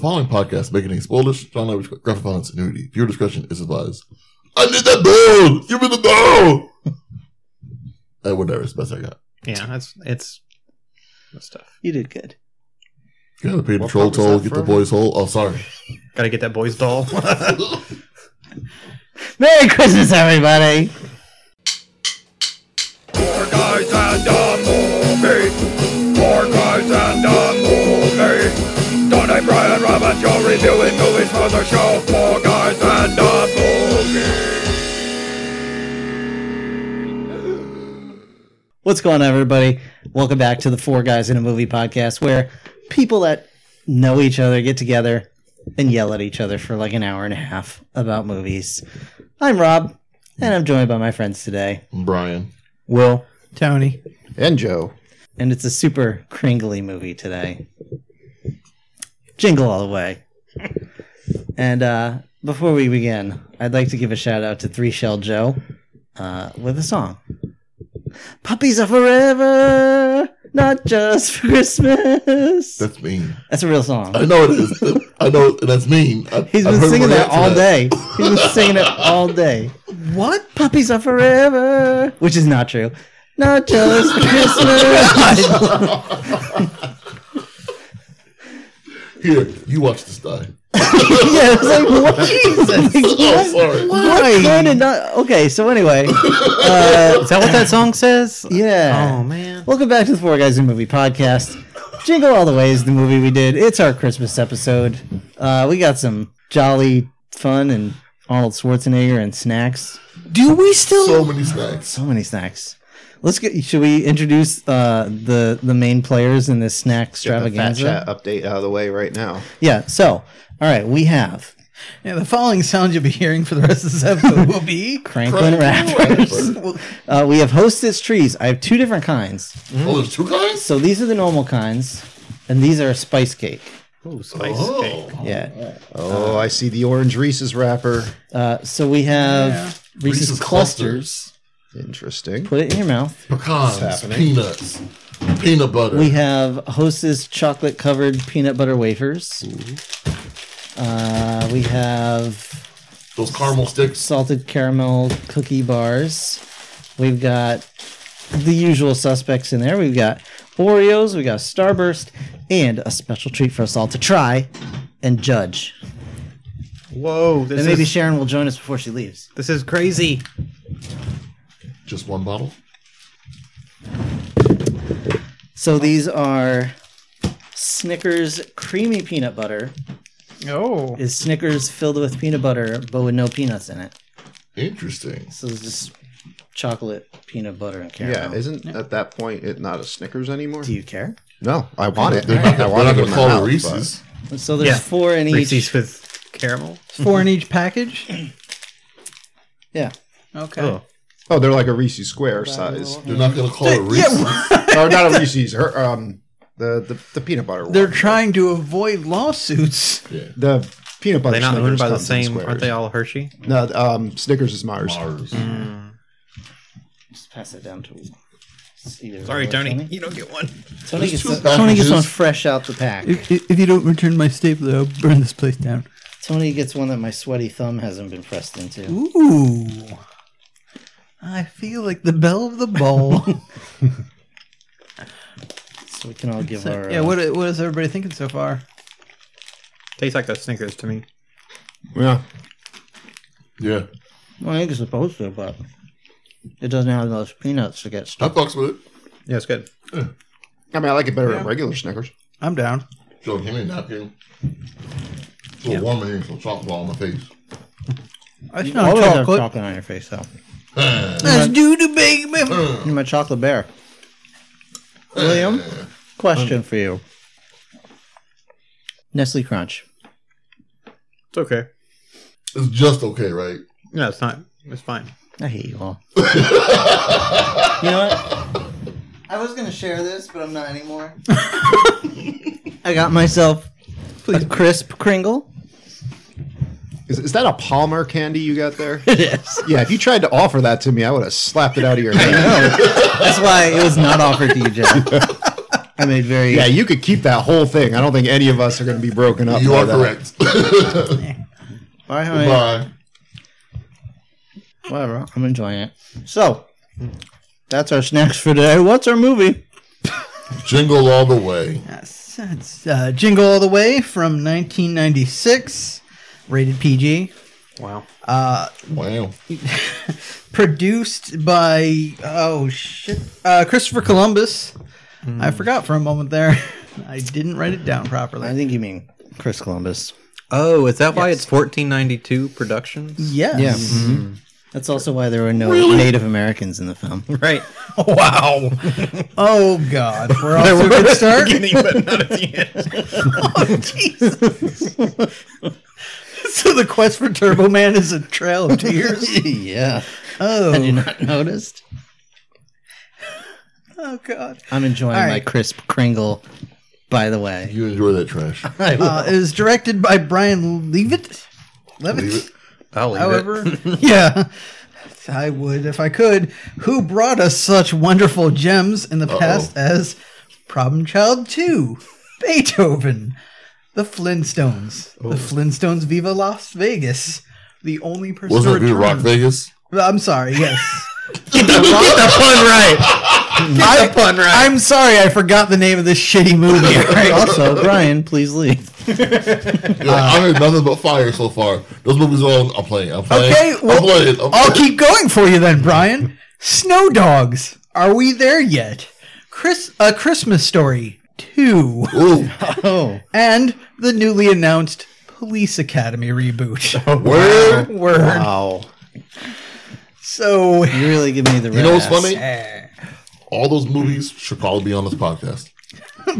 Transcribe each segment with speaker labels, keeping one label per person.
Speaker 1: following podcast may contain spoilers, strong language, graphic violence, and nudity. Viewer discretion is advised. I need that bell! Give me the bell! and whatever, it's the best I got.
Speaker 2: Yeah, that's it's that's tough.
Speaker 3: You did good.
Speaker 1: Gotta pay the
Speaker 2: What
Speaker 1: troll
Speaker 2: part was
Speaker 1: toll,
Speaker 2: that
Speaker 1: get the
Speaker 2: from?
Speaker 1: boys whole. Oh, sorry.
Speaker 2: Gotta get that boy's doll.
Speaker 3: Merry Christmas, everybody.
Speaker 4: Four guys and a movie. Four guys and a movie. Don and Brian Robbins, you're reviewing movies for the show. Four guys and a movie.
Speaker 3: What's going on, everybody? Welcome back to the Four Guys in a Movie podcast, where people that know each other get together and yell at each other for like an hour and a half about movies. I'm Rob, and I'm joined by my friends today.
Speaker 1: Brian.
Speaker 5: Will
Speaker 6: Tony.
Speaker 5: and Joe.
Speaker 3: and it's a super cringly movie today. Jingle all the way. And uh, before we begin, I'd like to give a shout out to Three Shell Joe uh, with a song. Puppies are forever, not just for Christmas.
Speaker 1: That's mean.
Speaker 3: That's a real song.
Speaker 1: I know it is. I know that's mean. I,
Speaker 3: He's
Speaker 1: I've
Speaker 3: been
Speaker 1: heard
Speaker 3: singing
Speaker 1: everybody
Speaker 3: that
Speaker 1: else
Speaker 3: all
Speaker 1: for
Speaker 3: day. He's been singing it all day.
Speaker 6: What?
Speaker 3: Puppies are forever, which is not true. Not just for Christmas.
Speaker 1: Here, you watch this die.
Speaker 3: yeah, it's like what? Like,
Speaker 1: Oh,
Speaker 3: what?
Speaker 1: sorry.
Speaker 3: What kind of not? Okay, so anyway, uh,
Speaker 6: Is that what that song says?
Speaker 3: yeah.
Speaker 6: Oh man.
Speaker 3: Welcome back to the Four Guys in Movie podcast. Jingle All the Way is the movie we did. It's our Christmas episode. Uh, we got some jolly fun and Arnold Schwarzenegger and snacks.
Speaker 6: Do we still
Speaker 1: So many snacks.
Speaker 3: So many snacks. Let's get. Should we introduce uh, the the main players in this snack
Speaker 5: Get the fat chat
Speaker 3: extravaganza?
Speaker 5: update out of the way right now.
Speaker 3: Yeah. So, all right, we have
Speaker 6: Yeah, the following sound you'll be hearing for the rest of this episode will be
Speaker 3: Franklin wrappers. uh, we have Hostess trees. I have two different kinds.
Speaker 1: Oh, there's two guys?
Speaker 3: So these are the normal kinds, and these are a spice cake.
Speaker 2: Ooh, spice cake.
Speaker 1: Oh.
Speaker 3: Yeah.
Speaker 5: Oh, I see the orange Reese's wrapper.
Speaker 3: Uh, so we have Reese's,
Speaker 1: Reese's
Speaker 3: clusters.
Speaker 1: clusters.
Speaker 5: Interesting.
Speaker 3: Put it in your mouth.
Speaker 1: Pecans,
Speaker 5: happening.
Speaker 1: peanuts, peanut butter.
Speaker 3: We have Hostess chocolate covered peanut butter wafers. Uh, we have
Speaker 1: those caramel sticks.
Speaker 3: salted caramel cookie bars. We've got the usual suspects in there. We've got Oreos, we got Starburst, and a special treat for us all to try and judge.
Speaker 2: Whoa, this
Speaker 3: And maybe
Speaker 2: is
Speaker 3: Sharon will join us before she leaves.
Speaker 2: this is crazy.
Speaker 1: Just one bottle.
Speaker 3: So these are Snickers creamy peanut butter.
Speaker 6: Oh.
Speaker 3: Is Snickers filled with peanut butter but with no peanuts in it?
Speaker 1: Interesting.
Speaker 3: So it's just chocolate, peanut butter, and caramel.
Speaker 5: Yeah, isn't at that point it not a Snickers anymore?
Speaker 3: Do you care?
Speaker 5: No, I want it.
Speaker 1: They're not
Speaker 5: I
Speaker 1: gonna,
Speaker 5: want
Speaker 1: they're
Speaker 5: it
Speaker 1: not
Speaker 5: in
Speaker 1: gonna
Speaker 5: my
Speaker 1: call
Speaker 5: mouth,
Speaker 1: it Reese's.
Speaker 3: So there's
Speaker 2: Yeah.
Speaker 3: four in each.
Speaker 2: Reese's with caramel.
Speaker 6: Four in each package?
Speaker 3: Yeah.
Speaker 6: Okay.
Speaker 2: Oh,
Speaker 5: but- Oh, they're like a Reese's square size.
Speaker 1: They're not gonna call it Reese's.
Speaker 5: or not a Reese's. Her, um, the, the the peanut butter.
Speaker 6: They're
Speaker 5: one.
Speaker 6: trying to avoid lawsuits.
Speaker 5: the peanut
Speaker 2: are
Speaker 5: butter.
Speaker 2: they not owned
Speaker 5: Snickers
Speaker 2: by the
Speaker 5: comes in
Speaker 2: same? Aren't
Speaker 5: squares.
Speaker 2: they all Hershey?
Speaker 5: No, um, Snickers is Mars.
Speaker 1: Mars.
Speaker 3: Just pass it down to. either
Speaker 2: Sorry,
Speaker 3: of those,
Speaker 2: Tony, you don't get one.
Speaker 3: Tony gets,
Speaker 1: two
Speaker 3: the- Tony gets
Speaker 1: packages.
Speaker 3: one fresh out the pack.
Speaker 6: if you don't return my stapler, I'll burn this place down.
Speaker 3: Tony gets one that my sweaty thumb hasn't been pressed into.
Speaker 6: Ooh. I feel like the bell of the ball.
Speaker 3: So we can all give
Speaker 6: So,
Speaker 3: our.
Speaker 6: yeah,
Speaker 3: uh,
Speaker 6: what, what is everybody thinking so far?
Speaker 2: Tastes like the Snickers to me.
Speaker 5: Yeah,
Speaker 1: Yeah.
Speaker 3: Well, I think it's supposed to, but it doesn't have those peanuts to get
Speaker 1: I
Speaker 3: stuck.
Speaker 1: fucks with it.
Speaker 2: Yeah, it's good.
Speaker 5: I mean, I like it better than regular Snickers.
Speaker 6: I'm down.
Speaker 1: Joe, give me a napkin. It's a little warm in here, so chocolate all on my face.
Speaker 6: I
Speaker 3: You always have
Speaker 6: chocolate.
Speaker 3: chocolate on your face, though.
Speaker 6: That's due to big mem-
Speaker 3: You're my chocolate bear. William, question for you. Nestle Crunch.
Speaker 2: It's okay.
Speaker 1: It's just okay, right?
Speaker 2: No, it's not. It's fine.
Speaker 3: I hate you all. you know what? I was going to share this, but I'm not anymore. I got myself a crisp Kringle.
Speaker 5: Is, is that a Palmer candy you got there?
Speaker 3: It is.
Speaker 5: Yeah, if you tried to offer that to me, I would have slapped it out of your hand.
Speaker 3: That's why it was not offered to you, Joe. I I made very
Speaker 5: Yeah, you could keep that whole thing. I don't think any of us are going to be broken up.
Speaker 1: You
Speaker 5: by
Speaker 1: are
Speaker 5: that.
Speaker 1: correct.
Speaker 3: Bye, honey.
Speaker 1: Bye.
Speaker 3: Whatever. I'm enjoying it. So that's our snacks for today. What's our movie?
Speaker 1: Jingle all the way.
Speaker 6: Yes, it's uh, Jingle All the Way from 1996, rated PG.
Speaker 2: Wow.
Speaker 1: Wow.
Speaker 6: produced by oh shit uh, Christopher Columbus. I
Speaker 3: Hmm.
Speaker 6: forgot for a moment there. I didn't write it down
Speaker 3: I
Speaker 6: properly.
Speaker 3: think you mean Chris Columbus.
Speaker 2: Oh, is that why
Speaker 6: Yes.
Speaker 2: it's 1492 Productions?
Speaker 6: Yes.
Speaker 3: Yeah. Mm-hmm. That's also why there were no Native Americans in the film.
Speaker 2: Right.
Speaker 6: Wow. oh God. We're off to a good start.
Speaker 2: but not at the end.
Speaker 6: Oh, Jesus. so the quest for Turbo Man is a trail of tears.
Speaker 3: yeah. Had you
Speaker 6: Oh.
Speaker 3: not noticed?
Speaker 6: Oh God.
Speaker 3: I'm enjoying
Speaker 6: All
Speaker 3: my
Speaker 6: right.
Speaker 3: crisp Kringle, by the way.
Speaker 1: You enjoy that trash.
Speaker 6: Uh, it was directed by Brian Leavitt. Leavitt.
Speaker 1: Leave it.
Speaker 2: I'll leave it.
Speaker 6: However, yeah, I would if I could. Who brought us such wonderful gems in the past as Problem Child 2, Beethoven, The Flintstones, The Flintstones Viva Las Vegas, the only person
Speaker 1: Wasn't
Speaker 6: to
Speaker 1: it Viva Rock
Speaker 6: return-
Speaker 1: Vegas?
Speaker 6: I'm sorry, yes.
Speaker 2: Get the pun right.
Speaker 6: I'm sorry I forgot the name of this shitty movie.
Speaker 3: also, Brian, please leave.
Speaker 1: You're like, I heard nothing but fire so far. Those movies are all I'm playing. I'm playing.
Speaker 6: Okay, well,
Speaker 1: I'm playing. I'm
Speaker 6: I'll
Speaker 1: playing.
Speaker 6: keep going for you then, Brian. Snow Dogs, Are We There Yet? Chris, A Christmas Story 2.
Speaker 1: Ooh,
Speaker 3: Oh.
Speaker 6: and the newly announced Police Academy reboot.
Speaker 1: Oh. where?
Speaker 6: Word.
Speaker 3: Wow.
Speaker 6: So,
Speaker 3: You really give me the
Speaker 1: You
Speaker 3: red
Speaker 1: know what's
Speaker 3: ass.
Speaker 1: funny?
Speaker 6: eh,
Speaker 1: All those movies should probably be on this podcast.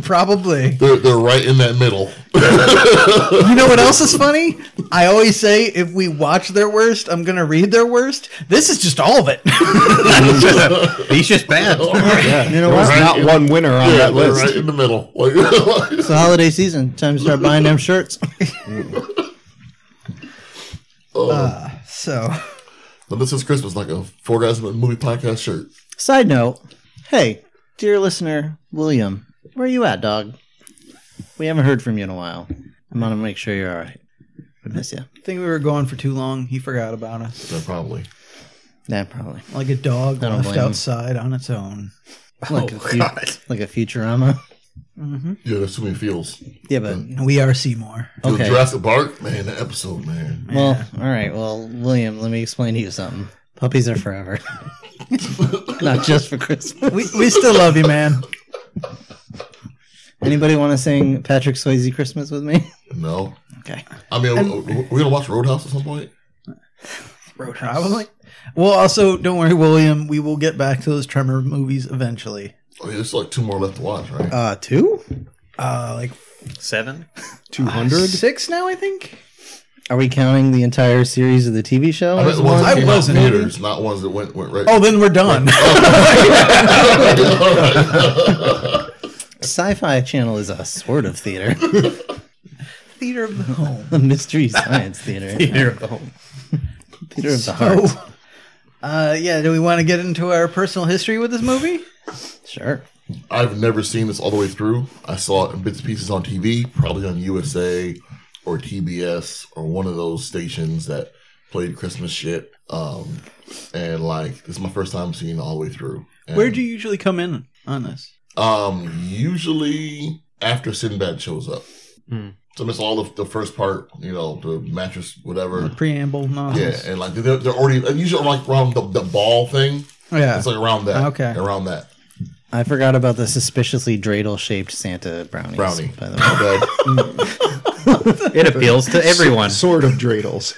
Speaker 6: probably.
Speaker 1: They're, they're right in that middle.
Speaker 6: You know what else is funny? I always say if we watch their worst, I'm gonna read their worst. This is just all of it.
Speaker 2: He's just bad.
Speaker 5: Yeah, you know
Speaker 1: You're
Speaker 5: there's
Speaker 1: right.
Speaker 5: not one winner on
Speaker 1: Yeah,
Speaker 5: that
Speaker 1: they're
Speaker 5: list.
Speaker 1: right in the middle. Like,
Speaker 3: It's the holiday season. Time to start buying them shirts.
Speaker 6: Uh, so,
Speaker 1: but this is Christmas, like a Four Guys in a Movie podcast shirt.
Speaker 3: Side note Hey, dear listener, William, where you at, dog? We haven't heard from you in a while. I'm going to make sure you're all right. I miss you.
Speaker 6: I think we were going for too long. He forgot about us,
Speaker 1: Yeah, probably.
Speaker 3: Yeah, probably.
Speaker 6: like a dog
Speaker 3: I don't
Speaker 6: left
Speaker 3: blame him.
Speaker 6: outside on its own.
Speaker 3: Like, a, fu- like a Futurama.
Speaker 1: Yeah, there's too many feels.
Speaker 3: Yeah, but.
Speaker 6: We are Seymour.
Speaker 1: Okay.
Speaker 3: Okay.
Speaker 1: Jurassic Park, man, that episode, man.
Speaker 3: Well, all right. Well, William, let me explain to you something. Puppies are forever, not just for Christmas.
Speaker 6: We, we still love you, man.
Speaker 3: Anybody want to sing Patrick Swayze Christmas with me?
Speaker 1: No,
Speaker 3: Okay.
Speaker 1: I mean, we're gonna watch Roadhouse at some point.
Speaker 6: Roadhouse. Probably. Well, also, don't worry, William. We will get back to those Tremor movies eventually.
Speaker 1: Oh, yeah, there's like two more left to watch, right?
Speaker 3: Uh, two?
Speaker 6: Uh, like
Speaker 2: Seven?
Speaker 5: Two hundred.
Speaker 6: six now, I think.
Speaker 3: Are we counting the entire series of the TV show?
Speaker 1: I meant
Speaker 3: as
Speaker 1: the ones
Speaker 3: one?
Speaker 1: that
Speaker 6: I
Speaker 1: came out in
Speaker 6: wasn't.
Speaker 1: theaters, not ones that went went right.
Speaker 6: Oh, then we're done.
Speaker 3: Sci-Fi Channel is a sort of theater,
Speaker 6: Theater of the home.
Speaker 3: a mystery science theater,
Speaker 2: Theater of the Home.
Speaker 3: theater of the heart.
Speaker 6: Uh, yeah. Do we want to get into our personal history with this movie?
Speaker 3: Sure.
Speaker 1: I've never seen this all the way through. I saw it in bits and pieces on TV, probably on USA or TBS or one of those stations that played Christmas shit. Um, and like, this is my first time seeing it all the way through. And,
Speaker 6: Where do you usually come in on this?
Speaker 1: Um, usually after Sinbad shows up.
Speaker 2: Hmm.
Speaker 1: So I miss all of the first part, you know, the mattress, whatever.
Speaker 6: The
Speaker 3: Hmm.
Speaker 6: preamble
Speaker 1: Yeah,
Speaker 6: novels.
Speaker 1: and like they're, they're already and usually like around the, the ball thing.
Speaker 6: Yeah.
Speaker 1: It's like around that.
Speaker 6: Okay.
Speaker 1: Around that
Speaker 3: I forgot about the suspiciously dreidel-shaped Santa brownies.
Speaker 1: brownie.
Speaker 3: By the way,
Speaker 1: Okay.
Speaker 2: It appeals to everyone.
Speaker 5: Sort of dreidels.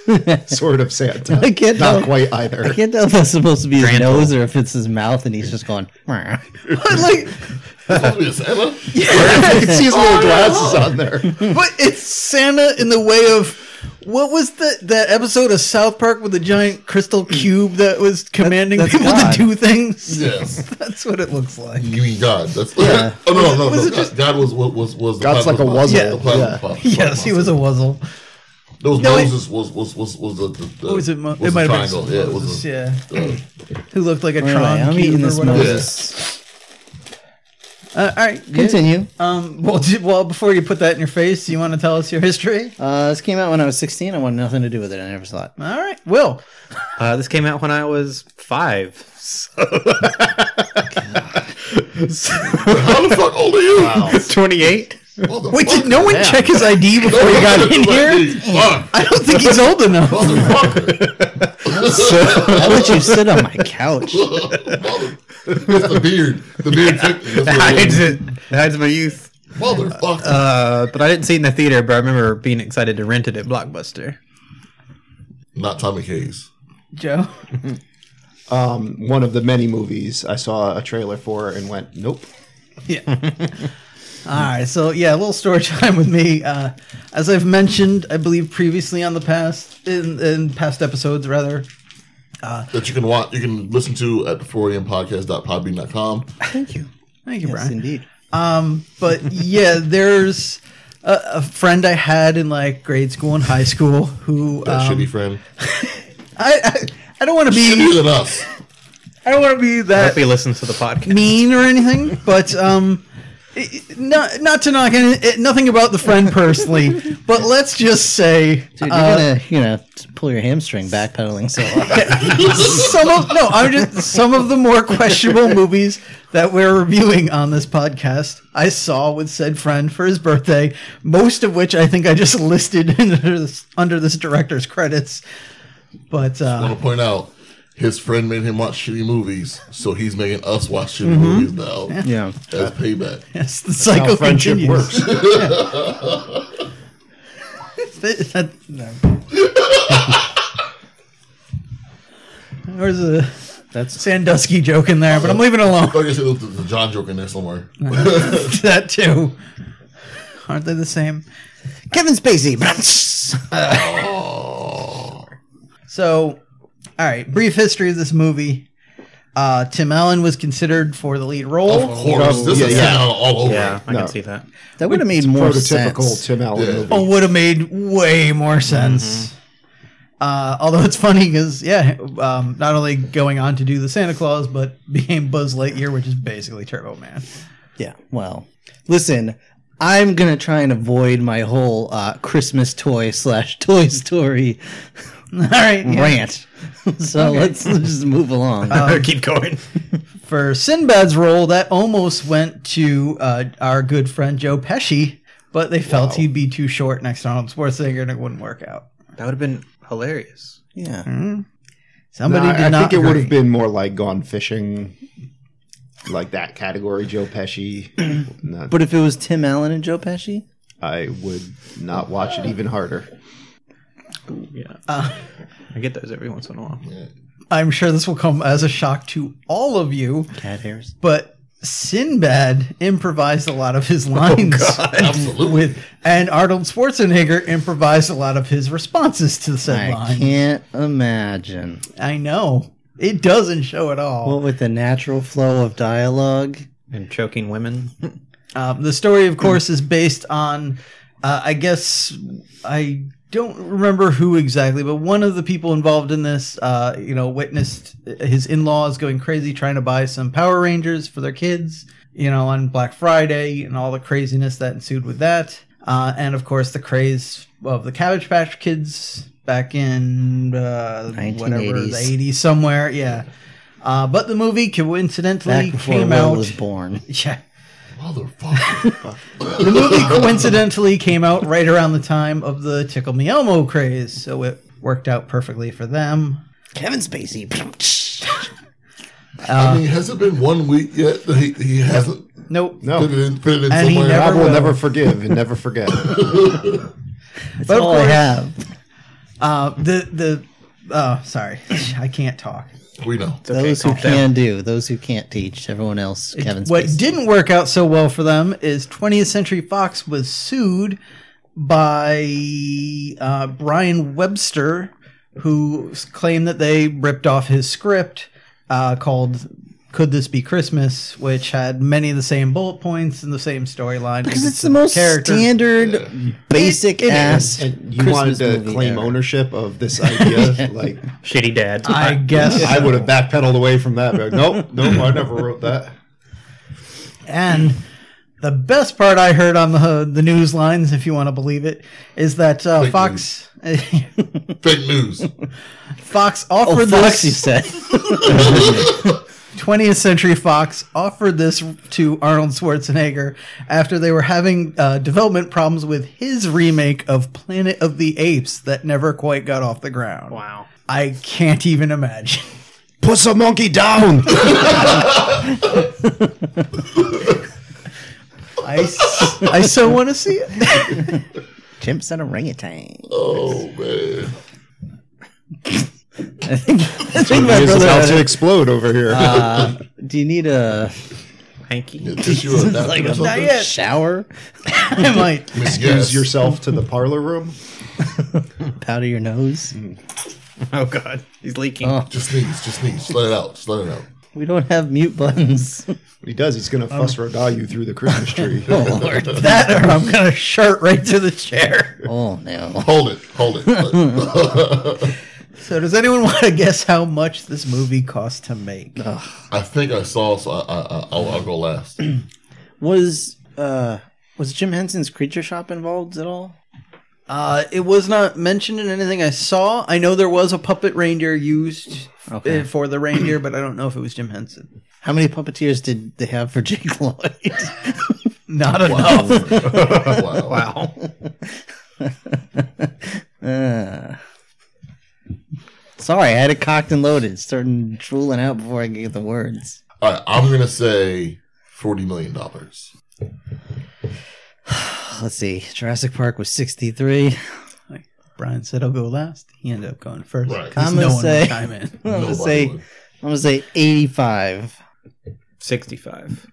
Speaker 5: sort of Santa.
Speaker 3: I can't
Speaker 5: Not
Speaker 3: tell-
Speaker 5: quite either.
Speaker 3: I can't tell if that's supposed to be his
Speaker 2: Grandel.
Speaker 3: nose or if it's his mouth, and he's just going. "Meow."
Speaker 6: But like,
Speaker 1: Supposed to be a Santa?
Speaker 5: I can see his little glasses on there.
Speaker 6: but it's Santa in the way of what was the that episode of South Park with the giant crystal cube that was commanding
Speaker 3: that's
Speaker 6: people
Speaker 3: God. Mm.
Speaker 6: to do things?
Speaker 1: Yes.
Speaker 6: That's what it looks like.
Speaker 1: You mean God? That's yeah. oh no, no, no.
Speaker 6: Was it
Speaker 1: God,
Speaker 6: just-
Speaker 1: God was was was, was the
Speaker 5: God's like a
Speaker 1: plasma-
Speaker 5: wuzzle.
Speaker 1: Yeah, the
Speaker 5: Yeah.
Speaker 1: plasma-
Speaker 5: Yeah.
Speaker 1: plasma-
Speaker 6: Yes, he was a wuzzle.
Speaker 1: Those
Speaker 6: No, it-
Speaker 1: Moses was was was was the, the, the
Speaker 6: What was it? Mo-
Speaker 1: was
Speaker 6: it might
Speaker 1: the
Speaker 6: have been
Speaker 1: triangle. yeah, it was. A,
Speaker 6: yeah. Who looked like a
Speaker 3: Anyway,
Speaker 6: Tron
Speaker 3: I'm
Speaker 6: cube
Speaker 3: eating
Speaker 6: or
Speaker 3: this
Speaker 6: whatever.
Speaker 3: Moses.
Speaker 6: Uh, all right, good.
Speaker 3: Continue.
Speaker 6: Um, well, d well, before you put that in your face, you want to tell us your history?
Speaker 3: Uh, this came out when I was 16. I wanted nothing to do with it. I never saw it.
Speaker 6: All right, Will.
Speaker 2: Uh, this came out when I was five. So
Speaker 1: How the fuck old are you? Wow.
Speaker 2: 28?
Speaker 6: Oh, Wait, did no one
Speaker 5: Yeah.
Speaker 6: check his ID before he got in here?
Speaker 1: Fuck.
Speaker 6: I don't think he's old enough.
Speaker 1: Motherfucker.
Speaker 3: I let you sit on my couch.
Speaker 1: Mother- It's the beard. The beard took me.
Speaker 2: That hides it. That hides my youth.
Speaker 1: Motherfucker.
Speaker 2: Uh, but I didn't see it in the theater, but I remember being excited to rent it at Blockbuster.
Speaker 1: Not Tommy Hayes.
Speaker 6: Joe.
Speaker 5: Um, one of the many movies I saw a trailer for and went, nope.
Speaker 6: Yeah. All right, so yeah, a little story time with me. Uh, as I've mentioned, I believe previously on the past in, in past episodes rather,
Speaker 1: That you can watch, you can listen to at 4ampodcast.podbean.com.
Speaker 3: Thank you.
Speaker 6: Thank you,
Speaker 3: Yes,
Speaker 6: Brian.
Speaker 3: indeed.
Speaker 6: um, But yeah, there's a, a friend I had in like grade school and high school who
Speaker 1: That
Speaker 6: um,
Speaker 1: shitty friend.
Speaker 6: I, I I don't want to
Speaker 1: Shittier
Speaker 6: be
Speaker 1: than us.
Speaker 6: I don't want to be
Speaker 2: I
Speaker 6: that
Speaker 2: hope he listens to the podcast.
Speaker 6: mean or anything, but um, i- i- not not to knock any, i- nothing about the friend personally, but let's just say
Speaker 3: Dude, you're
Speaker 6: uh,
Speaker 3: gonna, you know, pull your hamstring backpedaling so hard.
Speaker 6: some of no, I'm just some of the more questionable movies that we're reviewing on this podcast. I saw with said friend for his birthday, most of which I think I just listed under this, under this director's credits, but.
Speaker 1: I
Speaker 6: Uh,
Speaker 1: want to point out his friend made him watch shitty movies, so he's making us watch shitty movies now
Speaker 3: yeah.
Speaker 1: as payback.
Speaker 6: Yes, the cycle
Speaker 5: how friendship
Speaker 6: continues.
Speaker 5: works.
Speaker 6: That- that- no. There's a
Speaker 3: That's
Speaker 6: Sandusky joke in there, but I'm leaving it alone.
Speaker 1: Like I said, there's the John joke in there somewhere.
Speaker 6: that too. Aren't they the same?
Speaker 3: Kevin Spacey.
Speaker 6: So, all right, brief history of this movie. Uh, Tim Allen was considered for the lead
Speaker 1: of
Speaker 6: role.
Speaker 1: course, this is
Speaker 5: yeah.
Speaker 1: Al all over.
Speaker 2: Yeah, I
Speaker 5: No.
Speaker 2: can see that.
Speaker 3: that would have made more
Speaker 5: Prototypical
Speaker 3: sense.
Speaker 5: Tim Allen
Speaker 1: Yeah.
Speaker 5: movie.
Speaker 6: Oh, would have made way more sense. Uh, although it's funny because, yeah, um, not only going on to do the Santa Claus, but became Buzz Lightyear, which is basically Turbo Man.
Speaker 3: Yeah. Well, listen, I'm gonna try and avoid my whole uh, Christmas toy slash Toy Story
Speaker 6: All right. yeah.
Speaker 3: rant. so let's, let's just move along.
Speaker 2: Keep going.
Speaker 6: For Sinbad's role, that almost went to uh, our good friend Joe Pesci, but they felt he'd be too short next to Arnold Schwarzenegger and it wouldn't work out.
Speaker 2: That would have been hilarious.
Speaker 3: yeah.
Speaker 5: No,
Speaker 6: Somebody
Speaker 5: I,
Speaker 6: did
Speaker 5: I
Speaker 6: not
Speaker 5: think it would have
Speaker 6: agree.
Speaker 5: been more like Gone Fishing, like that category, Joe Pesci. No,
Speaker 3: But if it was Tim Allen and Joe Pesci,
Speaker 5: I would not watch it even harder.
Speaker 2: Yeah. I get those every once in a while.
Speaker 6: I'm sure this will come as a shock to all of you,
Speaker 3: Cat Harris.
Speaker 6: but Sinbad improvised a lot of his lines
Speaker 1: Absolutely.
Speaker 6: with, and Arnold Schwarzenegger improvised a lot of his responses to said
Speaker 3: I
Speaker 6: line.
Speaker 3: can't imagine.
Speaker 6: I know it doesn't show at all.
Speaker 3: What with the natural flow of dialogue.
Speaker 2: And choking women.
Speaker 6: Um, the story,
Speaker 3: Hmm.
Speaker 6: of course, is based on, uh, I guess, I don't remember who exactly, but one of the people involved in this, uh, you know, witnessed his in laws going crazy trying to buy some Power Rangers for their kids, you know, on Black Friday and all the craziness that ensued with that. Uh, and, of course, the craze of the Cabbage Patch kids back in uh, whatever, the
Speaker 3: 1980s.
Speaker 6: 80s somewhere. Yeah. Uh, but the movie coincidentally
Speaker 3: Back before
Speaker 6: came
Speaker 3: Will
Speaker 6: out.
Speaker 3: was born.
Speaker 6: Yeah.
Speaker 1: Motherfucker.
Speaker 6: The movie coincidentally came out right around the time of the Tickle Me Elmo craze, so it worked out perfectly for them.
Speaker 3: Kevin Spacey.
Speaker 1: I mean, has it been one week yet that he, he hasn't
Speaker 6: Nope.
Speaker 5: No.
Speaker 1: put it in, put it in
Speaker 6: And he
Speaker 1: somewhere?
Speaker 5: God
Speaker 6: never-
Speaker 5: will
Speaker 6: will.
Speaker 5: never forgive and never forget.
Speaker 3: That's
Speaker 6: But of
Speaker 3: all I
Speaker 6: course-
Speaker 3: have.
Speaker 6: Uh, the the oh sorry, I can't talk.
Speaker 1: we know.
Speaker 3: Those who
Speaker 2: calm down.
Speaker 3: can do, those who can't teach. Everyone else, Kevin Spacey.
Speaker 6: What didn't work out so well for them is 20th Century Fox was sued by uh, Brian Webster, who s- claimed that they ripped off his script uh, called "Could This Be Christmas," which had many of the same bullet points and the same storyline
Speaker 3: Because it's the most standard, basic
Speaker 6: It- it
Speaker 3: ass.
Speaker 5: And you
Speaker 3: Christmas
Speaker 5: wanted to
Speaker 3: movie
Speaker 5: claim
Speaker 3: ever.
Speaker 5: ownership of this idea. Like,
Speaker 2: Shitty dad.
Speaker 6: I guess
Speaker 5: I would have backpedaled away from that. But nope, nope, I never wrote that.
Speaker 6: And the best part I heard on the the news lines, if you want to believe it, is that uh,
Speaker 1: Fake
Speaker 6: Fox
Speaker 1: Fake news.
Speaker 6: Fox
Speaker 3: Oh,
Speaker 6: offered
Speaker 3: Fox, you
Speaker 6: this
Speaker 3: said.
Speaker 6: 20th Century Fox offered this to Arnold Schwarzenegger after they were having uh, development problems with his remake of Planet of the Apes that never quite got off the ground.
Speaker 2: Wow.
Speaker 6: I can't even imagine.
Speaker 5: Put some monkey down.
Speaker 6: I, s- I so want to see it.
Speaker 3: Chimps and orangutan.
Speaker 1: Oh man.
Speaker 3: I think, I think my
Speaker 5: This is
Speaker 3: brother
Speaker 5: about
Speaker 3: had
Speaker 5: to
Speaker 3: it.
Speaker 5: explode over here.
Speaker 3: Uh, do you need a,
Speaker 1: Yeah,
Speaker 2: Hanky.
Speaker 1: tissue or napkin
Speaker 3: like
Speaker 1: or
Speaker 3: a
Speaker 1: something?
Speaker 6: yet.
Speaker 3: shower?
Speaker 6: I might.
Speaker 1: Miss
Speaker 5: Use
Speaker 1: Yes.
Speaker 5: yourself to the parlor room.
Speaker 3: Powder your nose?
Speaker 2: Oh god, he's leaking.
Speaker 3: Oh.
Speaker 1: Just sneeze. Just sneeze. Just let it out. Just let it out.
Speaker 3: We don't have mute buttons.
Speaker 5: What he does, he's
Speaker 3: Um,
Speaker 5: gonna fuss Rodal you through the Christmas tree.
Speaker 3: Oh, Lord.
Speaker 6: That or I'm going to shirt right to the chair.
Speaker 3: Oh, no.
Speaker 1: Hold it. Hold it.
Speaker 6: So, does anyone want to guess how much this movie cost to make?
Speaker 1: I think I saw. So I, I, I, I'll, I'll go last.
Speaker 3: Was, uh, was Jim Henson's Creature Shop involved at all?
Speaker 6: Uh, it was not mentioned in anything I saw. I know there was a puppet reindeer used uh,
Speaker 3: Okay.
Speaker 6: for the reindeer, but I don't know if it was Jim Henson.
Speaker 3: How many puppeteers did they have for Jake Lloyd?
Speaker 6: Not
Speaker 1: Wow.
Speaker 6: enough.
Speaker 1: wow.
Speaker 2: Wow.
Speaker 3: Uh, sorry, I had it cocked and loaded, starting drooling out before I could get the words.
Speaker 1: All right. I'm gonna say forty million dollars.
Speaker 3: Let's see. Jurassic Park was 63.
Speaker 6: Brian said I'll go last. He ended up going first.
Speaker 1: Right.
Speaker 6: 'cause
Speaker 3: I'm gonna
Speaker 6: no one
Speaker 3: say-
Speaker 6: would chime in.
Speaker 3: I'm gonna
Speaker 1: Nobody
Speaker 3: say
Speaker 1: would.
Speaker 3: I'm gonna say 85.
Speaker 2: 65.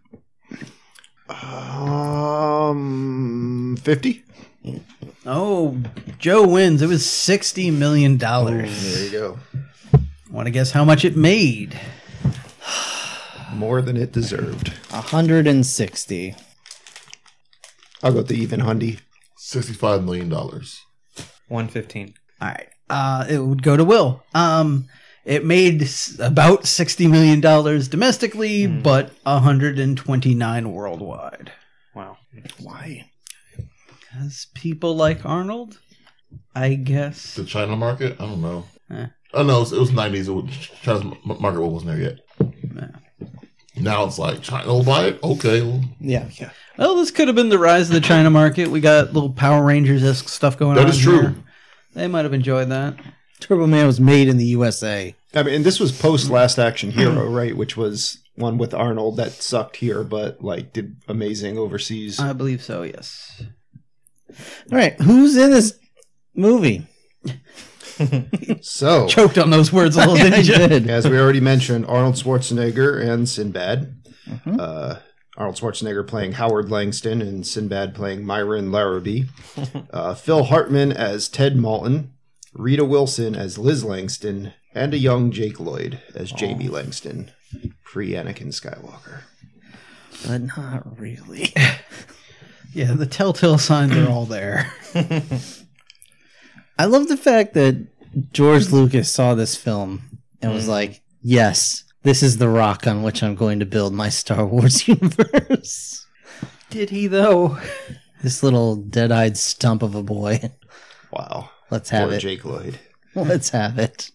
Speaker 5: Um, fifty.
Speaker 6: Oh, Joe wins. It was sixty million dollars.
Speaker 5: There you go.
Speaker 6: Want to guess how much it made?
Speaker 5: More than it deserved.
Speaker 3: 160.
Speaker 5: I'll go with the even hundy.
Speaker 1: Sixty-five million dollars.
Speaker 2: 115.
Speaker 6: All right. Uh, it would go to Will. Um, it made s- about sixty million dollars domestically,
Speaker 1: Hmm.
Speaker 6: but hundred and twenty-nine worldwide.
Speaker 2: Wow.
Speaker 3: Why?
Speaker 6: Because people like Arnold, I guess.
Speaker 1: The China market? I don't know.
Speaker 6: Eh.
Speaker 1: Oh no, it was, it was 90s. It was, China's m- market wasn't there yet.
Speaker 6: Yeah.
Speaker 1: Now it's like China will buy it. Okay, well,
Speaker 3: Yeah. yeah.
Speaker 6: Well, this could have been the rise of the China market. We got little Power Rangers esque stuff going on.
Speaker 1: that is true.
Speaker 6: here. They might have enjoyed that.
Speaker 3: Turbo Man was made in the USA.
Speaker 5: I mean, and this was post Last Action Hero, right? Which was one with Arnold that sucked here, but like did amazing overseas.
Speaker 6: I believe so. Yes.
Speaker 3: All right, who's in this movie?
Speaker 1: Oh.
Speaker 5: so,
Speaker 6: Choked on those words a little,
Speaker 3: I
Speaker 6: didn't you?
Speaker 3: did.
Speaker 5: as we already mentioned, Arnold Schwarzenegger and Sinbad. Uh, Arnold Schwarzenegger playing Howard Langston and Sinbad playing Myron Larrabee. Uh, Phil Hartman as Ted Malton. Rita Wilson as Liz Langston. And a young Jake Lloyd as Jamie Langston, pre Anakin Skywalker.
Speaker 3: But not really.
Speaker 6: Yeah, the telltale signs are all there.
Speaker 3: I love the fact that George Lucas saw this film and was like, "Yes, this is the rock on which I'm going to build my Star Wars universe."
Speaker 6: Did he though?
Speaker 3: this little dead-eyed stump of a boy.
Speaker 5: Wow.
Speaker 3: Let's have
Speaker 5: Poor
Speaker 3: it.
Speaker 5: Jake Lloyd.
Speaker 3: Let's have it.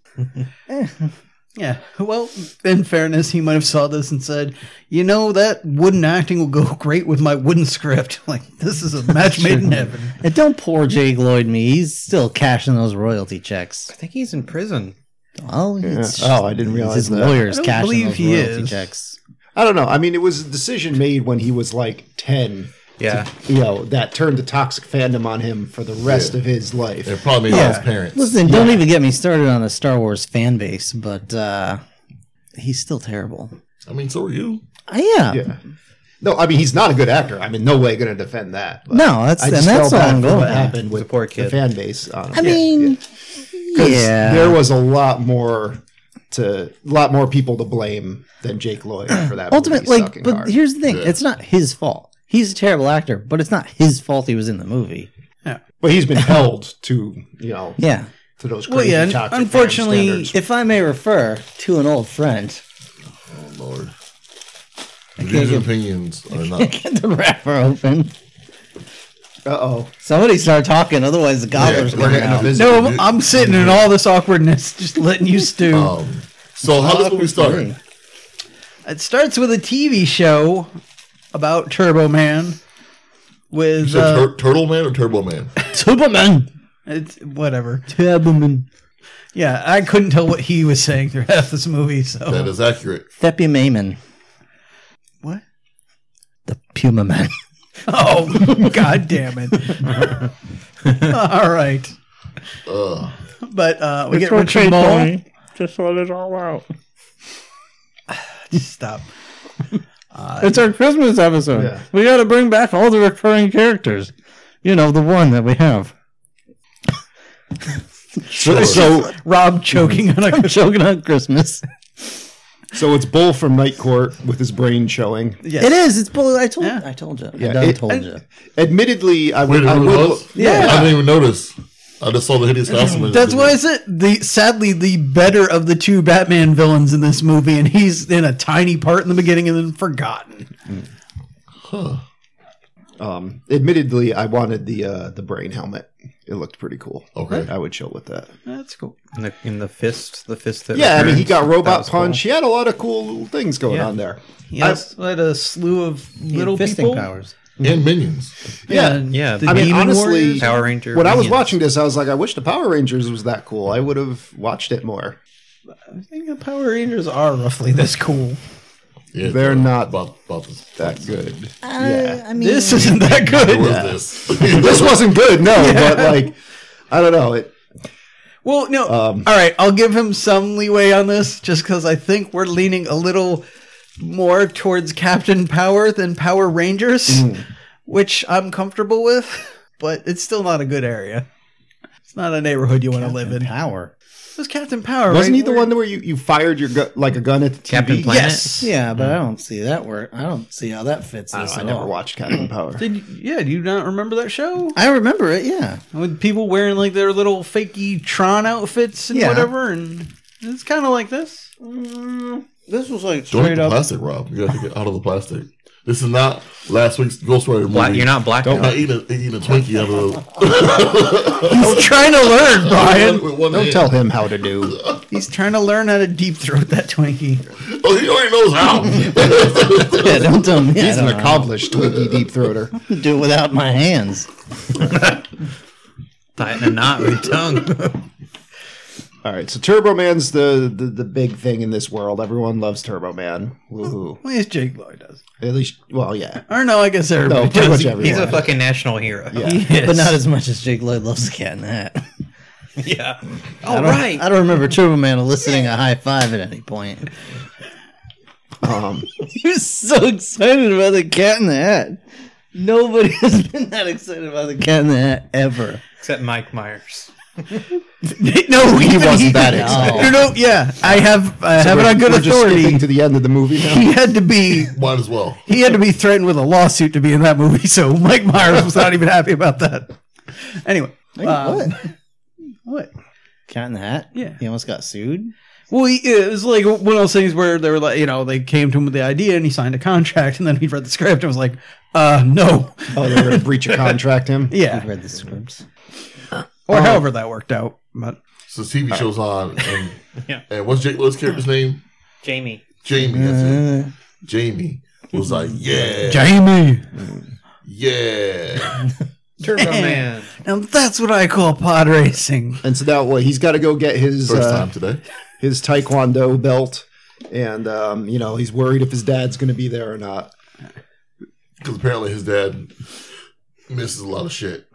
Speaker 6: Yeah. Well, in fairness, he might have saw this and said, "You know that wooden acting will go great with my wooden script. Like this is a match made in heaven."
Speaker 3: And don't poor Jake Lloyd me. He's still cashing those royalty checks.
Speaker 2: I think he's in prison.
Speaker 3: Oh, it's
Speaker 5: Yeah. Oh, I didn't realize
Speaker 3: his
Speaker 5: that.
Speaker 3: lawyer's
Speaker 6: I don't
Speaker 3: cashing
Speaker 6: believe
Speaker 3: those
Speaker 6: he
Speaker 3: royalty
Speaker 6: is.
Speaker 3: checks.
Speaker 5: I don't know. I mean, it was a decision made when he was like 10,
Speaker 2: Yeah.
Speaker 5: you know, that turned the toxic fandom on him for the rest
Speaker 1: Yeah.
Speaker 5: of his life.
Speaker 1: It probably made all his parents.
Speaker 3: Listen, don't even get me started on the Star Wars fan base, but uh, he's still terrible.
Speaker 1: I mean, so are you.
Speaker 3: Uh, yeah.
Speaker 5: Yeah. No, I mean, he's not a good actor. I'm in no way going to defend that. but
Speaker 3: No, that's
Speaker 5: I
Speaker 3: and
Speaker 5: just
Speaker 3: that's
Speaker 5: felt
Speaker 3: all I'm
Speaker 5: bad for
Speaker 3: going
Speaker 5: what
Speaker 3: for.
Speaker 5: happened
Speaker 2: He's a
Speaker 5: with
Speaker 2: poor
Speaker 5: the
Speaker 2: kid.
Speaker 5: fan base. on him.
Speaker 3: I mean, yeah.
Speaker 5: 'Cause There was a lot more to, a lot more people to blame than Jake Lloyd for that.
Speaker 3: Ultimate,
Speaker 5: movie
Speaker 3: like,
Speaker 5: sucking
Speaker 3: but
Speaker 5: hard.
Speaker 3: here's the thing:
Speaker 1: Yeah.
Speaker 3: it's not his fault. He's a terrible actor, but it's not his fault he was in the movie.
Speaker 5: But he's been held to, you know,
Speaker 3: Yeah.
Speaker 5: to those crazy
Speaker 6: Well, yeah. and
Speaker 5: toxic fandom
Speaker 6: Unfortunately,
Speaker 5: standards.
Speaker 3: If I may refer to an old friend,
Speaker 1: Oh Lord. The views and opinions are not.
Speaker 3: Get the wrapper open.
Speaker 5: Uh oh.
Speaker 3: Somebody start talking, otherwise the gobbler's
Speaker 1: Yeah, we're
Speaker 3: going
Speaker 1: getting a
Speaker 3: out.
Speaker 1: visit.
Speaker 6: No, I'm, I'm sitting in all this awkwardness, just letting you stew.
Speaker 1: Um, so how does movie start?
Speaker 3: Hey,
Speaker 6: It starts with a TV show about Turbo Man. With
Speaker 1: So
Speaker 6: uh,
Speaker 1: tur- Turtle Man or Turbo Man?
Speaker 3: Superman.
Speaker 6: it's whatever.
Speaker 3: Superman.
Speaker 6: Yeah, I couldn't tell what he was saying through half this movie. So
Speaker 1: That is accurate.
Speaker 3: Thepi Maimon.
Speaker 6: what?
Speaker 3: The Puma Man.
Speaker 6: Oh, god damn it! all right,
Speaker 1: Uh,
Speaker 6: but uh, we get Richard Mole.
Speaker 7: Just let it all out.
Speaker 6: Stop.
Speaker 7: It's our Christmas episode.
Speaker 5: Yeah.
Speaker 7: We got to bring back all the recurring characters. You know, the one that we have.
Speaker 1: sure.
Speaker 7: So
Speaker 6: Rob choking on a
Speaker 3: Choking on Christmas.
Speaker 5: So it's Bull from Night Court with his brain showing.
Speaker 6: yes.
Speaker 3: It is. It's bull. I told.
Speaker 6: Yeah.
Speaker 3: I told you.
Speaker 5: Yeah,
Speaker 3: I done
Speaker 5: it-
Speaker 3: told
Speaker 5: and-
Speaker 3: you.
Speaker 5: Admittedly, I
Speaker 1: Wait,
Speaker 5: would.
Speaker 1: who
Speaker 5: I would
Speaker 1: was?
Speaker 6: Yeah.
Speaker 1: I didn't even notice. I just saw the hideous house. and I just
Speaker 6: That's
Speaker 1: didn't-
Speaker 6: why I said the sadly the better of the two Batman villains in this movie, and he's in a tiny part in the beginning and then forgotten.
Speaker 5: um, admittedly, I wanted the uh, the brain helmet. It looked pretty cool.
Speaker 1: Okay.
Speaker 5: I would chill with that.
Speaker 6: That's cool.
Speaker 2: In the, in the fist, the fist that.
Speaker 5: Yeah, I mean, he got
Speaker 2: returns. That
Speaker 5: robot
Speaker 2: was cool.
Speaker 5: punch. He had a lot of cool little things going on there.
Speaker 6: Yes, had a slew of little
Speaker 3: fisting
Speaker 6: people.
Speaker 3: powers.
Speaker 1: And minions.
Speaker 5: Yeah.
Speaker 2: Yeah,
Speaker 6: the
Speaker 2: I
Speaker 5: mean,
Speaker 6: Demon
Speaker 5: honestly,
Speaker 6: Warriors.
Speaker 2: Power Ranger.
Speaker 5: when I was
Speaker 2: minions.
Speaker 5: watching this, I was like, I wish the Power Rangers was that cool. I would have watched it more.
Speaker 6: I think the Power Rangers are roughly this cool.
Speaker 1: Yeah,
Speaker 5: They're not
Speaker 1: about, about this.
Speaker 5: That good.
Speaker 3: Uh, I mean,
Speaker 6: This isn't that good.
Speaker 1: What is this?
Speaker 5: this wasn't good, no, but like, I don't know. It,
Speaker 6: Well, no.
Speaker 5: Um,
Speaker 6: all right, I'll give him some leeway on this just because I think we're leaning a little more towards Captain Power than Power Rangers,
Speaker 5: Mm-hmm.
Speaker 6: which I'm comfortable with, but it's still not a good area. It's not a neighborhood you want to live in. It
Speaker 3: power.
Speaker 6: was Captain Power.
Speaker 5: wasn't
Speaker 6: right?
Speaker 5: he the one where you, you fired your gu- like a gun at the TV?
Speaker 2: Captain Planet.
Speaker 6: Yes.
Speaker 3: Yeah, but I don't see that work. I don't see how that fits
Speaker 5: I,
Speaker 3: this
Speaker 5: don't know, I
Speaker 3: at
Speaker 5: never
Speaker 3: all.
Speaker 5: watched Captain Power.
Speaker 6: Did yeah? Do you not remember that show
Speaker 3: I remember it. Yeah,
Speaker 6: with people wearing like their little fakey Tron outfits and
Speaker 3: Yeah.
Speaker 6: whatever? And it's kind of like this.
Speaker 3: this was like
Speaker 1: Don't eat
Speaker 3: straight
Speaker 1: the
Speaker 3: up.
Speaker 1: plastic, Rob. You got to get out of the plastic. This is not last week's Ghost Rider movie.
Speaker 2: Black, you're not black.
Speaker 1: I'm not
Speaker 2: Don't
Speaker 1: eating a, eating a Twinkie out of
Speaker 6: He's trying to learn,
Speaker 1: the.
Speaker 6: Brian.
Speaker 1: with one
Speaker 5: Don't
Speaker 1: hand.
Speaker 5: tell him how to do.
Speaker 6: He's trying to learn how to deep throat that Twinkie.
Speaker 1: Oh, he already knows how.
Speaker 3: Yeah, don't tell me.
Speaker 5: He's
Speaker 3: I
Speaker 5: an
Speaker 3: don't know.
Speaker 5: accomplished Twinkie deep throater.
Speaker 3: do it without my hands.
Speaker 2: tighten a knot with your tongue.
Speaker 5: All right, so Turbo Man's the, the the big thing in this world. Everyone loves Turbo Man. Woohoo!
Speaker 6: At least Jake Lloyd does.
Speaker 5: At least, well, yeah,
Speaker 6: Or no, I guess everybody
Speaker 5: no, pretty
Speaker 6: does.
Speaker 5: much
Speaker 6: He-
Speaker 5: everyone.
Speaker 2: He's a fucking national hero.
Speaker 5: Yeah.
Speaker 6: Yes.
Speaker 3: But not as much as Jake Lloyd loves the cat in the hat.
Speaker 2: Yeah.
Speaker 3: All right. I don't remember Turbo Man eliciting a high five at any point.
Speaker 5: um,
Speaker 3: He was so excited about the cat in the hat. Nobody has been that excited about the cat in the hat ever.
Speaker 2: Except Mike Myers.
Speaker 6: no,
Speaker 5: he
Speaker 6: even
Speaker 5: wasn't that
Speaker 6: No.
Speaker 5: excited.
Speaker 6: no, no, yeah, I have I have it
Speaker 5: We're-
Speaker 6: on good
Speaker 5: we're just skipping
Speaker 6: authority.
Speaker 5: to the end of the movie
Speaker 6: He
Speaker 5: now.
Speaker 6: had to be
Speaker 1: Might as well.
Speaker 6: he had to be threatened with a lawsuit to be in that movie. So Mike Myers was not even happy about that. Anyway, um,
Speaker 3: what?
Speaker 6: What?
Speaker 3: Cat in the hat?
Speaker 6: Yeah.
Speaker 3: He almost got sued?
Speaker 6: Well, he, it was like one of those things where they were like, you know, they came to him with the idea and he signed a contract, and then he read the script and was like, uh, no,
Speaker 5: Oh, they're gonna breach a contract him.
Speaker 3: I
Speaker 6: yeah,
Speaker 3: read the scripts. Oh.
Speaker 6: or however that worked out. But
Speaker 1: So TV show's on, and,
Speaker 2: Yeah.
Speaker 1: and what's Jake Lloyd's character's name?
Speaker 2: Jamie.
Speaker 1: Jamie. That's it.
Speaker 3: Uh,
Speaker 1: Jamie was like, yeah,
Speaker 6: Jamie,
Speaker 1: yeah.
Speaker 2: Turbo Man.
Speaker 6: now that's what I call pod racing.
Speaker 5: And so now, well, he's got to go get his
Speaker 1: First
Speaker 5: uh,
Speaker 1: time today.
Speaker 5: his taekwondo belt, and um, you know he's worried if his dad's gonna be there or not.
Speaker 1: Because apparently his dad misses a lot of shit.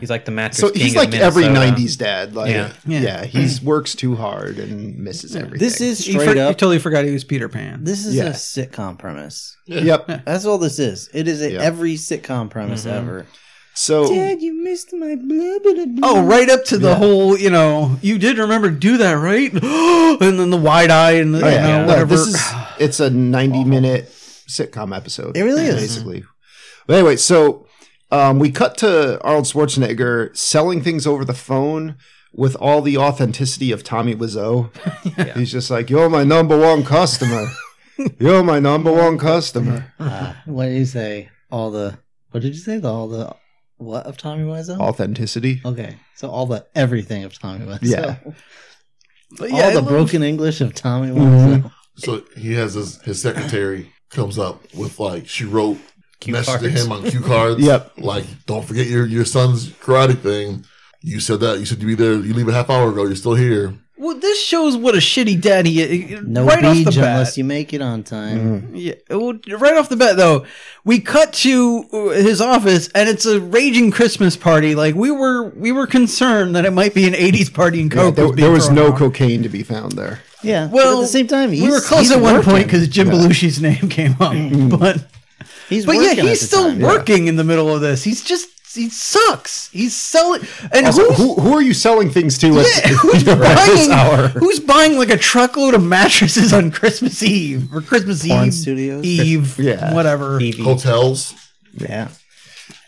Speaker 2: He's like the mattress.
Speaker 5: So
Speaker 2: king
Speaker 5: he's
Speaker 2: of
Speaker 5: like every
Speaker 2: Minnesota.
Speaker 5: '90s dad. Like,
Speaker 2: Yeah.
Speaker 5: yeah,
Speaker 6: Yeah.
Speaker 5: he's works too hard and misses everything.
Speaker 3: This is
Speaker 6: He, for-
Speaker 3: straight
Speaker 6: he
Speaker 3: up.
Speaker 6: totally forgot he was Peter Pan.
Speaker 3: This is
Speaker 5: Yeah.
Speaker 3: a sitcom premise.
Speaker 5: yep.
Speaker 3: That's all this is. It is a,
Speaker 5: Yeah. Oh.
Speaker 3: every sitcom premise ever.
Speaker 5: So
Speaker 3: you missed my blah, blah, blah.
Speaker 6: Oh, right up to the whole, you know, you did remember to do that, right? and then the wide eye and the,
Speaker 5: Oh,
Speaker 6: you
Speaker 5: yeah.
Speaker 6: know,
Speaker 5: No,
Speaker 6: whatever.
Speaker 5: this is it's a 90 minute sitcom episode.
Speaker 3: It really is.
Speaker 5: Basically. But anyway, so um, we cut to Arnold Schwarzenegger selling things over the phone with all the authenticity of Tommy Wiseau. He's just like, you're my number one customer. You're my number one customer.
Speaker 3: Uh, what did you say? All the what did you say? The all the what of Tommy Wiseau?
Speaker 5: Authenticity.
Speaker 3: okay, so all the everything of Tommy Wiseau.
Speaker 5: Yeah.
Speaker 6: But
Speaker 3: all
Speaker 6: yeah,
Speaker 3: the
Speaker 6: it looks-
Speaker 3: broken English of Tommy Wiseau.
Speaker 1: So he has his, his secretary comes up with like she wrote
Speaker 2: Cue
Speaker 1: message to
Speaker 2: cards.
Speaker 1: him on cue cards.
Speaker 5: Yep.
Speaker 1: Like, don't forget your, your son's karate thing. You said that you said you be there. You leave a half hour ago. You're still here.
Speaker 6: Well, this shows what a shitty daddy is.
Speaker 3: No
Speaker 6: right off
Speaker 3: beach
Speaker 6: the bat.
Speaker 3: unless you make it on time.
Speaker 6: Yeah, well, right off the bat, though, we cut to uh, his office, and it's a raging Christmas party. Like we were, we were concerned that it might be an '80s party and
Speaker 5: Yeah,
Speaker 6: coke.
Speaker 5: there,
Speaker 6: was Oh, being
Speaker 5: there was
Speaker 6: thrown
Speaker 5: no
Speaker 6: around.
Speaker 5: cocaine to be found there.
Speaker 3: Yeah. but
Speaker 6: Well,
Speaker 3: at the same time, he's,
Speaker 6: we were close
Speaker 3: he's
Speaker 6: at one
Speaker 3: working.
Speaker 6: point because Jim Belushi's name came up, but
Speaker 3: He's
Speaker 6: but yeah,
Speaker 3: working at
Speaker 6: he's
Speaker 3: the
Speaker 6: still
Speaker 3: time.
Speaker 6: working in the middle of this. He's just he sucks. He's selling, and
Speaker 5: Also,
Speaker 6: who's,
Speaker 5: who, who are you selling things to at,
Speaker 6: yeah, who's
Speaker 5: at this
Speaker 6: buying
Speaker 5: hour?
Speaker 6: who's buying like a truckload of mattresses on Christmas Eve or Christmas
Speaker 3: Porn
Speaker 6: Eve
Speaker 3: studios?
Speaker 6: Eve,
Speaker 5: Yeah.
Speaker 6: whatever.
Speaker 1: Hotels.
Speaker 3: Yeah.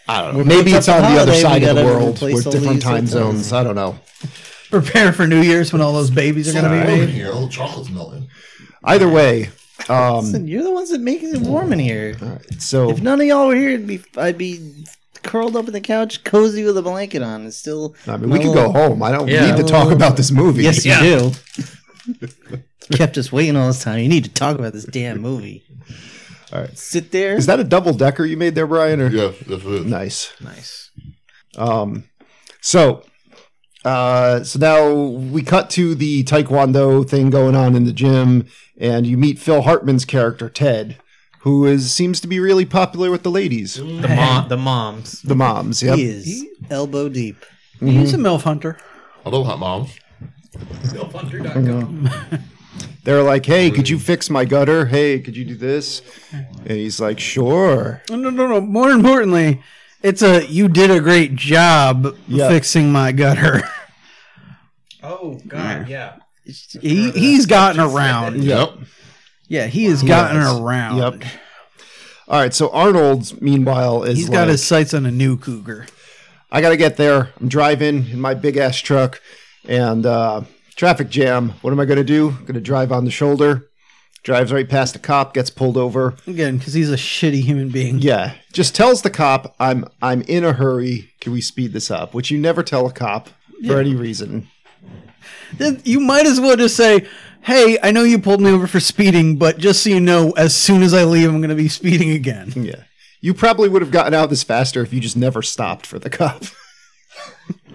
Speaker 5: I don't know. Maybe it's
Speaker 3: up
Speaker 5: on
Speaker 3: the
Speaker 5: the other
Speaker 3: holiday,
Speaker 5: side
Speaker 3: we
Speaker 5: of the
Speaker 3: gotta
Speaker 5: world
Speaker 3: replace
Speaker 5: with
Speaker 3: all
Speaker 5: different
Speaker 3: these
Speaker 5: time
Speaker 3: hotels.
Speaker 5: zones. I don't know.
Speaker 6: Prepare for New Year's when all those babies are gonna be
Speaker 1: Over
Speaker 6: made.
Speaker 1: here, old chocolate's melting.
Speaker 5: Either way, um,
Speaker 3: Listen, you're the ones that make it warm in here.
Speaker 5: so
Speaker 3: If none of y'all were here, it'd be I'd be curled up in the couch, cozy with a blanket on, and still.
Speaker 5: I mean, we could go home. I don't
Speaker 2: Yeah.
Speaker 5: need to talk about this movie.
Speaker 3: Yes, you do. Kept us waiting all this time. You need to talk about this damn movie.
Speaker 5: All right.
Speaker 3: Sit there.
Speaker 5: Is that a double decker you made there, Brian? Or
Speaker 1: Yeah, that's it.
Speaker 5: nice.
Speaker 2: Nice.
Speaker 5: Um, so, uh, so now we cut to the taekwondo thing going on in the gym, and you meet Phil Hartman's character Ted, who is seems to be really popular with the ladies,
Speaker 2: The mom, the moms.
Speaker 5: the moms. Yep.
Speaker 3: he is elbow deep.
Speaker 6: He's a
Speaker 5: Mm-hmm.
Speaker 6: MILF hunter.
Speaker 1: Hello, hot mom.
Speaker 5: They're like, "Hey, could you fix my gutter? Hey, could you do this?" And he's like, "Sure."
Speaker 6: Oh, No, no, no, no. More importantly, it's a you did a great job
Speaker 5: Yeah.
Speaker 6: fixing my gutter.
Speaker 2: Oh God, yeah.
Speaker 6: he, he's gotten around.
Speaker 5: Yep.
Speaker 6: Yeah, he has gotten
Speaker 5: has.
Speaker 6: around.
Speaker 5: Yep. All right. So Arnold's meanwhile is
Speaker 6: He's got
Speaker 5: like,
Speaker 6: his sights on a new cougar.
Speaker 5: I gotta get there. I'm driving in my big ass truck, and uh, traffic jam. What am I gonna do? I'm gonna drive on the shoulder. Drives right past a cop, gets pulled over.
Speaker 6: Again, because he's a shitty human being.
Speaker 5: Yeah, just tells the cop, "I'm I'm in a hurry. Can we speed this up?" Which you never tell a cop for any reason.
Speaker 6: Then You might as well just say, hey, I know you pulled me over for speeding, but just so you know, as soon as I leave, I'm going to be speeding again.
Speaker 5: Yeah, you probably would have gotten out this faster if you just never stopped for the cop.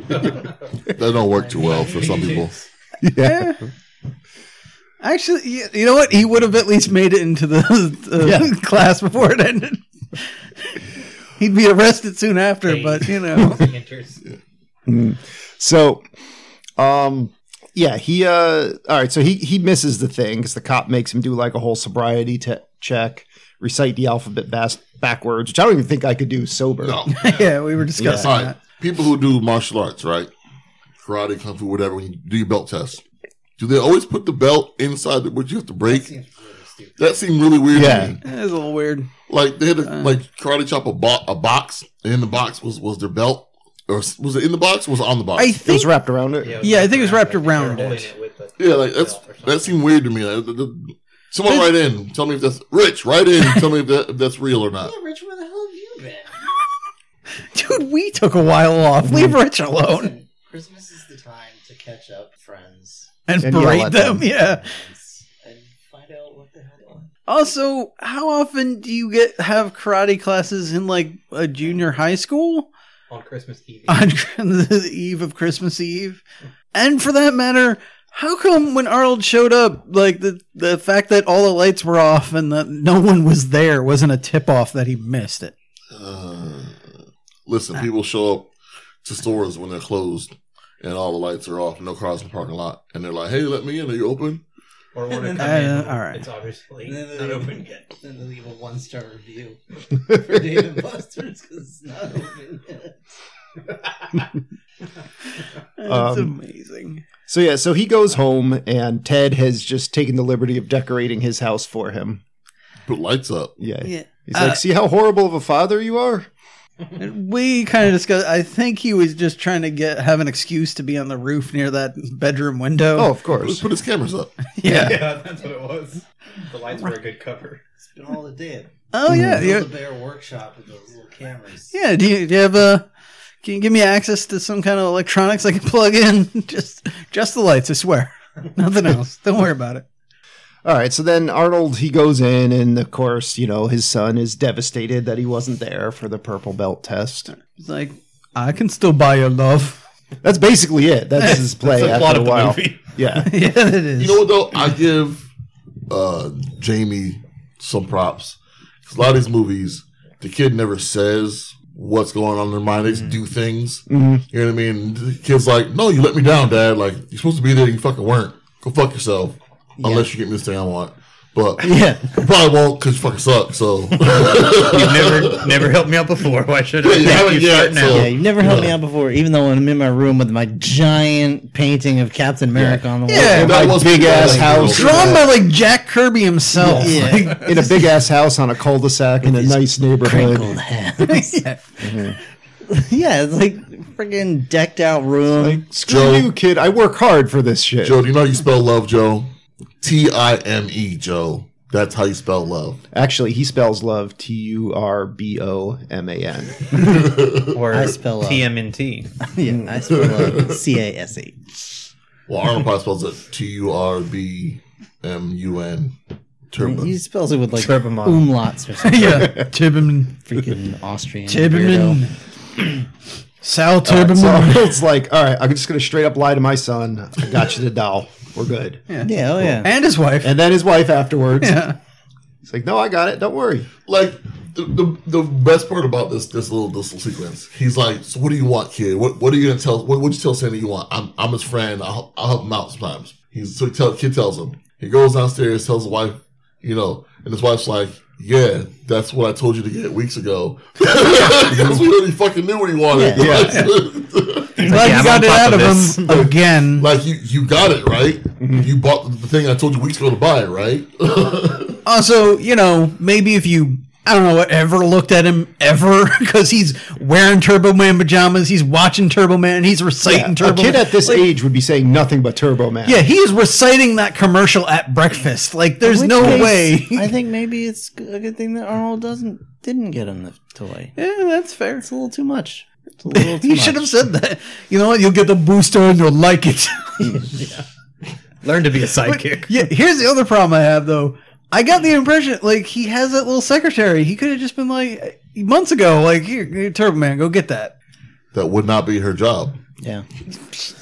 Speaker 1: That don't work too well for some people.
Speaker 5: yeah,
Speaker 6: Actually, you, you know what? He would have at least made it into the uh,
Speaker 5: Yeah.
Speaker 6: class before it ended. He'd be arrested soon after, but you know.
Speaker 5: So, um, yeah, he, uh, all right. So he, he misses the thing because the cop makes him do like a whole sobriety te- check, recite the alphabet bas- backwards, which I don't even think I could do sober.
Speaker 1: No.
Speaker 6: yeah, we were
Speaker 1: Yeah.
Speaker 6: discussing
Speaker 1: All right.
Speaker 6: that.
Speaker 1: People who do martial arts, right? Karate, kung fu, whatever. When you do your belt test, do they always put the belt inside the, what you have to break? That seemed really weird.
Speaker 5: Yeah.
Speaker 1: To me.
Speaker 6: That is a little weird.
Speaker 1: Like they had
Speaker 6: Uh.
Speaker 1: to like karate chop a, bo- a box, and in the box was was their belt, or s- was it in the box? Or was it on the box?
Speaker 6: I
Speaker 5: It
Speaker 6: think
Speaker 5: was wrapped around it.
Speaker 6: Yeah, I think it was wrapped around it.
Speaker 1: yeah, like that's that seemed weird to me. Like, the- the- someone write in, tell me if that's Rich. Write in, tell me if, that, if that's real or not.
Speaker 8: Rich, where the hell have you been?
Speaker 6: Dude, we took a while off. Leave
Speaker 5: Mm-hmm.
Speaker 6: Rich alone
Speaker 8: Listen, Christmas is the time to catch up with friends
Speaker 6: and,
Speaker 5: And yell
Speaker 6: berate
Speaker 5: at
Speaker 6: them.
Speaker 5: them.
Speaker 6: Yeah.
Speaker 8: and find out what the hell they want.
Speaker 6: Also, how often do you get have karate classes in like a junior high school
Speaker 2: On Christmas Eve.
Speaker 6: on the eve of Christmas Eve? And for that matter, how come when Arnold showed up, like the the fact that all the lights were off and that no one was there wasn't a tip off that he missed it?
Speaker 1: Uh, listen, people show up to stores when they're closed and all the lights are off, no cars in the parking lot, and they're like, "Hey, let me in. Are you open?"
Speaker 2: Or want to come
Speaker 6: Uh,
Speaker 2: in.
Speaker 6: all right.
Speaker 2: It's obviously
Speaker 8: And then they
Speaker 2: not open yet.
Speaker 8: Then they leave a one star review for Dave and Buster's because it's not open yet.
Speaker 6: That's
Speaker 5: Um,
Speaker 6: amazing.
Speaker 5: So, yeah, so he goes home and Ted has just taken the liberty of decorating his house for him.
Speaker 1: Put lights up.
Speaker 5: Yeah.
Speaker 6: Yeah.
Speaker 5: He's
Speaker 6: Uh,
Speaker 5: like, see how horrible of a father you are?
Speaker 6: We kind of discussed. I think he was just trying to get have an excuse to be on the roof near that bedroom window.
Speaker 5: Oh, of
Speaker 1: Let's
Speaker 5: course.
Speaker 1: put his cameras up.
Speaker 6: yeah.
Speaker 9: Yeah, that's what it was. The lights were a good cover.
Speaker 8: It's been all the day.
Speaker 6: Oh yeah.
Speaker 8: Build a
Speaker 6: You-
Speaker 8: bear workshop with those little cameras.
Speaker 6: yeah. Do you, do you have a? Can you give me access to some kind of electronics I can plug in? just just the lights. I swear. Nothing else. Don't worry about it.
Speaker 5: All right, so then Arnold he goes in, and of course, you know his son is devastated that he wasn't there for the purple belt test.
Speaker 6: He's like, I can still buy your love.
Speaker 5: That's basically it. That's his play
Speaker 9: That's the
Speaker 5: after
Speaker 9: plot
Speaker 5: a
Speaker 9: of the
Speaker 5: while.
Speaker 9: movie.
Speaker 5: Yeah,
Speaker 6: yeah, that is.
Speaker 1: You know what though? I give uh, Jamie some props. 'Cause a lot of these movies, the kid never says what's going on in their mind. They just do things. You know what I mean? The kid's like, "No, you let me down, Dad. Like you're supposed to be there, you fucking weren't. Go fuck yourself. Unless you get me this thing I want." But
Speaker 3: Yeah.
Speaker 1: you probably won't because you fucking suck. So
Speaker 2: You've never never helped me out before. Why should I?
Speaker 1: Yeah, you
Speaker 2: Now
Speaker 1: haven't
Speaker 2: you
Speaker 1: yet,
Speaker 2: start now.
Speaker 1: so-
Speaker 3: Yeah, you've never helped me out before, even though I'm in my room with my giant painting of Captain America on the wall.
Speaker 6: Yeah.
Speaker 5: in
Speaker 1: That
Speaker 5: my
Speaker 1: was
Speaker 5: big ass
Speaker 1: like-
Speaker 5: house,
Speaker 6: Drawn by like Jack Kirby himself.
Speaker 3: Yeah.
Speaker 5: in a big ass house on a cul-de-sac in a nice
Speaker 3: Crinkled
Speaker 5: neighborhood.
Speaker 3: hands. yeah, it's like freaking decked out room.
Speaker 5: Like, screw you, kid. I work hard for this shit.
Speaker 1: Joe, do you know how you spell love, Joe? T I M E, Joe. That's how you spell love.
Speaker 5: Actually, he spells love T U R B O M A N.
Speaker 2: Or
Speaker 3: I spell up.
Speaker 2: TMNT.
Speaker 3: yeah, I spell C A S E.
Speaker 1: Well, Arnold probably spells it T U R B M U N.
Speaker 3: He
Speaker 1: Turban.
Speaker 3: spells it with like
Speaker 2: Turbomont.
Speaker 3: umlauts or something.
Speaker 6: yeah. Tibman.
Speaker 3: Freaking Austrian.
Speaker 6: Tibman.
Speaker 3: weirdo.
Speaker 6: Sal Tibman.
Speaker 5: So Arnold's like, all right, I'm just going to straight up lie to my son. I got you the doll. We're good.
Speaker 3: Yeah, oh yeah.
Speaker 6: and his wife.
Speaker 5: And then his wife afterwards.
Speaker 6: yeah.
Speaker 5: He's like, no, I got it. Don't worry.
Speaker 1: Like the, the the best part about this this little this little sequence, he's like, "So what do you want, kid? What what are you gonna tell? What would you tell Sandy you want? I'm I'm his friend. I'll, I'll help him out sometimes." He's so he tell, kid tells him. He goes downstairs, tells his wife, you know, and his wife's like, "Yeah, that's what I told you to get weeks ago." Because we already fucking knew what he wanted.
Speaker 6: Glad
Speaker 2: yeah,
Speaker 6: you
Speaker 2: I'm
Speaker 6: got
Speaker 2: on
Speaker 6: it
Speaker 2: top
Speaker 6: out of
Speaker 2: of
Speaker 6: him again.
Speaker 1: Like you, you got it right. You bought the thing I told you weeks ago to buy, right?
Speaker 6: Also, you know, maybe if you, I don't know, ever looked at him ever, because he's wearing Turbo Man pajamas, he's watching Turbo Man, he's reciting
Speaker 5: a
Speaker 6: Turbo
Speaker 5: kid
Speaker 6: Man.
Speaker 5: at this age would be saying nothing but Turbo Man.
Speaker 6: yeah, he is reciting that commercial at breakfast. Like, there's
Speaker 3: Which
Speaker 6: no
Speaker 3: case,
Speaker 6: way.
Speaker 3: I think maybe it's g- a good thing that Arnold doesn't didn't get him the toy.
Speaker 6: yeah, that's fair.
Speaker 3: It's a little too much. It's a little too
Speaker 6: He
Speaker 3: much.
Speaker 6: should have said that. You know what? You'll get the booster and you'll like it.
Speaker 2: Learn to be a sidekick.
Speaker 6: yeah, here's the other problem I have though. I got the impression like he has that little secretary. He could have just been like months ago, like here, here, Turbo Man, go get that.
Speaker 1: that would not be her job.
Speaker 3: Yeah.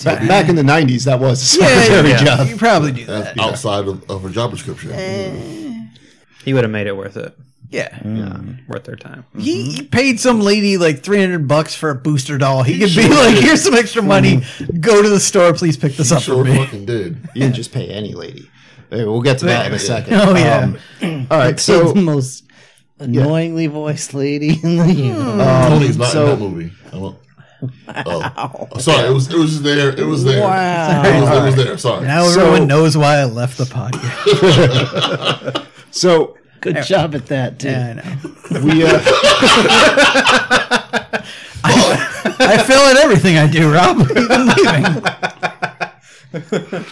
Speaker 5: Ba- back in the 90s, that was a
Speaker 6: Yeah,
Speaker 5: secretary
Speaker 6: yeah,
Speaker 5: job.
Speaker 6: You probably do that.
Speaker 1: That's outside of, of her job description.
Speaker 2: He would have made it worth it.
Speaker 6: Yeah,
Speaker 2: Worth their time.
Speaker 5: Mm-hmm.
Speaker 6: he, he paid some lady like three hundred bucks for a booster doll. He could be like, "Here's some extra money.
Speaker 5: Mm-hmm.
Speaker 6: Go to the store, please pick this up
Speaker 1: sure
Speaker 6: for me."
Speaker 1: fucking did.
Speaker 5: You didn't just pay any lady. Hey, we'll get to that in a second.
Speaker 6: Oh, yeah.
Speaker 5: Um, all right,
Speaker 3: So
Speaker 5: so
Speaker 3: the most annoyingly voiced lady in
Speaker 6: Hmm.
Speaker 3: the universe.
Speaker 6: Um,
Speaker 1: Tony's not
Speaker 5: so-
Speaker 1: in that movie. I won't- Oh, I'm sorry. It was it was there. It was there.
Speaker 3: Wow.
Speaker 1: It was, it was there. Sorry.
Speaker 6: Now
Speaker 5: So-
Speaker 6: everyone knows why I left the podcast.
Speaker 5: so
Speaker 3: Good job at that, dude.
Speaker 6: yeah, I know.
Speaker 5: we uh,
Speaker 6: I fail at everything I do, Rob. I'm leaving.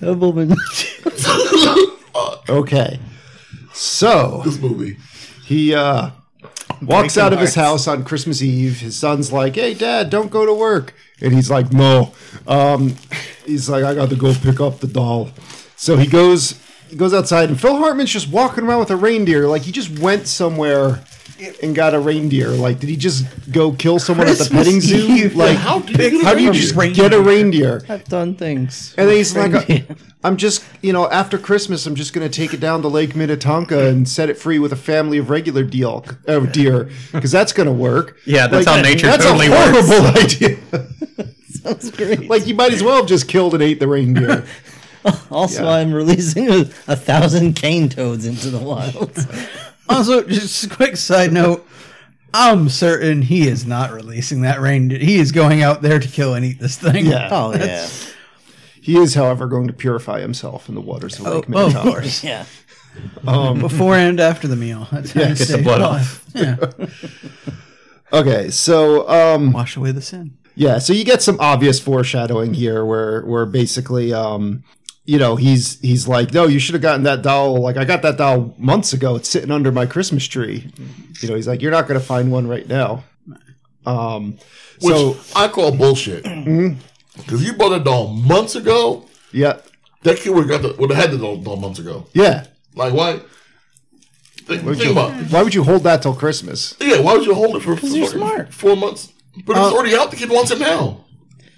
Speaker 3: Doubleman.
Speaker 5: okay. So
Speaker 1: this movie.
Speaker 5: He uh, walks out of his house on Christmas Eve. His son's like, "Hey, Dad, don't go to work," and he's like, "No." Um, he's like, "I got to go pick up the doll." So he goes, he goes outside, and Phil Hartman's just walking around with a reindeer. Like he just went somewhere and got a reindeer. Like, did he just go kill someone at the
Speaker 6: Christmas
Speaker 5: petting zoo?
Speaker 6: Eve.
Speaker 5: Like,
Speaker 1: How do you get a
Speaker 5: how do you
Speaker 1: reindeer?
Speaker 5: just get a reindeer?
Speaker 3: I've done things.
Speaker 5: And then he's like, I'm just, you know, after Christmas, I'm just going to take it down to Lake Minnetonka and set it free with a family of regular deal, uh, deer, because that's going to work.
Speaker 2: Yeah, that's how nature
Speaker 5: that's
Speaker 2: totally
Speaker 5: a
Speaker 2: works.
Speaker 5: horrible idea.
Speaker 3: Sounds great.
Speaker 5: Like, you might as well have just killed and ate the reindeer.
Speaker 3: also,
Speaker 5: yeah.
Speaker 3: I'm releasing a, a thousand cane toads into the wild.
Speaker 6: Also, just a quick side note. I'm certain he is not releasing that reindeer. He is going out there to kill and eat this thing.
Speaker 5: Yeah.
Speaker 3: oh yeah,
Speaker 5: He is, however, going to purify himself in the waters of Lake
Speaker 6: Oh, of
Speaker 5: Minnetonka.
Speaker 6: course.
Speaker 3: yeah.
Speaker 5: Um,
Speaker 6: Before and after the meal. That's how
Speaker 5: Yeah,
Speaker 6: you
Speaker 5: get the
Speaker 6: stay
Speaker 5: blood
Speaker 6: alive. Yeah,
Speaker 5: okay, so um,
Speaker 6: wash away the sin.
Speaker 5: Yeah, so you get some obvious foreshadowing here where where basically um you know, he's he's like, "No, you should have gotten that doll. Like I got that doll months ago. It's sitting under my Christmas tree." You know, he's like, "You're not going to find one right now." Um
Speaker 1: Which
Speaker 5: so
Speaker 1: I call bullshit.
Speaker 6: Mm-hmm.
Speaker 1: Because you bought a doll months ago.
Speaker 5: yeah.
Speaker 1: That kid would have got the, would have had the doll, doll months ago.
Speaker 5: Yeah.
Speaker 1: Like why? Think, think about it.
Speaker 5: Why would you hold that till Christmas?
Speaker 1: yeah. Why would you hold it for
Speaker 2: you're
Speaker 1: four-
Speaker 2: smart.
Speaker 1: four months? But it's already out. The kid wants it now.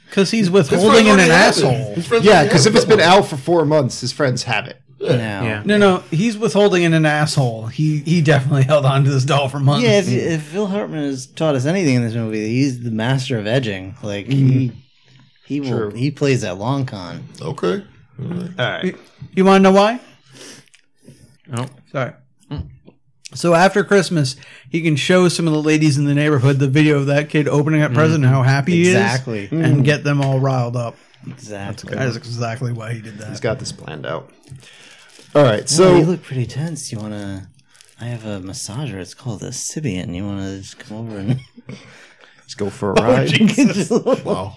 Speaker 6: Because he's
Speaker 1: His
Speaker 6: withholding Uh, in
Speaker 1: friends
Speaker 6: an
Speaker 1: already have it.
Speaker 6: asshole.
Speaker 1: His friends
Speaker 5: Yeah,
Speaker 1: already
Speaker 5: because
Speaker 1: have
Speaker 5: if it's
Speaker 1: it.
Speaker 5: been out for 4 months, his friends have it.
Speaker 3: No.
Speaker 2: Yeah.
Speaker 6: No, no, he's withholding in an asshole. He he definitely held on to this doll for months.
Speaker 3: Yeah, if, if Phil Hartman has taught us anything in this movie, he's the master of edging. Like he, he will,
Speaker 5: True.
Speaker 3: he plays that long con.
Speaker 1: Okay.
Speaker 5: All right.
Speaker 6: You want to know why?
Speaker 2: No.
Speaker 6: Sorry. So after Christmas, he can show some of the ladies in the neighborhood the video of that kid opening that present and how happy he
Speaker 3: Exactly. Mm.
Speaker 6: is, Mm. and get them all riled up.
Speaker 3: Exactly.
Speaker 6: That is exactly why he did
Speaker 5: He's
Speaker 6: that.
Speaker 5: got this planned out. All right.
Speaker 3: So
Speaker 5: So
Speaker 3: Oh, you look pretty tense. You wanna? I have a massager. It's called a Sibian. You wanna just come over and?
Speaker 5: let's go for a ride.
Speaker 3: Get you a little-
Speaker 1: Wow.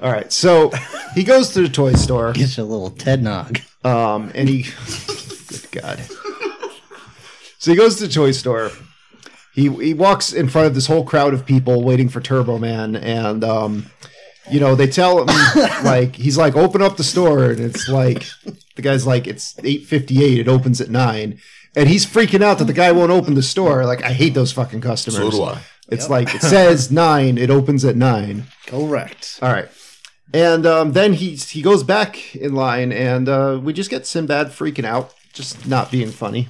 Speaker 5: All right. So he goes to the toy store.
Speaker 3: get you a little Ted Nog.
Speaker 5: Um, and he, good God. So he goes to the toy store. He he walks in front of this whole crowd of people waiting for Turbo Man, and um, you know they tell him like he's like open up the store, and it's like the guy's like it's eight fifty eight. It opens at nine, and he's freaking out that the guy won't open the store. Like I hate those fucking customers.
Speaker 1: So do I.
Speaker 5: It's like it says nine. It opens at nine.
Speaker 3: Correct.
Speaker 5: All right. And um, then he he goes back in line, and uh, we just get Sinbad freaking out, just not being funny,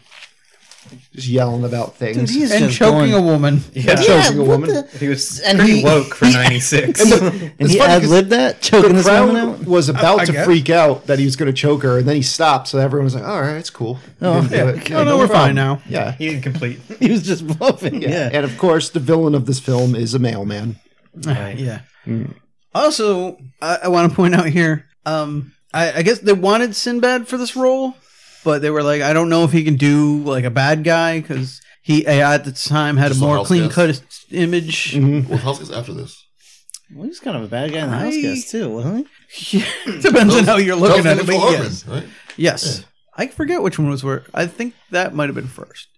Speaker 5: just yelling about
Speaker 3: Dude,
Speaker 5: things.
Speaker 3: he's
Speaker 6: And
Speaker 3: just
Speaker 6: choking
Speaker 3: going-
Speaker 6: a woman.
Speaker 5: Yeah, choking a
Speaker 3: what
Speaker 5: woman.
Speaker 3: the-
Speaker 2: He was
Speaker 3: And
Speaker 2: pretty
Speaker 3: he-
Speaker 2: woke for '96.
Speaker 5: And the-
Speaker 3: And
Speaker 5: it's
Speaker 3: he
Speaker 5: funny
Speaker 3: ad
Speaker 5: 'cause
Speaker 3: libbed that choking
Speaker 5: the
Speaker 3: this woman out.
Speaker 5: crowd was about
Speaker 6: I
Speaker 5: to
Speaker 6: get-
Speaker 5: freak out that he was going to choke her, and then he stopped. So everyone was like, "All right, it's cool." He
Speaker 3: Oh,
Speaker 5: didn't do it.
Speaker 6: Oh, no, we're
Speaker 5: problem.
Speaker 6: fine now.
Speaker 5: Yeah.
Speaker 2: he didn't complete.
Speaker 3: He was just bluffing.
Speaker 5: yeah,
Speaker 3: Yeah.
Speaker 5: And of course, the villain of this film is a mailman.
Speaker 6: Yeah. Mm. Also, I, I want to point out here. Um, I, I guess they wanted Sinbad for this role, but they were like, I don't know if he can do like a bad guy because he at the time had
Speaker 1: Just
Speaker 6: a
Speaker 1: a
Speaker 6: more
Speaker 1: house
Speaker 6: clean
Speaker 1: guest.
Speaker 6: cut image.
Speaker 1: Well, how's this after this?
Speaker 3: Well, he was kind of a bad guy in the house
Speaker 6: I-
Speaker 3: guest too, wasn't he?
Speaker 6: Depends on how you're looking
Speaker 1: That was
Speaker 6: at it, but
Speaker 1: Nicole
Speaker 6: yes,
Speaker 1: Hardman, right?
Speaker 6: yes. I forget which one was where. I think that might have been first.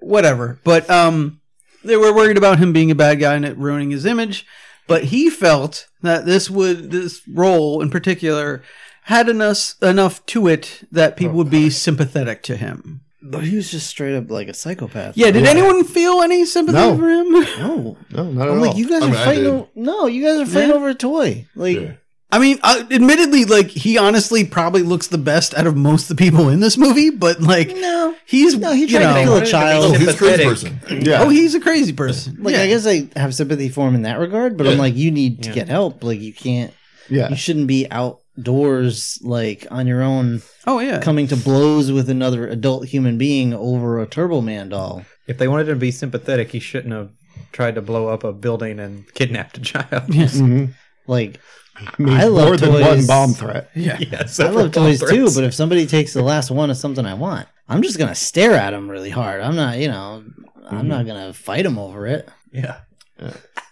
Speaker 6: Whatever. But um, they were worried about him being a bad guy and it ruining his image. But he felt that this would this role in particular had enough enough to it that people would be sympathetic to him.
Speaker 3: But he was just straight up like a psychopath.
Speaker 6: Yeah. Did anyone feel any sympathy
Speaker 5: No.
Speaker 6: for him?
Speaker 3: No.
Speaker 5: No, not at
Speaker 3: I'm
Speaker 5: all.
Speaker 3: like, you guys
Speaker 1: I
Speaker 3: are
Speaker 1: mean, I
Speaker 3: fighting.
Speaker 1: did.
Speaker 3: o- no, you guys are fighting
Speaker 6: Yeah.
Speaker 3: over a toy. Like,
Speaker 1: Yeah.
Speaker 6: I mean, uh, admittedly, like he honestly probably looks the best out of most of the people in this movie. But like,
Speaker 3: no.
Speaker 6: he's
Speaker 3: No, he
Speaker 6: you
Speaker 3: tried to
Speaker 6: know-
Speaker 3: kill a
Speaker 2: be
Speaker 1: Oh,
Speaker 3: child.
Speaker 1: he's a crazy
Speaker 2: Sympathetic.
Speaker 1: person.
Speaker 5: yeah.
Speaker 6: Oh, he's a crazy person.
Speaker 3: Like,
Speaker 6: Yeah.
Speaker 3: I guess I have sympathy for him in that regard, but I'm
Speaker 1: Yeah.
Speaker 3: like, you need to get help. Like, you can't,
Speaker 5: yeah.
Speaker 3: you shouldn't be outdoors, like, on your own,
Speaker 6: Oh yeah.
Speaker 3: coming to blows with another adult human being over a Turbo Man doll.
Speaker 2: If they wanted him to be sympathetic, he shouldn't have tried to blow up a building and kidnapped a child.
Speaker 6: Yes.
Speaker 5: Mhm.
Speaker 3: Like,
Speaker 5: I mean,
Speaker 3: I love
Speaker 5: more than
Speaker 3: toys.
Speaker 5: one bomb threat.
Speaker 6: Yeah.
Speaker 2: Yes,
Speaker 3: I love toys too, but if somebody takes the last one of something I want, I'm just gonna stare at him really hard. I'm not, you know, I'm not gonna fight him over it.
Speaker 2: yeah,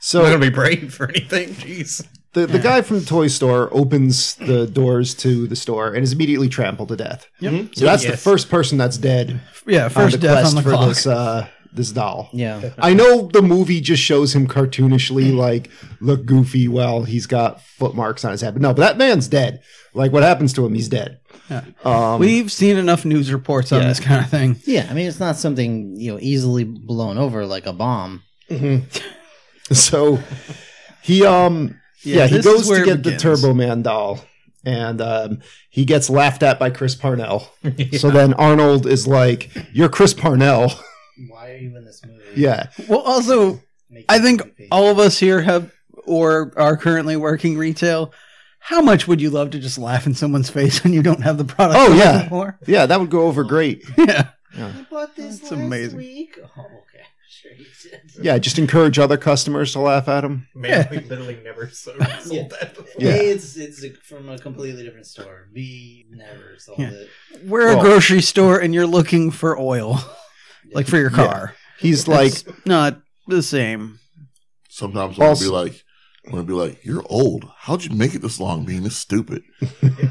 Speaker 5: So
Speaker 2: not gonna be brave or anything. Jeez,
Speaker 5: The, the guy from the toy store opens the doors to the store and is immediately trampled to death.
Speaker 6: Yep.
Speaker 5: So that's the
Speaker 2: Yes.
Speaker 5: first person that's dead
Speaker 6: Yeah, first
Speaker 5: on the
Speaker 6: death
Speaker 5: quest
Speaker 6: on the
Speaker 5: for
Speaker 6: clock.
Speaker 5: this uh, this doll.
Speaker 3: Yeah,
Speaker 5: I know the movie just shows him cartoonishly like look goofy while he's got footmarks on his head, but no, but that man's dead. Like what happens to him? He's dead.
Speaker 6: Yeah.
Speaker 5: Um,
Speaker 6: We've seen enough news reports on this kind of thing.
Speaker 3: yeah. I mean, it's not something you know easily blown over like a bomb.
Speaker 5: so he um yeah, he
Speaker 6: this is
Speaker 5: goes to
Speaker 6: where it
Speaker 5: get the
Speaker 6: begins.
Speaker 5: Turbo Man doll, and um, he gets laughed at by Chris Parnell. So then Arnold is like, "You're Chris Parnell."
Speaker 8: Why are you in this movie?
Speaker 5: Yeah.
Speaker 6: Well, also, I think all of us here have or are currently working retail. How much would you love to just laugh in someone's face when you don't have the product?
Speaker 5: Oh,
Speaker 6: you're
Speaker 5: yeah.
Speaker 6: looking for?
Speaker 5: Yeah, that would go over great.
Speaker 6: yeah.
Speaker 8: I bought this
Speaker 6: That's
Speaker 8: last
Speaker 6: amazing.
Speaker 8: week. Oh, okay.
Speaker 3: Sure you did.
Speaker 5: Yeah, just encourage other customers to laugh at him.
Speaker 2: Man,
Speaker 6: Yeah.
Speaker 2: we literally never sold, sold
Speaker 3: Yeah.
Speaker 2: that before.
Speaker 5: Yeah.
Speaker 3: A, it's it's a, from a completely different store. B, never sold
Speaker 6: Yeah.
Speaker 3: it.
Speaker 6: We're
Speaker 5: Well-
Speaker 6: a grocery store and you're looking for oil, like for your
Speaker 5: Yeah.
Speaker 6: car.
Speaker 5: He's like,
Speaker 6: That's not the same.
Speaker 1: Sometimes I'm gonna be
Speaker 5: Also-
Speaker 1: like, I'm gonna be like, "You're old. How'd you make it this long being this stupid?"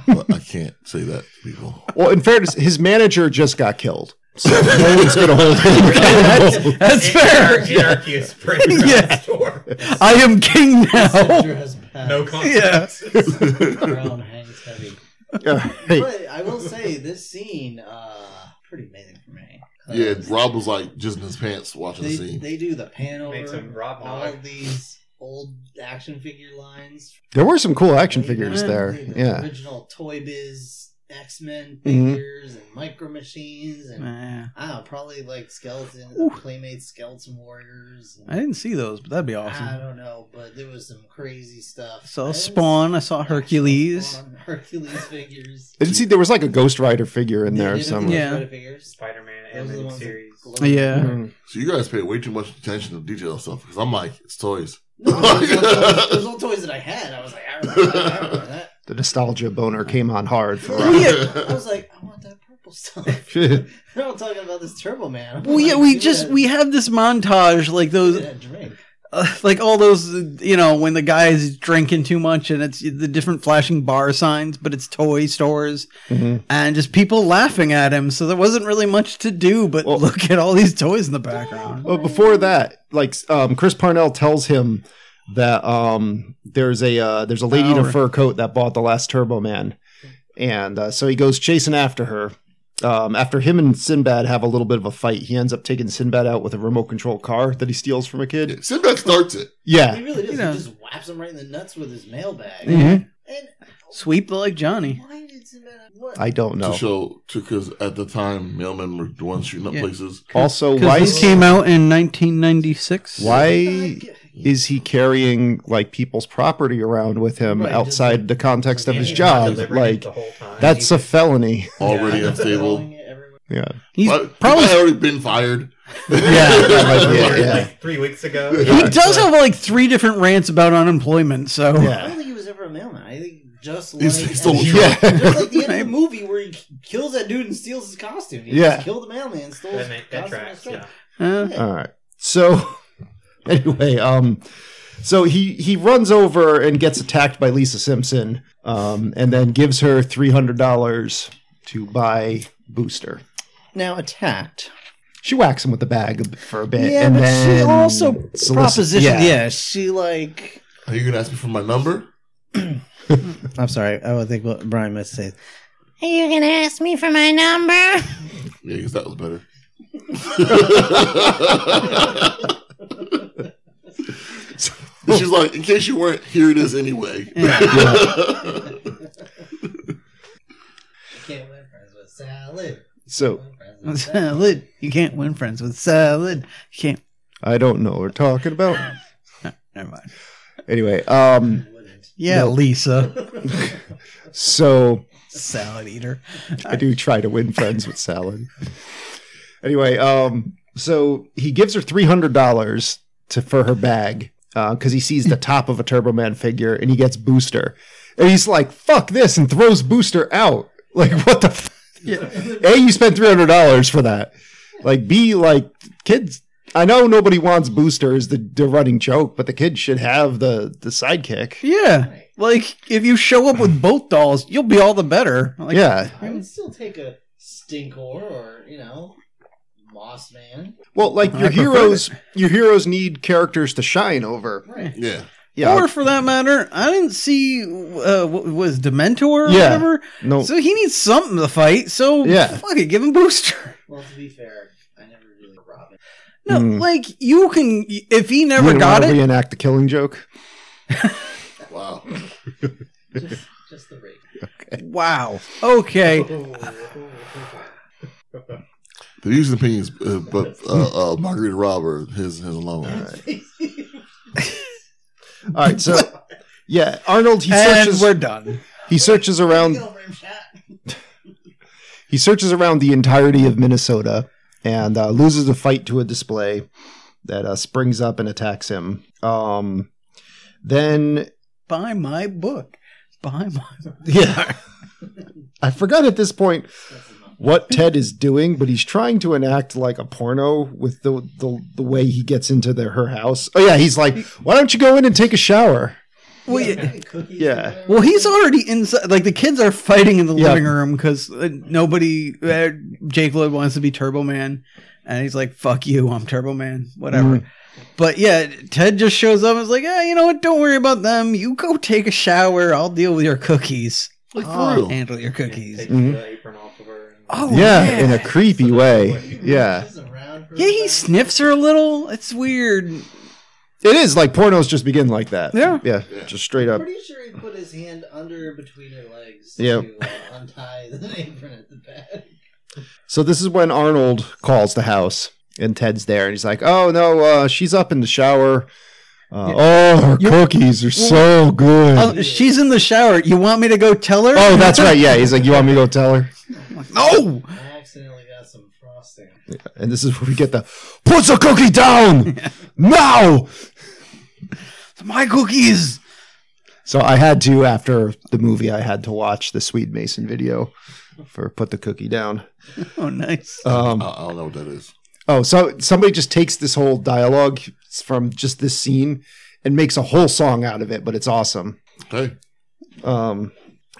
Speaker 1: but I can't say that to people.
Speaker 5: well, in fairness, his manager just got killed. So no one's going to hold him. accountable.
Speaker 6: That's
Speaker 2: Anar-
Speaker 6: fair.
Speaker 2: Anarchy is spread around
Speaker 6: Yeah.
Speaker 2: the store.
Speaker 6: I am king now.
Speaker 3: Sandra has passed.
Speaker 2: No consequences.
Speaker 3: Crown hangs heavy.
Speaker 5: Yeah, hey,
Speaker 3: But I will say this scene, uh, pretty amazing for me. 'Cause
Speaker 1: yeah, Rob was like just in his pants watching the
Speaker 3: they,
Speaker 1: scene.
Speaker 3: they do the pan
Speaker 2: Made some
Speaker 3: over
Speaker 2: Rob
Speaker 3: all
Speaker 2: Nog.
Speaker 3: of these old action figure lines
Speaker 5: there were some cool action
Speaker 3: They
Speaker 5: figures
Speaker 3: had
Speaker 5: there.
Speaker 3: the
Speaker 5: Yeah.
Speaker 3: Original Toy Biz X Men
Speaker 5: Mhm.
Speaker 3: figures and micro machines and
Speaker 6: Nah,
Speaker 3: I don't know, probably like skeleton
Speaker 6: Ooh.
Speaker 3: Playmates Skeleton Warriors. and-
Speaker 6: I didn't see those, but that'd be
Speaker 3: I
Speaker 6: awesome.
Speaker 3: don't know, but there was some crazy stuff.
Speaker 6: I saw
Speaker 3: I didn't
Speaker 6: Spawn. I saw
Speaker 3: actual
Speaker 6: Hercules.
Speaker 3: Spawn, Hercules figures.
Speaker 5: I didn't see there was like a Ghost Rider figure in there
Speaker 3: Yeah,
Speaker 5: somewhere.
Speaker 6: Yeah.
Speaker 3: Spider figures.
Speaker 2: Spider Man
Speaker 3: Those are the
Speaker 2: animated
Speaker 3: ones that
Speaker 2: series.
Speaker 3: glow.
Speaker 6: Yeah.
Speaker 5: Mhm.
Speaker 1: so you guys pay way too much attention to detail stuff because I'm like, it's toys.
Speaker 3: No, those, those, those, those old toys that I had, I was like, I remember, that, I remember that.
Speaker 5: The nostalgia boner came on hard for Mm-hmm.
Speaker 3: Oh,
Speaker 5: Rob.
Speaker 3: I was like, I want that purple stuff.
Speaker 5: Yeah.
Speaker 3: They're all talking about this Turbo Man. I'm
Speaker 6: Well, yeah,
Speaker 3: like,
Speaker 6: we
Speaker 3: give
Speaker 6: just
Speaker 3: it a-
Speaker 6: we have this montage like
Speaker 3: give
Speaker 6: those,
Speaker 3: it a drink.
Speaker 6: uh, like all those, uh, you know, when the guy's drinking too much and it's the different flashing bar signs, but it's toy stores
Speaker 5: Mhm.
Speaker 6: and just people laughing at him. So there wasn't really much to do, but
Speaker 5: Well-
Speaker 6: look at all these toys in the background.
Speaker 5: Well, before that, like um, Chris Parnell tells him that um, there's a uh, there's a lady in a
Speaker 6: Power.
Speaker 5: fur coat that bought the last Turbo Man, and uh, so he goes chasing after her. Um, after him and Sinbad have a little bit of a fight, he ends up taking Sinbad out with a remote control car that he steals from a kid.
Speaker 1: Sinbad starts it.
Speaker 5: Yeah,
Speaker 3: He really does.
Speaker 6: You know.
Speaker 3: He just whaps him right in the nuts with his mailbag.
Speaker 5: Mhm.
Speaker 3: And
Speaker 6: Sweep like Johnny.
Speaker 3: why did Zimena? What?
Speaker 5: I don't
Speaker 1: to
Speaker 5: know.
Speaker 1: show to because at the time mailmen were the ones shooting up
Speaker 6: Yeah.
Speaker 1: places.
Speaker 5: Also, why
Speaker 6: Because this
Speaker 5: is,
Speaker 6: came out in 1996.
Speaker 5: why
Speaker 3: Like,
Speaker 5: is he carrying like people's property around with him
Speaker 3: Right, just
Speaker 5: outside
Speaker 3: like-
Speaker 5: the context of
Speaker 2: And
Speaker 5: his
Speaker 2: he
Speaker 5: job?
Speaker 2: delivered it
Speaker 5: Like
Speaker 2: the whole time.
Speaker 5: that's a felony.
Speaker 1: Already
Speaker 2: Yeah.
Speaker 1: unstable.
Speaker 3: throwing it everywhere.
Speaker 5: Yeah.
Speaker 6: He's
Speaker 1: But-
Speaker 6: probably
Speaker 1: he might have already been fired.
Speaker 5: that might be it,
Speaker 2: Like,
Speaker 5: yeah.
Speaker 2: like three weeks ago.
Speaker 6: he does have like three different rants about unemployment. So
Speaker 5: Yeah.
Speaker 3: I don't think he was ever a mailman. I think just like,
Speaker 1: He's- he's still-
Speaker 3: at the-
Speaker 5: Yeah.
Speaker 3: just like the end of the movie where he kills that dude and steals his costume. He
Speaker 5: Yeah.
Speaker 3: just killed the mailman and stole his
Speaker 2: That, that,
Speaker 3: costume.
Speaker 2: tracks,
Speaker 3: and
Speaker 2: yeah.
Speaker 3: stuff.
Speaker 6: uh,
Speaker 3: Yeah.
Speaker 5: All right. So anyway, um so he he runs over and gets attacked by Lisa Simpson um and then gives her $300 to buy Booster.
Speaker 10: Now attacked.
Speaker 5: She whacks him with the bag for a bit
Speaker 10: Yeah,
Speaker 5: and
Speaker 10: but
Speaker 5: then
Speaker 10: she also
Speaker 5: solicit-
Speaker 10: propositioned.
Speaker 5: yeah.
Speaker 10: Yeah. she like.
Speaker 1: Are you gonna ask me for my number?
Speaker 10: I'm sorry. I would think what Brian must say.
Speaker 11: Are you gonna ask me for my number?
Speaker 1: Yeah, because that was better. She's like, in case you weren't, here it is anyway.
Speaker 3: I can't win friends with salad.
Speaker 5: So
Speaker 3: Win friends with salad.
Speaker 6: uh, salad. You can't win friends with salad. You can't.
Speaker 5: I don't know what we're talking about.
Speaker 6: Never mind.
Speaker 5: Anyway, um
Speaker 3: Wouldn't.
Speaker 6: Yeah, Lisa,
Speaker 5: so
Speaker 6: salad eater.
Speaker 5: I do try to win friends with salad. Anyway, um, so he gives her three hundred dollars to for her bag because he sees the top of a Turbo Man figure and he gets Booster, and he's like, "Fuck this!" and throws Booster out. Like, what the? F- A, you spent three hundred dollars for that. Like, B, like kids. I know nobody wants Booster is the, the running joke, but the kids should have the the sidekick.
Speaker 6: Yeah, like if you show up with both dolls, you'll be all the better. Like,
Speaker 5: yeah.
Speaker 3: I would still take a Stinkor or, you know, Moss Man.
Speaker 5: Well, like
Speaker 6: I
Speaker 5: your
Speaker 6: prefer
Speaker 5: heroes, your heroes need characters to shine over.
Speaker 3: Right.
Speaker 1: yeah.
Speaker 5: Yeah.
Speaker 6: Or for that matter, I didn't see uh, what was Dementor or
Speaker 5: Yeah.
Speaker 6: whatever.
Speaker 5: no.
Speaker 6: So he needs something to fight. So
Speaker 5: Yeah.
Speaker 6: fuck it, give him booster.
Speaker 3: Well, to be fair, I never really got Robin.
Speaker 6: No,
Speaker 5: Mm.
Speaker 6: like you can if he
Speaker 5: You
Speaker 6: never
Speaker 5: didn't
Speaker 6: got
Speaker 5: wanna
Speaker 6: it.
Speaker 5: Reenact the killing joke.
Speaker 1: Wow.
Speaker 3: Just, just the rake.
Speaker 6: wow. Okay.
Speaker 1: The views and opinions, uh, but uh, uh, Margarita Rob or his his alone.
Speaker 5: All right, so yeah, Arnold he
Speaker 6: and
Speaker 5: searches
Speaker 6: we're done.
Speaker 5: he searches around
Speaker 3: Kill Rim Shot.
Speaker 5: he searches around the entirety of Minnesota and uh, loses a fight to a display. that uh, springs up and attacks him. Um, then
Speaker 6: Buy my book. Buy my.
Speaker 5: yeah, I forgot at this point what Ted is doing, but he's trying to enact like a porno with the the, the way he gets into their her house. Oh yeah, he's like, why don't you go in and take a shower?
Speaker 6: Well, yeah.
Speaker 3: Cookies
Speaker 5: Yeah.
Speaker 3: and
Speaker 6: Well, he's already inside. Like the kids are fighting in the
Speaker 5: Yeah.
Speaker 6: living room because uh, nobody. Uh, Jake Lloyd wants to be Turbo Man, and he's like, "Fuck you, I'm Turbo Man, whatever."
Speaker 5: Mm-hmm.
Speaker 6: But yeah, Ted just shows up and is like, "Ah, you know what? Don't worry about them. You go take a shower. I'll deal with your cookies.
Speaker 1: Like for
Speaker 6: I'll
Speaker 1: real.
Speaker 6: handle your cookies."
Speaker 2: Take
Speaker 3: Mm-hmm.
Speaker 5: Mhm.
Speaker 2: the apron off of her. And
Speaker 6: Oh
Speaker 5: yeah,
Speaker 6: yeah,
Speaker 5: in a creepy way. Yeah.
Speaker 3: She's around her
Speaker 6: yeah. He sniffs her a little. It's weird.
Speaker 5: It is like pornos just begin like that.
Speaker 6: Yeah.
Speaker 5: Yeah. Just straight
Speaker 3: I'm
Speaker 5: up.
Speaker 3: pretty sure he put his hand under between her legs
Speaker 5: Yep.
Speaker 3: to uh, untie the apron at the back.
Speaker 5: So this is when Arnold calls the house and Ted's there and he's like, "Oh no, uh, she's up in the shower. Uh, Oh, her cookies are so good."
Speaker 6: Oh, she's in the shower. You want me to go tell her?
Speaker 5: oh, that's right. Yeah, he's like, "You want me to go tell her?"
Speaker 6: no.
Speaker 3: I accidentally got some frosting.
Speaker 5: And this is where we get the put the cookie down now.
Speaker 6: My cookies.
Speaker 5: So I had to after the movie, I had to watch the Swede Mason video for put the cookie down.
Speaker 6: Oh, nice.
Speaker 5: Um,
Speaker 1: I, I don't know what that is.
Speaker 5: Oh, so somebody just takes this whole dialogue from just this scene and makes a whole song out of it, but it's awesome.
Speaker 1: Okay.
Speaker 5: Um,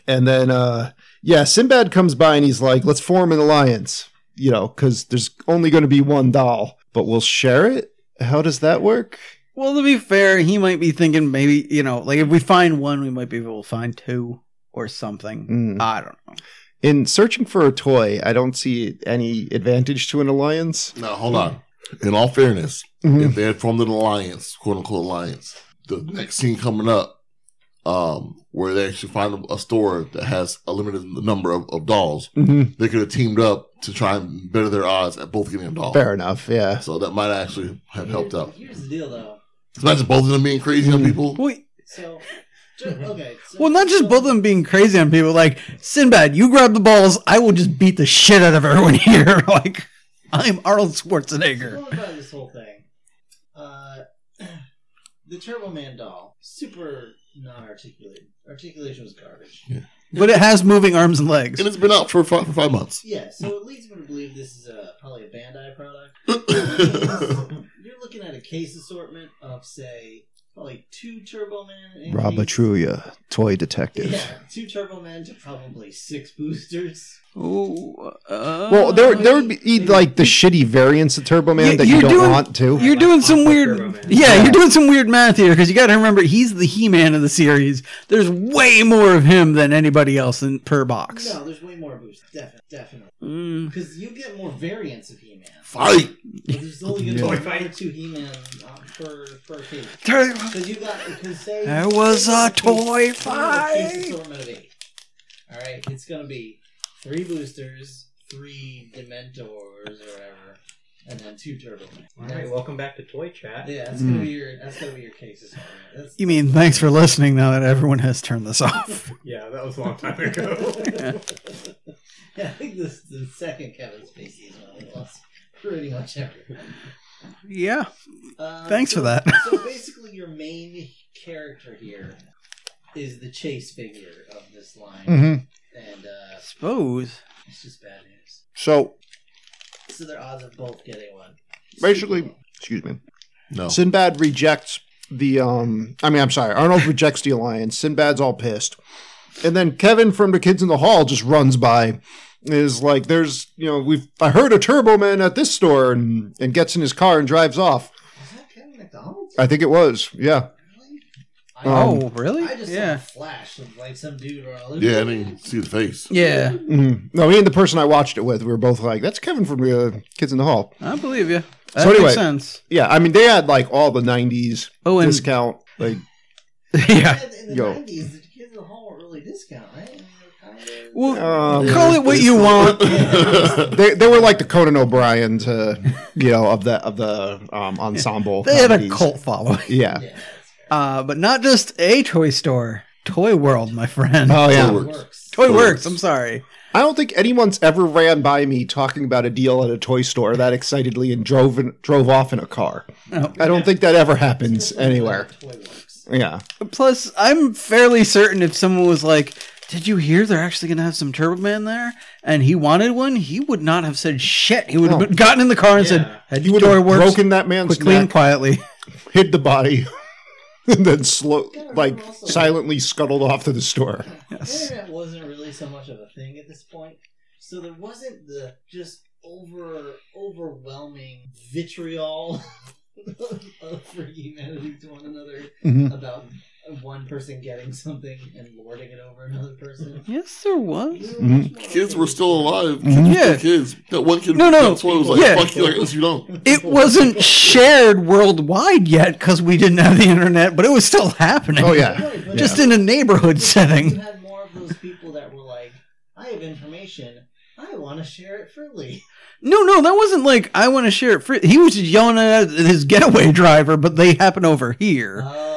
Speaker 5: and then, uh, yeah, Sinbad comes by and he's like, let's form an alliance, you know, because there's only going to be one doll, but we'll share it. How does that work?
Speaker 6: Well, to be fair, he might be thinking maybe you know, like if we find one, we might be able to find two or something.
Speaker 5: Mm.
Speaker 6: I don't know.
Speaker 5: In searching for a toy, I don't see any advantage to an alliance.
Speaker 1: Now hold on. In all fairness,
Speaker 5: Mhm.
Speaker 6: Mm-hmm.
Speaker 1: if they had formed an alliance, quote unquote alliance, the next scene coming up, um, where they actually find a store that has a limited number of, of dolls,
Speaker 5: Mhm.
Speaker 6: Mm-hmm.
Speaker 1: they could have teamed up to try and better their odds at both getting a doll.
Speaker 5: Fair enough. Yeah.
Speaker 1: So that might actually have helped out.
Speaker 3: Here's the deal, though.
Speaker 1: Imagine both of them being crazy on people.
Speaker 6: Well,
Speaker 3: So, ju- okay. So,
Speaker 6: well, not just both of them being crazy on people. Like Sinbad, you grab the balls, I will just beat the shit out of everyone here. like I'm Arnold Schwarzenegger.
Speaker 3: Going by this whole thing, uh, the Turbo Man doll, super non-articulated. Articulation was garbage.
Speaker 6: But it has moving arms and legs.
Speaker 1: And it's been out for five, for five months.
Speaker 3: Yeah, so it leads me to believe this is a, probably a Bandai product. You're looking at a case assortment of, say, probably two Turbo Man. and
Speaker 5: Rob
Speaker 3: these-
Speaker 5: Atrulia, toy detective.
Speaker 3: Yeah, two Turbo Men to probably six boosters.
Speaker 6: Oh, uh,
Speaker 5: Well, there, there would be
Speaker 3: maybe-
Speaker 5: like the shitty variants of Turbo Man
Speaker 6: Yeah,
Speaker 5: that you
Speaker 6: you're
Speaker 5: don't
Speaker 6: doing-
Speaker 5: want to.
Speaker 6: You're
Speaker 2: like
Speaker 6: doing some
Speaker 2: Aqua
Speaker 6: weird,
Speaker 2: Turbo Man.
Speaker 6: yeah, You're doing some weird math here because you got to remember he's the He-Man of the series. There's way more of him than anybody else in per box.
Speaker 3: No, there's way more boosters. Definitely. Definitely.
Speaker 6: Mm,
Speaker 3: Because you get more variants of He-Man.
Speaker 1: Fight.
Speaker 3: But there's only going to
Speaker 2: Yeah.
Speaker 3: be one or two He-Man uh, per, per case. Because you got, because say...
Speaker 6: There was a toy
Speaker 3: It's
Speaker 6: fight.
Speaker 3: going to be. All right, it's going to be three boosters, three Dementors or whatever, and then two Turbo Men.
Speaker 2: All right, welcome back to Toy Chat.
Speaker 3: yeah, that's gonna be your that's gonna be your case assortment. That's,
Speaker 6: Hmm. You mean thanks for listening? Now that everyone has turned this off.
Speaker 2: Yeah, that was a long time ago.
Speaker 3: yeah, I think this the second Kevin Spacey is one we lost pretty much everyone.
Speaker 6: yeah.
Speaker 3: Um,
Speaker 6: Thanks
Speaker 3: so-
Speaker 6: for that.
Speaker 3: so basically, your main character here is the chase figure of this line,
Speaker 5: Mhm.
Speaker 3: and uh,
Speaker 6: Suppose.
Speaker 3: it's just bad news.
Speaker 5: So
Speaker 3: So their odds of both getting one.
Speaker 5: basically, excuse me.
Speaker 1: No.
Speaker 5: Sinbad rejects the. um I mean, I'm sorry. Arnold rejects the alliance. Sinbad's all pissed, and then Kevin from the Kids in the Hall just runs by, and is like, "There's, you know, we've I heard a Turbo Man at this store," and and gets in his car and drives off.
Speaker 3: Is that Kevin McDonald?
Speaker 5: I think it was, yeah.
Speaker 3: Really? I,
Speaker 5: Um,
Speaker 6: oh, really?
Speaker 3: I just saw a
Speaker 6: yeah.
Speaker 3: flash of like some dude running. a loop.
Speaker 1: Yeah, I didn't even see the face.
Speaker 6: Yeah,
Speaker 5: Mhm. No, me and the person I watched it with, we were both like, "That's Kevin from the uh, Kids in the Hall."
Speaker 6: I believe you. That
Speaker 5: So anyway-
Speaker 6: makes sense.
Speaker 5: Yeah, I mean, they had like all the '90s
Speaker 6: Oh, and
Speaker 5: discount, like
Speaker 6: yeah.
Speaker 3: In- In the
Speaker 5: Yo.
Speaker 3: nineties, the kids in the hall weren't really discount, right? I mean, they were kind of.
Speaker 6: Well,
Speaker 3: Oh,
Speaker 5: Um,
Speaker 6: call it what you want.
Speaker 5: they they were like the Conan O'Brien to you know of the of the um, ensemble.
Speaker 6: They had a
Speaker 5: comedies.
Speaker 6: cult following.
Speaker 5: Yeah,
Speaker 3: yeah.
Speaker 6: Uh, but not just a toy store. Toy World, my friend.
Speaker 5: Oh yeah.
Speaker 1: Works.
Speaker 6: Toy Works. I'm sorry.
Speaker 5: I don't think anyone's ever ran by me talking about a deal at a toy store that excitedly and drove in, drove off in a car.
Speaker 6: No.
Speaker 5: I don't think that ever happens anywhere. Yeah.
Speaker 6: Plus, I'm fairly certain if someone was like, "Did you hear they're actually going to have some Turbo Man there?" and he wanted one, he would not have said shit. He would have
Speaker 5: No.
Speaker 6: been- gotten in the car and
Speaker 9: Yeah.
Speaker 6: said, "Head
Speaker 5: You
Speaker 6: to
Speaker 5: would
Speaker 6: Toy
Speaker 5: have
Speaker 6: Works
Speaker 5: broken that man's
Speaker 6: quickly and
Speaker 5: neck,
Speaker 6: quietly."
Speaker 5: hid the body, and then slow, like silently scuttled off to the store.
Speaker 6: Yes.
Speaker 8: internet wasn't really so much of a thing at this point, so there wasn't the just over overwhelming vitriol of- for humanity to one another
Speaker 5: Mhm.
Speaker 8: about one person getting something and lording it over another person.
Speaker 6: Yes, there
Speaker 8: We
Speaker 6: was.
Speaker 8: were
Speaker 5: Mhm.
Speaker 8: much more
Speaker 1: Mm-hmm. Kids were
Speaker 8: open.
Speaker 1: still alive. Kids
Speaker 6: Mhm.
Speaker 1: were
Speaker 6: Yeah.
Speaker 1: kids. That one kid.
Speaker 6: No, no.
Speaker 1: That's why I was like,
Speaker 6: Yeah.
Speaker 1: "Fuck you, like this, you don't."
Speaker 6: It wasn't shared worldwide yet because we didn't have the internet, but it was still happening.
Speaker 5: Oh yeah.
Speaker 8: Right, but
Speaker 6: Just in a neighborhood
Speaker 8: You
Speaker 6: setting.
Speaker 8: had more of those people that were like, I have information. I want to share it freely.
Speaker 6: No, no, that wasn't like I want to share it. Free. He was just yelling at his getaway driver, but they happen over here.
Speaker 8: Oh.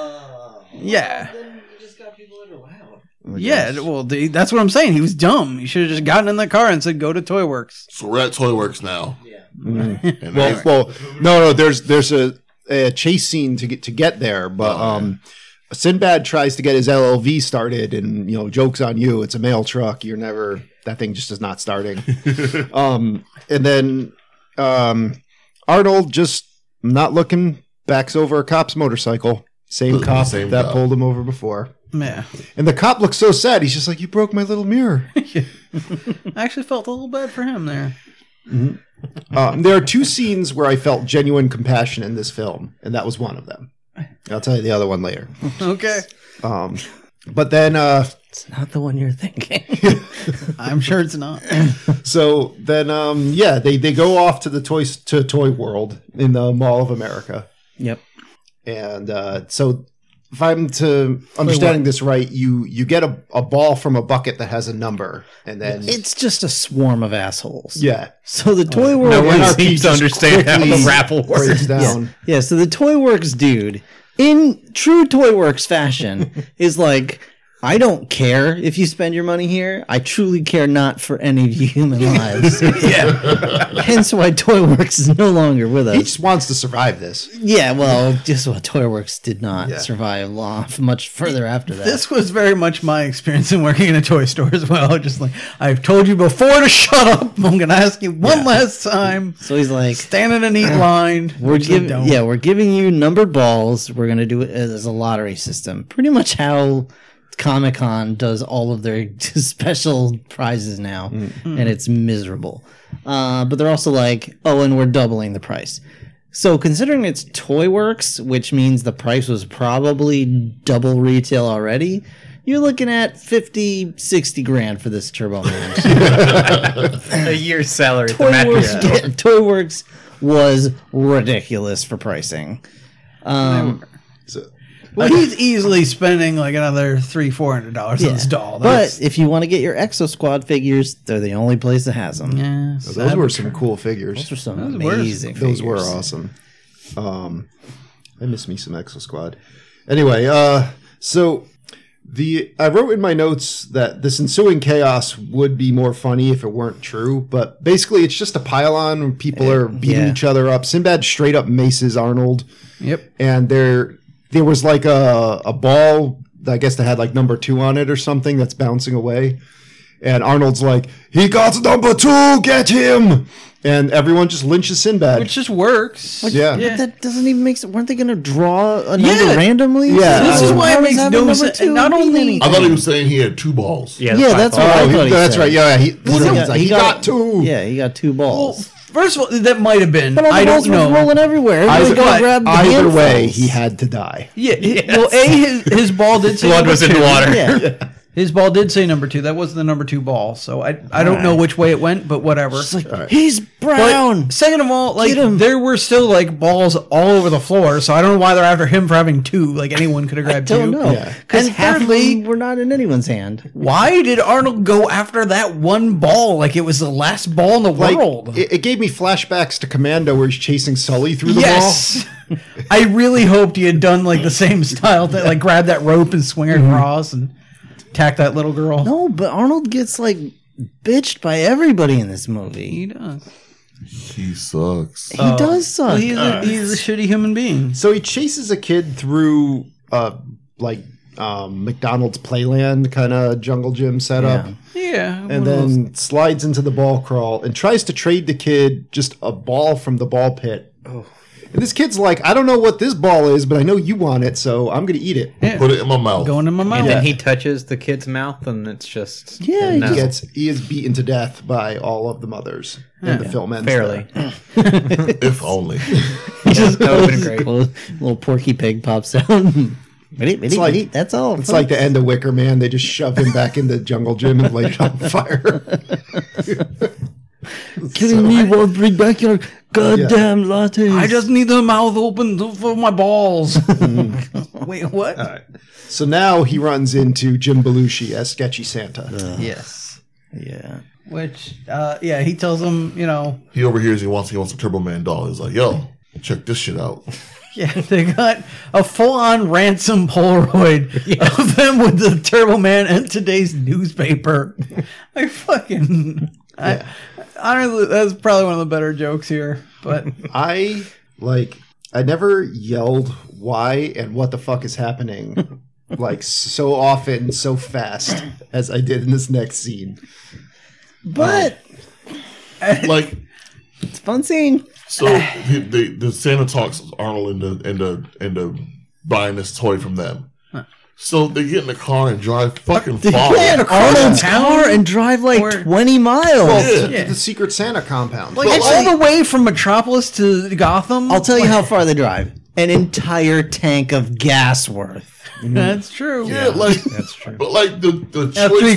Speaker 6: Yeah.
Speaker 8: Well, then you just got people that are loud.
Speaker 3: Oh
Speaker 6: Yeah, well, the, that's what I'm saying. He was dumb. He should have just gotten in the car and said, "Go to Toy Works."
Speaker 1: So we're at Toy Works now.
Speaker 8: Yeah.
Speaker 5: Mm.
Speaker 1: And
Speaker 5: Well,
Speaker 1: they-
Speaker 5: well, no, no. There's there's a, a chase scene to get to get there, but
Speaker 1: Oh, yeah.
Speaker 5: um, Sinbad tries to get his LLV started, and you know, jokes on you. It's a mail truck. You're never that thing just is not starting. um, and then um, Arnold just not looking backs over a cop's motorcycle. Same
Speaker 1: The-
Speaker 5: cop
Speaker 1: the same
Speaker 5: that
Speaker 1: cop.
Speaker 5: pulled him over before.
Speaker 6: Yeah,
Speaker 5: And the cop looks so sad. He's just like, "You broke my little mirror."
Speaker 6: I actually felt a little bad for him there.
Speaker 5: Um, there are two scenes where I felt genuine compassion in this film, and that was one of them. I'll tell you the other one later.
Speaker 6: Okay,
Speaker 5: Um, but then, uh,
Speaker 3: It's not the one you're thinking.
Speaker 6: I'm sure it's not.
Speaker 5: so then, um, yeah, they, they go off to the toy to Toy World in the Mall of America,
Speaker 3: yep.
Speaker 5: and uh, so if I'm to understanding this right, you you get a, a ball from a bucket that has a number, and then
Speaker 3: It's just a swarm of assholes.
Speaker 5: yeah, Oh,
Speaker 3: So the toy world.
Speaker 5: no
Speaker 3: is-
Speaker 5: one seems to understand how the
Speaker 2: raffle
Speaker 5: breaks down.
Speaker 3: Yeah, so the Toy Works dude, in true Toy Works fashion, is like, I don't care if you spend your money here. I truly care not for any of you human lives. yeah. Hence why Toy Works is no longer with us.
Speaker 5: He just wants to survive this.
Speaker 3: yeah, well, just what Toy Works did not
Speaker 5: Yeah.
Speaker 3: survive long, much further after that.
Speaker 6: This was very much my experience in working in a toy store as well. Just like I've told you before to shut up. I'm gonna ask you one last time.
Speaker 3: so he's like,
Speaker 6: Stand in a neat line.
Speaker 3: we're
Speaker 6: Which they
Speaker 3: giving,
Speaker 6: don't.
Speaker 3: yeah, we're giving you numbered balls. We're gonna do it as a lottery system, pretty much how Comic Con does all of their special prizes now,
Speaker 6: Mm.
Speaker 3: and it's miserable. Uh, but they're also like, oh, and we're doubling the price. So considering it's Toy Works, which means the price was probably double retail already, you're looking at 50, 60 grand for this Turbo Man.
Speaker 2: a year's salary at the
Speaker 3: Toy
Speaker 2: mattress
Speaker 3: Works,
Speaker 2: store.
Speaker 3: yeah, Toy Works was ridiculous for pricing. Um,
Speaker 6: Well, he's easily spending like another three, four hundred dollars on
Speaker 3: yeah.
Speaker 6: this doll.
Speaker 3: but
Speaker 6: That's,
Speaker 3: if you want to get your Exo Squad figures, they're the only place that has them.
Speaker 6: yeah,
Speaker 5: Those
Speaker 6: sad.
Speaker 5: were some cool figures.
Speaker 3: Those are some
Speaker 6: Those were-
Speaker 3: amazing.
Speaker 5: Those were
Speaker 3: figures.
Speaker 5: awesome. Um, I miss me some Exo Squad. Anyway, uh, so the I wrote in my notes that this ensuing chaos would be more funny if it weren't true, but basically it's just a pylon where people are beating
Speaker 3: Eh, yeah.
Speaker 5: each other up. Sinbad straight up maces Arnold,
Speaker 6: yep.
Speaker 5: and there there was like a a ball I guess that had like number two on it or something that's bouncing away. And Arnold's like, he got number two, get him! And everyone just lynches Sinbad.
Speaker 6: Which just works.
Speaker 5: yeah.
Speaker 3: But that doesn't even make sense. Weren't they going to draw a number
Speaker 6: Yeah.
Speaker 3: randomly?
Speaker 5: Yeah.
Speaker 6: This is
Speaker 5: Um,
Speaker 6: why
Speaker 3: How
Speaker 6: it
Speaker 3: does
Speaker 6: makes
Speaker 3: having
Speaker 6: no
Speaker 3: number
Speaker 6: sense.
Speaker 3: two
Speaker 6: And not
Speaker 3: mean
Speaker 6: only
Speaker 3: anything?
Speaker 1: I thought he was saying he had two balls.
Speaker 2: Yeah,
Speaker 3: Yeah,
Speaker 2: my
Speaker 3: that's
Speaker 2: fault.
Speaker 3: what I
Speaker 5: Oh, he-
Speaker 3: thought he
Speaker 5: that's
Speaker 3: said.
Speaker 5: right. Yeah, he,
Speaker 3: he
Speaker 5: he's
Speaker 3: got-
Speaker 5: like,
Speaker 3: he
Speaker 5: he,
Speaker 3: got-
Speaker 5: got, two.
Speaker 3: Yeah, he got two
Speaker 6: well,
Speaker 3: balls.
Speaker 6: first of all, that might have been.
Speaker 3: but all the
Speaker 6: I
Speaker 3: balls
Speaker 6: don't
Speaker 3: were
Speaker 6: know.
Speaker 3: rolling everywhere.
Speaker 5: Either,
Speaker 3: Everybody got to grab the
Speaker 5: either way,
Speaker 3: handfuls.
Speaker 5: he had to die.
Speaker 6: Yeah. he- Well, a his, his ball did say
Speaker 2: Blood
Speaker 6: number
Speaker 2: was
Speaker 6: two.
Speaker 2: in the water.
Speaker 3: Yeah.
Speaker 6: His ball did say number two. That was the number two ball. So I I don't know which way it went, but whatever.
Speaker 3: He's
Speaker 6: But
Speaker 3: brown.
Speaker 6: second of all, like
Speaker 3: Get him.
Speaker 6: there were still like balls all over the floor, so I don't know why they're after him for having two. Like anyone could have
Speaker 3: I
Speaker 6: grabbed
Speaker 3: don't
Speaker 6: two.
Speaker 3: know.
Speaker 5: Yeah.
Speaker 3: Because
Speaker 6: And
Speaker 3: half of
Speaker 6: thirdly-
Speaker 3: them were not in anyone's hand.
Speaker 6: Why did Arnold go after that one ball like it was the last ball in the
Speaker 5: Like,
Speaker 6: world?
Speaker 5: it, it gave me flashbacks to Commando where he's chasing Sully through the
Speaker 6: Yes. I really hoped he had done like the same style thing, like grab that rope and swing it across and attack that little girl.
Speaker 3: No, but Arnold gets like bitched by everybody in this
Speaker 6: He
Speaker 3: movie.
Speaker 6: does.
Speaker 1: He sucks.
Speaker 3: He does
Speaker 6: Oh. Well,
Speaker 3: suck.
Speaker 6: he's, a, he's a shitty human being.
Speaker 5: So he chases a kid through uh like um McDonald's playland kind of jungle gym setup
Speaker 6: Yeah.
Speaker 5: and then slides into the ball crawl and tries to trade the kid just a ball from the ball pit. And this kid's like, I don't know what this ball is, but I know you want it, so I'm gonna eat it.
Speaker 1: Put it in my mouth.
Speaker 6: going in my mouth.
Speaker 2: And then he touches the kid's mouth, and it's just
Speaker 3: Yeah, he
Speaker 2: no,
Speaker 5: He gets he is beaten to death by all of the mothers. And the film ends.
Speaker 2: barely.
Speaker 1: if only.
Speaker 2: That would have been great.
Speaker 3: Little, little Porky Pig pops out. wait, wait, wait,
Speaker 5: like-
Speaker 3: wait, that's all.
Speaker 5: It's like the end of Wicker Man. They just shove him back into jungle gym and light it on fire.
Speaker 3: kidding me. Won't bring back your goddamn lattes.
Speaker 6: I just need the mouth open to- for my balls. Wait, what?
Speaker 5: So now he runs into Jim Belushi as Sketchy Santa.
Speaker 6: Yes.
Speaker 3: yeah.
Speaker 6: Which, uh, yeah, he tells him, you know,
Speaker 1: He overhears he wants he wants a Turbo Man doll. He's like, yo, check this shit out.
Speaker 6: yeah, they got a full-on ransom Polaroid of them with the Turbo Man and today's newspaper. I fucking, I, honestly, that's probably one of the better jokes here. But
Speaker 5: I like. I never yelled why and what the fuck is happening like so often, so fast as I did in this next scene.
Speaker 3: But
Speaker 1: Like,
Speaker 3: it's a fun scene.
Speaker 1: so the, the, the Santa talks Arnold into into into buying this toy from them. So they get in the car and drive fucking far.
Speaker 3: Get Arnold's car and drive like
Speaker 6: Or-
Speaker 3: 20 miles.
Speaker 1: Yeah.
Speaker 5: To the Secret Santa compound.
Speaker 6: like all the way from Metropolis to Gotham.
Speaker 3: I'll tell you how far they drive. An entire tank of gas worth.
Speaker 6: That's true.
Speaker 1: Yeah, like that's true. But like the the
Speaker 6: Uh,
Speaker 1: choice-
Speaker 6: three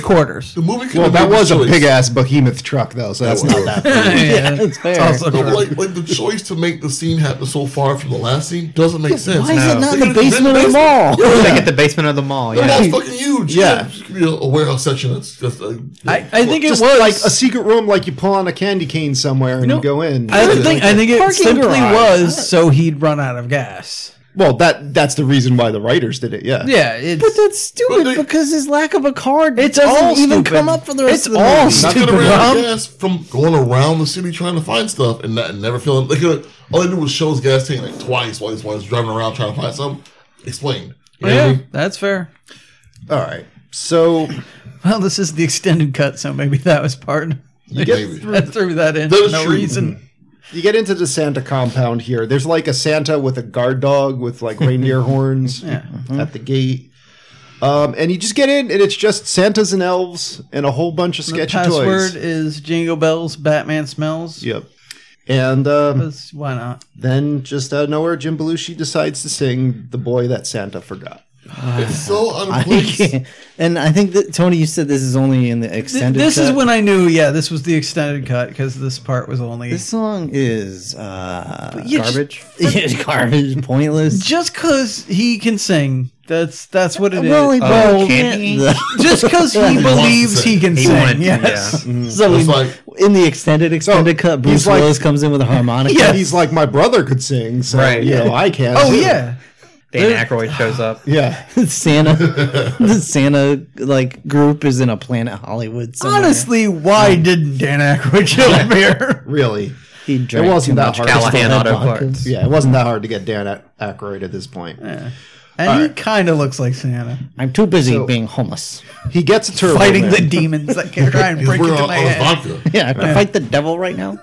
Speaker 6: quarters.
Speaker 1: The movie could
Speaker 5: well,
Speaker 1: have
Speaker 5: that
Speaker 1: made the
Speaker 5: was a
Speaker 1: choice.
Speaker 5: big ass behemoth truck, though, so that's not that. big.
Speaker 6: Yeah,
Speaker 3: That's fair.
Speaker 1: So, like, like the choice to make the scene happen so far from the last scene doesn't make sense.
Speaker 3: Why is it
Speaker 2: No.
Speaker 3: not in
Speaker 1: They
Speaker 3: the
Speaker 1: could've just been
Speaker 3: basement of the mall?
Speaker 2: They get the basement of the mall.
Speaker 1: The
Speaker 2: Yeah.
Speaker 1: mall's fucking huge.
Speaker 5: Yeah.
Speaker 1: It could be a, a warehouse section. That's uh, just like
Speaker 6: I, I think
Speaker 5: Just
Speaker 6: it was
Speaker 5: like a secret room, like you pull on a candy cane somewhere and you go in.
Speaker 6: I don't think. I think it
Speaker 3: Parking
Speaker 6: simply
Speaker 3: garage.
Speaker 6: was so he'd run out of gas.
Speaker 5: Well, that that's the reason why the writers did it. Yeah.
Speaker 6: Yeah, it's
Speaker 3: But that's stupid
Speaker 1: But they-
Speaker 3: because his lack of a car
Speaker 6: It's
Speaker 3: doesn't
Speaker 6: all
Speaker 3: even
Speaker 6: stupid.
Speaker 3: come up for the rest
Speaker 6: It's
Speaker 3: of the
Speaker 6: all
Speaker 3: movie.
Speaker 6: stu-
Speaker 1: not gonna
Speaker 6: Stupid
Speaker 1: run out
Speaker 6: Rob.
Speaker 1: of gas from going around the city trying to find stuff and, not, and never feeling. They could all they did was show his gas tank like twice while he's while he's driving around trying to find something. Explained. You know what I
Speaker 6: Oh, yeah,
Speaker 1: mean?
Speaker 6: that's fair.
Speaker 5: All right. So
Speaker 6: Well, this is the extended cut, so maybe that was part.
Speaker 5: you get
Speaker 1: Maybe.
Speaker 6: I threw that in
Speaker 1: That
Speaker 6: for
Speaker 1: is
Speaker 6: no
Speaker 1: true.
Speaker 6: reason.
Speaker 5: you get into the Santa compound here. There's like a Santa with a guard dog with like reindeer horns
Speaker 3: Mm-hmm.
Speaker 6: Hmm.
Speaker 5: at the gate. Um, and you just get in, and it's just Santas and elves and a whole bunch of
Speaker 6: The
Speaker 5: sketchy
Speaker 6: password
Speaker 5: toys.
Speaker 6: is Jingle Bells, Batman Smells.
Speaker 5: Yep. And um,
Speaker 6: That's- Why not?
Speaker 5: then just out of nowhere, Jim Belushi decides to sing "The Boy That Santa Forgot."
Speaker 1: It's so
Speaker 3: I
Speaker 1: unplaced.
Speaker 3: can't- and I think that Tony, you said this is only in the
Speaker 6: Th-
Speaker 3: extended.
Speaker 6: this is
Speaker 3: cut.
Speaker 6: when I knew, yeah, this was the extended cut because this part was only.
Speaker 3: this song is uh,
Speaker 6: you just-
Speaker 3: garbage. Yeah, garbage, pointless.
Speaker 6: just because he can sing, that's that's what it is.
Speaker 3: Well, he
Speaker 2: Oh, can
Speaker 3: both can't-
Speaker 2: he?
Speaker 3: the-
Speaker 6: just because he believes he can
Speaker 2: He
Speaker 6: sing.
Speaker 2: wanted-
Speaker 6: yes.
Speaker 3: so
Speaker 1: It's
Speaker 3: we-
Speaker 1: like-
Speaker 3: in the extended extended cut, Bruce
Speaker 5: he's like-
Speaker 3: Willis comes in with a harmonica.
Speaker 5: Yeah, he's like my brother could sing, so
Speaker 2: Right.
Speaker 5: you know I can.
Speaker 6: Oh
Speaker 5: too."
Speaker 6: yeah.
Speaker 3: mm-hmm.
Speaker 2: Dan Aykroyd shows up.
Speaker 5: yeah.
Speaker 3: Santa, the Santa like group is in a Planet Hollywood. Somewhere.
Speaker 6: Honestly, why didn't Dan Aykroyd show up here?
Speaker 5: Really,
Speaker 3: he drank
Speaker 5: wasn't
Speaker 3: too
Speaker 5: that
Speaker 3: much
Speaker 5: hard.
Speaker 3: Crystal
Speaker 2: Callahan
Speaker 3: Red
Speaker 2: Auto
Speaker 3: vodka.
Speaker 2: Parts.
Speaker 5: yeah, it wasn't that hard to get Dan at Aykroyd at this point.
Speaker 6: And he kind of looks like Santa,
Speaker 3: I'm too busy
Speaker 5: So-
Speaker 3: being homeless.
Speaker 5: He gets a turbo.
Speaker 6: fighting
Speaker 5: man.
Speaker 6: the demons that can try and
Speaker 1: Because
Speaker 6: break
Speaker 1: we're
Speaker 6: into
Speaker 1: on,
Speaker 6: my
Speaker 1: on
Speaker 6: head.
Speaker 1: vodka.
Speaker 3: Yeah, I have to fight the devil right now.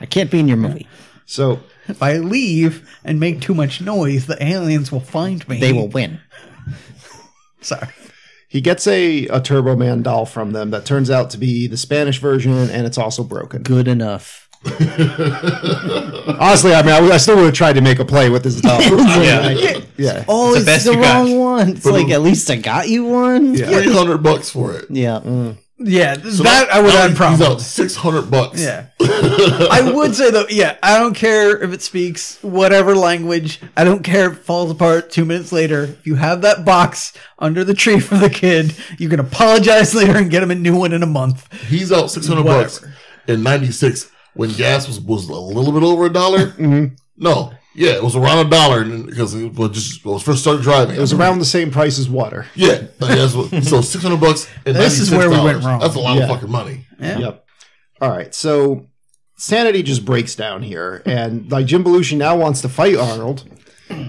Speaker 3: I can't be in your movie.
Speaker 5: so
Speaker 6: If I leave and make too much noise, the aliens will find me.
Speaker 3: They will win.
Speaker 6: Sorry.
Speaker 5: he gets a a Turbo Man doll from them that turns out to be the Spanish version, and it's also broken.
Speaker 3: Good enough.
Speaker 5: Honestly, I mean, I, would- I still would have tried to make a play with this doll. yeah. yeah,
Speaker 3: Oh, it's the,
Speaker 2: best you got.
Speaker 3: wrong one. It's like at least I got you one. Yeah.
Speaker 1: Three hundred bucks for it.
Speaker 3: mm.
Speaker 6: Yeah, that I would
Speaker 1: now
Speaker 6: have
Speaker 1: he's
Speaker 6: problems.
Speaker 1: out six hundred bucks.
Speaker 6: Yeah. I would say though, yeah, I don't care if it speaks whatever language. I don't care if it falls apart two minutes later. If you have that box under the tree for the kid, you can apologize later and get him a new one in a month.
Speaker 1: He's out six hundred
Speaker 6: Mm-hmm.
Speaker 1: bucks in '96 when gas was was a little bit over a dollar. No, Yeah, it was around a dollar because it was just well, it was first started driving.
Speaker 5: It was around the same price as water.
Speaker 1: Yeah, that's what, so six hundred bucks. And
Speaker 6: This is where we went
Speaker 1: $96.
Speaker 6: wrong.
Speaker 1: That's a lot
Speaker 5: Yeah.
Speaker 1: of fucking money.
Speaker 6: Yeah.
Speaker 5: Yep. All right. So sanity just breaks down here, and like Jim Belushi now wants to fight Arnold,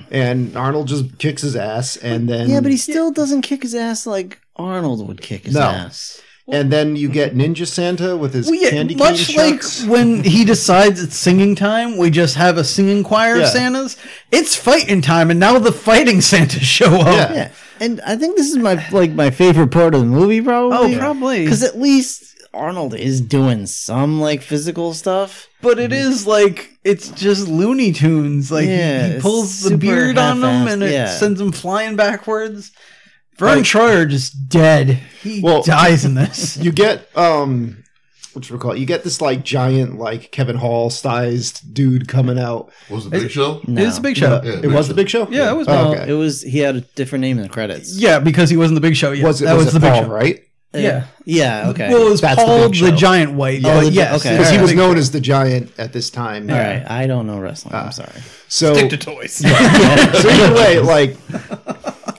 Speaker 5: and Arnold just kicks his ass, and then
Speaker 3: yeah, but he still doesn't kick his ass like Arnold would kick his
Speaker 5: Hmm. No.
Speaker 3: ass.
Speaker 5: and then you get Ninja Santa with his
Speaker 6: Well, yeah,
Speaker 5: candy cane
Speaker 6: much like
Speaker 5: shucks.
Speaker 6: when he decides it's singing time, we just have a singing choir
Speaker 5: Yeah.
Speaker 6: of Santas. It's fighting time, and now the fighting Santas show up.
Speaker 5: Yeah.
Speaker 3: Yeah, and I think this is my like my favorite part of the movie,
Speaker 6: Oh,
Speaker 3: probably.
Speaker 6: probably.
Speaker 3: because at least Arnold is doing some like physical stuff.
Speaker 6: But it is like it's just Looney Tunes. Like he-
Speaker 3: Yeah,
Speaker 6: he
Speaker 3: it's
Speaker 6: pulls the
Speaker 3: super
Speaker 6: beard on them,
Speaker 3: half-assed,
Speaker 6: and it
Speaker 3: yeah.
Speaker 6: sends them flying backwards. Vern Troyer just dead. He
Speaker 5: Well-
Speaker 6: dies in this.
Speaker 5: you get um. Which we call it, you get this like giant like Kevin Hall sized dude coming out.
Speaker 1: What was the big show?
Speaker 3: No.
Speaker 6: It was a big show.
Speaker 1: Yeah,
Speaker 5: it was the big show.
Speaker 6: Yeah, it was
Speaker 5: Oh,
Speaker 3: Well,
Speaker 5: okay.
Speaker 3: It was he had a different name in the credits.
Speaker 6: Yeah, because he wasn't the big show. Yeah,
Speaker 5: was it
Speaker 6: that
Speaker 5: was,
Speaker 6: was,
Speaker 5: it
Speaker 6: the
Speaker 5: Paul,
Speaker 6: big show. Oh,
Speaker 5: right?
Speaker 6: Yeah.
Speaker 3: Yeah. Okay.
Speaker 6: Well, it was
Speaker 5: That's the
Speaker 6: Paul
Speaker 5: Big
Speaker 6: the,
Speaker 5: Show.
Speaker 6: giant white.
Speaker 3: Oh,
Speaker 6: but
Speaker 3: the-
Speaker 6: yes,
Speaker 3: okay,
Speaker 6: it
Speaker 5: Because
Speaker 6: was
Speaker 5: he
Speaker 3: Alright.
Speaker 5: was known as the Giant at this time.
Speaker 3: All right. I don't know wrestling.
Speaker 5: Ah.
Speaker 3: I'm sorry.
Speaker 5: So
Speaker 2: Stick to toys.
Speaker 5: So either way, like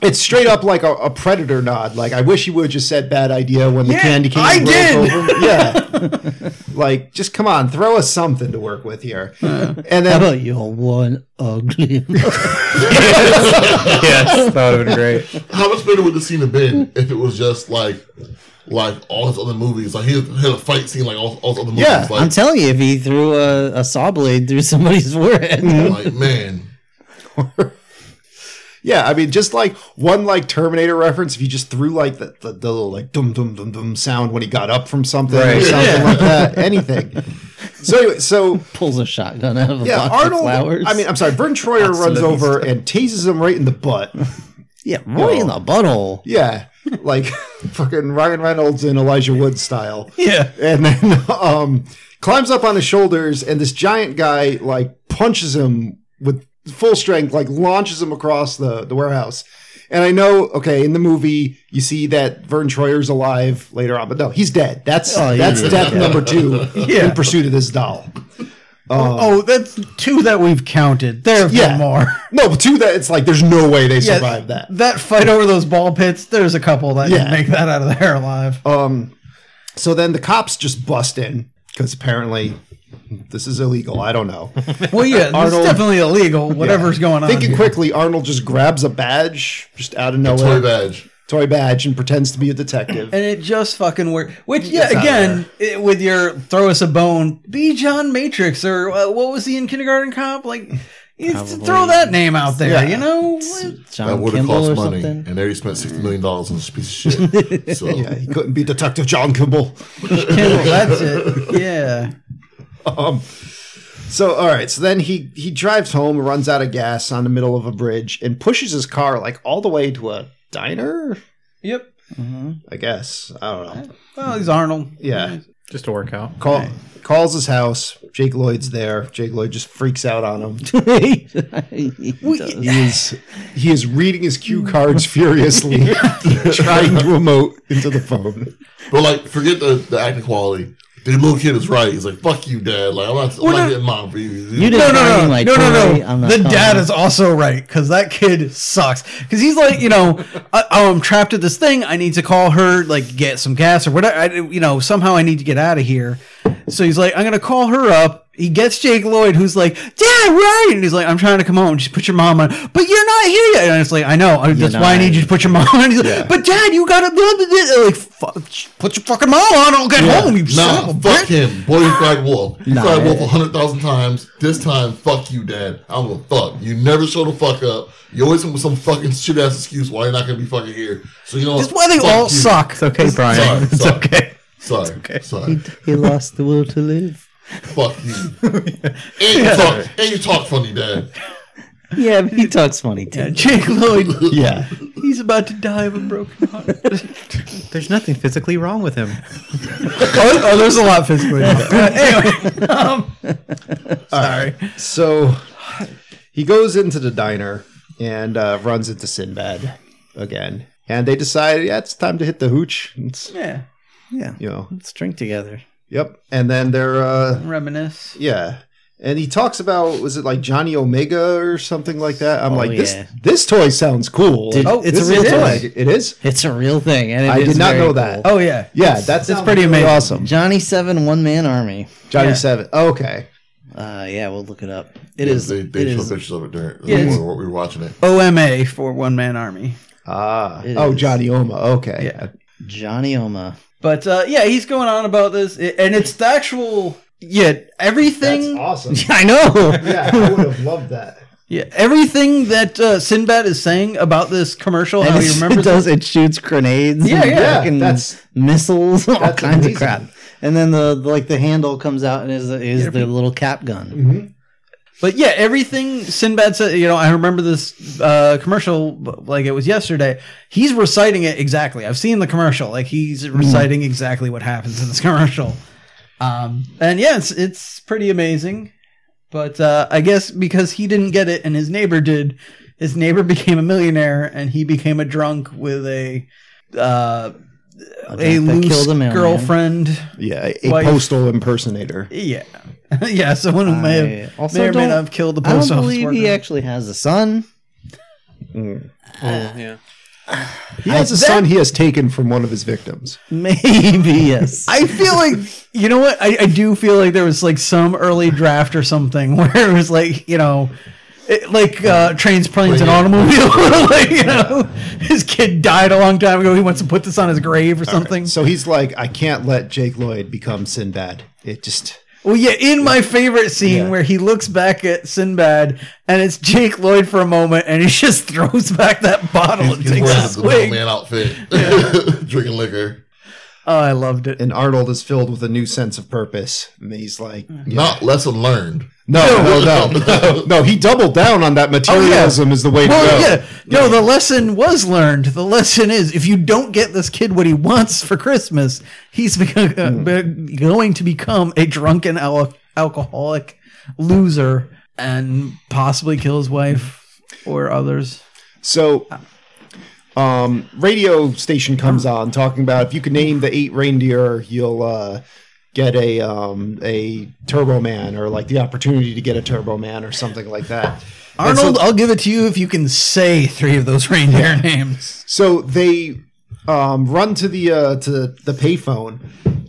Speaker 5: it's straight up like a, a predator nod. Like I wish you would have just said bad idea when the
Speaker 6: Yeah,
Speaker 5: candy cane
Speaker 6: I
Speaker 5: broke
Speaker 6: did.
Speaker 5: over. Yeah. like just come on, throw us something to work with here.
Speaker 6: Uh-huh.
Speaker 5: And
Speaker 3: How
Speaker 5: then
Speaker 3: about you're one ugly?
Speaker 2: yes, that would have been great.
Speaker 1: How much better would the scene have been if it was just like like all his other movies? Like he had he had a fight scene like all, all his other movies.
Speaker 5: Yeah,
Speaker 1: like,
Speaker 3: I'm telling you, if he threw a, a saw blade through somebody's forehead,
Speaker 1: like man,
Speaker 5: yeah, I mean just like one like Terminator reference, if you just threw like the, the, the little like dum dum dum dum sound when he got up from something or
Speaker 2: Right.
Speaker 5: something like that. Anything. So anyway, so
Speaker 3: pulls a shotgun out of a
Speaker 5: Mm. yeah,
Speaker 3: box
Speaker 5: Arnold.
Speaker 3: of flowers.
Speaker 5: I mean, I'm sorry. Vern Troyer runs
Speaker 2: Absolutely.
Speaker 5: over and tases him right in the butt.
Speaker 3: yeah, right in the butthole.
Speaker 5: Yeah, like fucking Ryan Reynolds and Elijah Wood style.
Speaker 6: Yeah.
Speaker 5: And then um, climbs up on his shoulders, and this giant guy like punches him with full strength, like launches him across the, the warehouse. And I know, okay, in the movie you see that Vern Troyer's alive later on, but no, he's dead. That's
Speaker 3: Oh, yeah.
Speaker 5: that's death
Speaker 1: Yeah.
Speaker 5: number two
Speaker 6: Yeah.
Speaker 5: in pursuit of this doll.
Speaker 6: oh, that's two that we've counted. There have
Speaker 5: Yeah.
Speaker 6: been more.
Speaker 5: No, but two that it's like there's no way they
Speaker 6: Yeah.
Speaker 5: survived that.
Speaker 6: That fight over those ball pits. There's a couple that
Speaker 5: Yeah.
Speaker 6: make that out of there alive.
Speaker 5: Um, so then the cops just bust in because apparently this is illegal. I don't know.
Speaker 6: Well, yeah,
Speaker 5: Arnold-
Speaker 6: it's definitely illegal. Whatever's going on.
Speaker 5: Thinking
Speaker 6: here.
Speaker 5: quickly, Arnold just grabs a badge just out of
Speaker 1: toy
Speaker 5: nowhere,
Speaker 1: badge.
Speaker 5: toy badge, and pretends to be a detective.
Speaker 6: and it just fucking worked. Which, yeah,
Speaker 5: It's out
Speaker 6: again, it, with your throw us a bone, be John Matrix or uh, what was he in Kindergarten Cop? Like, it's, throw that name out there,
Speaker 5: Yeah.
Speaker 6: you know?
Speaker 1: That
Speaker 3: John
Speaker 1: would have
Speaker 3: Kimball
Speaker 1: cost
Speaker 3: or
Speaker 1: money,
Speaker 3: something.
Speaker 1: and there he spent sixty million dollars on this piece of shit. So
Speaker 5: yeah, he couldn't be Detective John Kimball.
Speaker 6: Kimball, that's it. Yeah.
Speaker 5: Um, so all right, so then he he drives home, runs out of gas on the middle of a bridge, and pushes his car like all the way to a diner.
Speaker 6: Yep.
Speaker 5: I guess I don't know.
Speaker 6: Well, he's Arnold.
Speaker 5: Yeah,
Speaker 2: Just to work out.
Speaker 5: Call, calls his house. Jake Lloyd's there. Jake Lloyd just freaks out on him.
Speaker 3: He does.
Speaker 5: He is he is reading his cue cards furiously, trying to emote into the phone.
Speaker 1: But like, forget the, the acting quality. The little kid is right. He's like, "Fuck you, dad." Like, I'm not, I'm not getting mom for you.
Speaker 3: You didn't
Speaker 6: No, no,
Speaker 3: find
Speaker 6: no,
Speaker 3: me my
Speaker 6: no, no,
Speaker 3: toy, I'm
Speaker 6: no.
Speaker 3: not
Speaker 6: The dad
Speaker 3: calling.
Speaker 6: is also right because that kid sucks. Because he's like, you know, uh, oh, I'm trapped at this thing. I need to call her, like, get some gas or whatever. I, you know, somehow I need to get out of here. So he's like, I'm gonna call her up. He gets Jake Lloyd, who's like, Dad, right? And he's like, I'm trying to come home. Just put your mom on. But you're not here yet. And it's like, I know. I- That's
Speaker 3: not.
Speaker 6: why I need you to put your mom on. He's like, But Dad, you gotta blah, blah, blah." like, fuck, put your fucking mom on. I'll get home. You son
Speaker 1: Nah,
Speaker 6: of a
Speaker 1: fuck
Speaker 6: bitch.
Speaker 1: him. Boy, you cried wolf. You
Speaker 3: Nah,
Speaker 1: cried wolf
Speaker 3: it-
Speaker 1: a hundred thousand times. This time, fuck you, dad. I'm gonna fuck. You never show the fuck up. You always come with some fucking shit ass excuse why you're not gonna be fucking here. So you know
Speaker 6: That's
Speaker 1: what?
Speaker 6: why they
Speaker 1: Fuck
Speaker 6: all
Speaker 1: you.
Speaker 6: suck.
Speaker 2: It's okay, Brian.
Speaker 1: Sorry,
Speaker 2: it's
Speaker 1: sorry.
Speaker 2: okay.
Speaker 1: Sorry, sorry.
Speaker 3: He lost the will to live.
Speaker 1: fuck you. And you talk, and you talk funny, dad.
Speaker 3: Yeah, but he talks funny too.
Speaker 6: Jake Lloyd
Speaker 5: Yeah,
Speaker 6: He's about to die of a broken heart. oh,
Speaker 2: There's nothing physically wrong with him.
Speaker 6: oh, there's a lot physically. wrong. anyway, um, sorry.
Speaker 5: so he goes into the diner and uh, runs into Sinbad again, and they decide, yeah, it's time to hit the hooch. It's,
Speaker 6: Yeah,
Speaker 3: Yeah,
Speaker 5: you know,
Speaker 3: let's drink together.
Speaker 5: yep. And then they're, uh,
Speaker 6: reminisce.
Speaker 5: yeah, And he talks about was it like Johnny Omega or something like that? I'm
Speaker 3: Oh,
Speaker 5: like this
Speaker 3: yeah.
Speaker 5: this toy sounds cool.
Speaker 3: Did-
Speaker 5: Like,
Speaker 3: it's
Speaker 5: this
Speaker 3: a
Speaker 5: is
Speaker 3: real
Speaker 5: like-
Speaker 3: toy.
Speaker 5: It is.
Speaker 3: It's a real thing, and it
Speaker 5: I
Speaker 3: is
Speaker 5: did not
Speaker 3: very
Speaker 5: know that.
Speaker 3: cool.
Speaker 6: Oh yeah,
Speaker 5: Yeah, that's it's
Speaker 3: pretty amazing.
Speaker 5: Awesome,
Speaker 3: Johnny Seven One Man Army.
Speaker 5: Johnny
Speaker 6: Yeah.
Speaker 5: Seven. Oh, Okay,
Speaker 3: Uh, yeah, we'll look it up. It
Speaker 1: Yeah,
Speaker 3: is.
Speaker 1: They, they
Speaker 3: it
Speaker 1: showed
Speaker 3: is-
Speaker 1: pictures of it during
Speaker 6: Yeah, it's-
Speaker 1: when we were watching it.
Speaker 6: OMA for One Man Army.
Speaker 5: ah,
Speaker 3: It
Speaker 5: oh
Speaker 3: is.
Speaker 5: Johnny Oma. Okay,
Speaker 6: Yeah.
Speaker 3: Johnny Oma.
Speaker 6: But uh, yeah, he's going on about this, i- and it's the actual yeah everything.
Speaker 5: awesome.
Speaker 3: I know.
Speaker 5: yeah, I would have loved that.
Speaker 6: Yeah, everything that uh, Sinbad is saying about this commercial, how
Speaker 3: And
Speaker 6: he
Speaker 3: it's-
Speaker 6: remembers
Speaker 3: it does. It shoots grenades.
Speaker 6: Yeah,
Speaker 3: and
Speaker 6: yeah,
Speaker 3: fucking
Speaker 5: that's-
Speaker 3: missiles, all
Speaker 5: that's
Speaker 3: kinds
Speaker 5: amazing.
Speaker 3: of crap. And then the, the- like the handle comes out and is is the little cap gun.
Speaker 6: But yeah, everything Sinbad said, you know, I remember this uh, commercial b- like it was yesterday. He's reciting it exactly. I've seen the commercial. Like he's
Speaker 3: Mm-hmm.
Speaker 6: reciting exactly what happens in this commercial. Um, and yeah, it's, it's pretty amazing. But uh, I guess because he didn't get it and his neighbor did, his neighbor became a millionaire and he became a drunk with a uh,
Speaker 3: A
Speaker 6: a
Speaker 3: drunk that
Speaker 6: loose
Speaker 3: killed a mailman.
Speaker 6: girlfriend.
Speaker 5: Yeah, a
Speaker 6: Wife.
Speaker 5: postal impersonator.
Speaker 6: Yeah, yeah, someone who may have.
Speaker 3: I also
Speaker 6: may or may
Speaker 3: don't-
Speaker 6: not have killed the
Speaker 3: I
Speaker 6: post
Speaker 3: don't
Speaker 6: office
Speaker 3: believe
Speaker 6: worker.
Speaker 3: he actually has a son.
Speaker 2: yeah.
Speaker 5: He has a son he has taken from one of his victims.
Speaker 3: Maybe yes.
Speaker 6: I feel like you know what I, I do feel like there was like some early draft or something where it was like you know it, like uh, trains, planes, and automobile. like you know, his kid died a long time ago. He wants to put this on his grave or something.
Speaker 5: So he's like, I can't let Jake Lloyd become Sinbad. It just
Speaker 6: Well, yeah, in my favorite scene
Speaker 5: Yeah.
Speaker 6: where he looks back at Sinbad and it's Jake Lloyd for a moment, and he just throws back that bottle and
Speaker 1: He's
Speaker 6: takes a
Speaker 1: wearing the little
Speaker 6: swig.
Speaker 1: man outfit, drinking liquor.
Speaker 6: Oh, I loved it.
Speaker 5: and Arnold is filled with a new sense of purpose. And he's like,
Speaker 1: Not lesson learned.
Speaker 5: No, no, no, no. He doubled down on that materialism is the way to
Speaker 6: Well,
Speaker 5: go.
Speaker 6: yeah. No, the lesson was learned. The lesson is if you don't get this kid what he wants for Christmas, he's become, uh,
Speaker 5: Hmm.
Speaker 6: be- going to become a drunken al- alcoholic loser and possibly kill his wife or others.
Speaker 5: So, um, radio station comes on talking about if you can name the eight reindeer, you'll uh, get a um, a Turbo Man or like the opportunity to get a Turbo Man or something like that. And so-
Speaker 6: Arnold, I'll give it to you if you can say three of those reindeer names.
Speaker 5: So they um, run to the uh, to the payphone,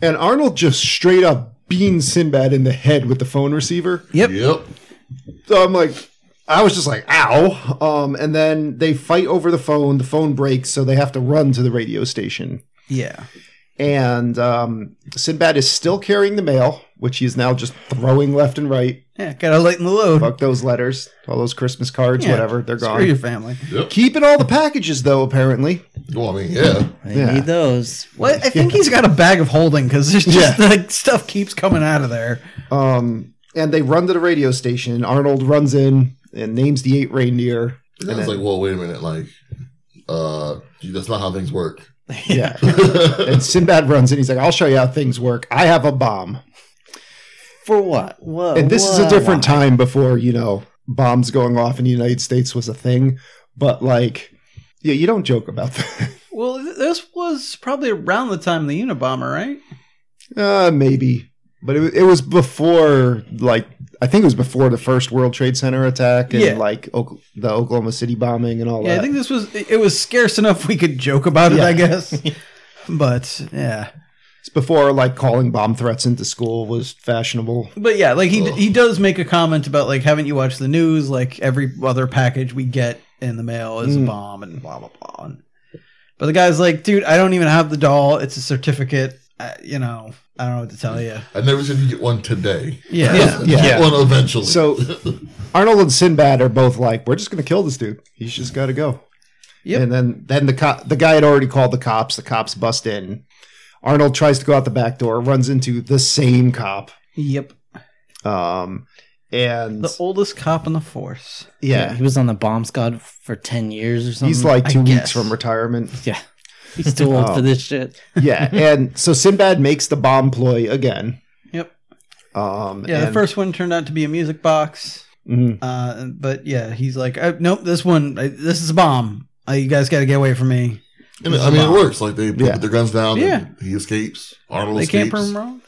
Speaker 5: and Arnold just straight up beans Sinbad in the head with the phone receiver.
Speaker 1: Yep.
Speaker 5: So I'm like, I was just like, ow. Um, and then they fight over the phone. The phone breaks, so they have to run to the radio station.
Speaker 6: Yeah.
Speaker 5: And um, Sinbad is still carrying the mail, which he is now just throwing left and right.
Speaker 6: Yeah, gotta lighten the load.
Speaker 5: Fuck those letters, all those Christmas cards,
Speaker 6: Yeah.
Speaker 5: whatever. They're
Speaker 6: Screw your
Speaker 5: gone.
Speaker 6: family.
Speaker 5: Keeping all the packages though, apparently.
Speaker 1: Well, I mean, yeah.
Speaker 3: They
Speaker 5: Yeah.
Speaker 3: need those.
Speaker 6: Well, I think he's got a bag of holding because there's just
Speaker 5: Yeah.
Speaker 6: like stuff keeps coming out of there.
Speaker 5: Um, and they run to the radio station. Arnold runs in and names the eight reindeer.
Speaker 1: And I was like, well, wait a minute. Like, uh, gee, that's not how things work.
Speaker 5: Yeah. and Sinbad runs in. He's like, I'll show you how things work. I have a bomb.
Speaker 3: For what?
Speaker 6: Oh,
Speaker 3: What?
Speaker 5: And this is a
Speaker 3: what-
Speaker 5: different time before, you know, bombs going off in the United States was a thing. But like, yeah, you don't joke about that.
Speaker 6: Well, th- this was probably around the time of the Unabomber, right?
Speaker 5: uh, maybe. But it, wa- it was before, like, I think it was before the first World Trade Center attack and
Speaker 6: Yeah.
Speaker 5: like Ok- the Oklahoma City bombing and all
Speaker 6: Yeah,
Speaker 5: that.
Speaker 6: I think this was. It was scarce enough we could joke about it,
Speaker 5: Yeah.
Speaker 6: I guess. but yeah,
Speaker 5: it's before like calling bomb threats into school was fashionable.
Speaker 6: but yeah, like he d he does make a comment about like, haven't you watched the news? Like every other package we get in the mail is a
Speaker 5: Mm.
Speaker 6: bomb and blah blah blah. And, but the guy's like, dude, I don't even have the doll. It's a certificate. I, you know, I don't know what to tell you.
Speaker 1: I never said you get one today.
Speaker 6: Yeah,
Speaker 5: Yeah.
Speaker 1: Get One eventually.
Speaker 5: So Arnold and Sinbad are both like, "We're just going to kill this dude. He's just got to go."
Speaker 6: Yep.
Speaker 5: And then then the co- the guy had already called the cops. The cops bust in. Arnold tries to go out the back door, runs into the same cop.
Speaker 6: Yep,
Speaker 5: Um, and
Speaker 6: the oldest cop in the force.
Speaker 3: Yeah,
Speaker 5: yeah,
Speaker 3: he was on the bomb squad for ten years or something.
Speaker 5: he's like
Speaker 6: um, I
Speaker 5: two
Speaker 6: guess.
Speaker 5: weeks from retirement.
Speaker 3: yeah, he's too old
Speaker 5: Oh.
Speaker 3: for this shit.
Speaker 5: Yeah, and so Sinbad makes the bomb ploy again.
Speaker 6: Yep.
Speaker 5: Um,
Speaker 6: Yeah, the
Speaker 5: and-
Speaker 6: first one turned out to be a music box.
Speaker 5: Mhm.
Speaker 6: Uh, but yeah, he's like, uh, nope, this one, uh, this is a bomb. Uh, you guys got to get away from me.
Speaker 1: And I mean, it works. Like, they put
Speaker 5: Yeah.
Speaker 1: their guns down.
Speaker 6: Yeah.
Speaker 1: And he escapes. Arnold
Speaker 6: They can't
Speaker 1: escapes.
Speaker 6: prove him wrong.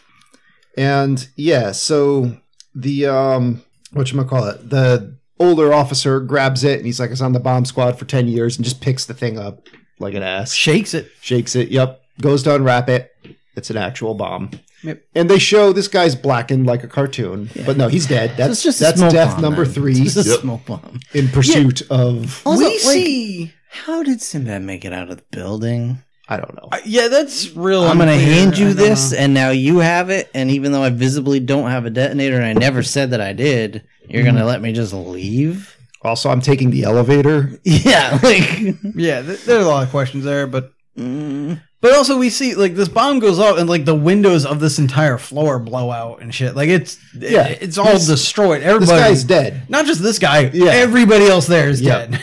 Speaker 5: And yeah, so the um whatchamacallit, the older officer grabs it and he's like, it's on the bomb squad for 10 years and just picks the thing up like an ass.
Speaker 6: Shakes it.
Speaker 5: shakes it. Yep, goes to unwrap it. It's an actual bomb.
Speaker 6: Yep.
Speaker 5: And they show this guy's blackened like a cartoon, but no, he's dead. That's
Speaker 3: it's just a
Speaker 5: that's
Speaker 3: smoke
Speaker 5: death
Speaker 3: bomb,
Speaker 5: number
Speaker 3: man.
Speaker 5: three
Speaker 3: It's just a
Speaker 1: Yep.
Speaker 3: smoke bomb.
Speaker 5: in pursuit of
Speaker 3: Also,
Speaker 6: we
Speaker 3: like,
Speaker 6: see.
Speaker 3: how did Sinbad make it out of the building?
Speaker 5: I don't know.
Speaker 6: Uh, yeah, that's real.
Speaker 3: I'm gonna
Speaker 6: unclear.
Speaker 3: hand
Speaker 6: I
Speaker 3: you
Speaker 6: don't
Speaker 3: this,
Speaker 6: know.
Speaker 3: and now you have it. And even though I visibly don't have a detonator, and I never said that I did, you're gonna
Speaker 6: Mm-hmm.
Speaker 3: let me just leave?
Speaker 5: Also, I'm taking the elevator.
Speaker 3: Yeah, like
Speaker 6: Yeah, th- there's a lot of questions there, but
Speaker 3: mm,
Speaker 6: but also we see like this bomb goes off and like the windows of this entire floor blow out and shit. Like it's
Speaker 5: Yeah.
Speaker 6: it- it's all destroyed.
Speaker 5: This
Speaker 6: Everybody,
Speaker 5: guy's dead.
Speaker 6: not just this guy.
Speaker 5: Yeah.
Speaker 6: everybody else there is
Speaker 5: Yeah.
Speaker 6: dead.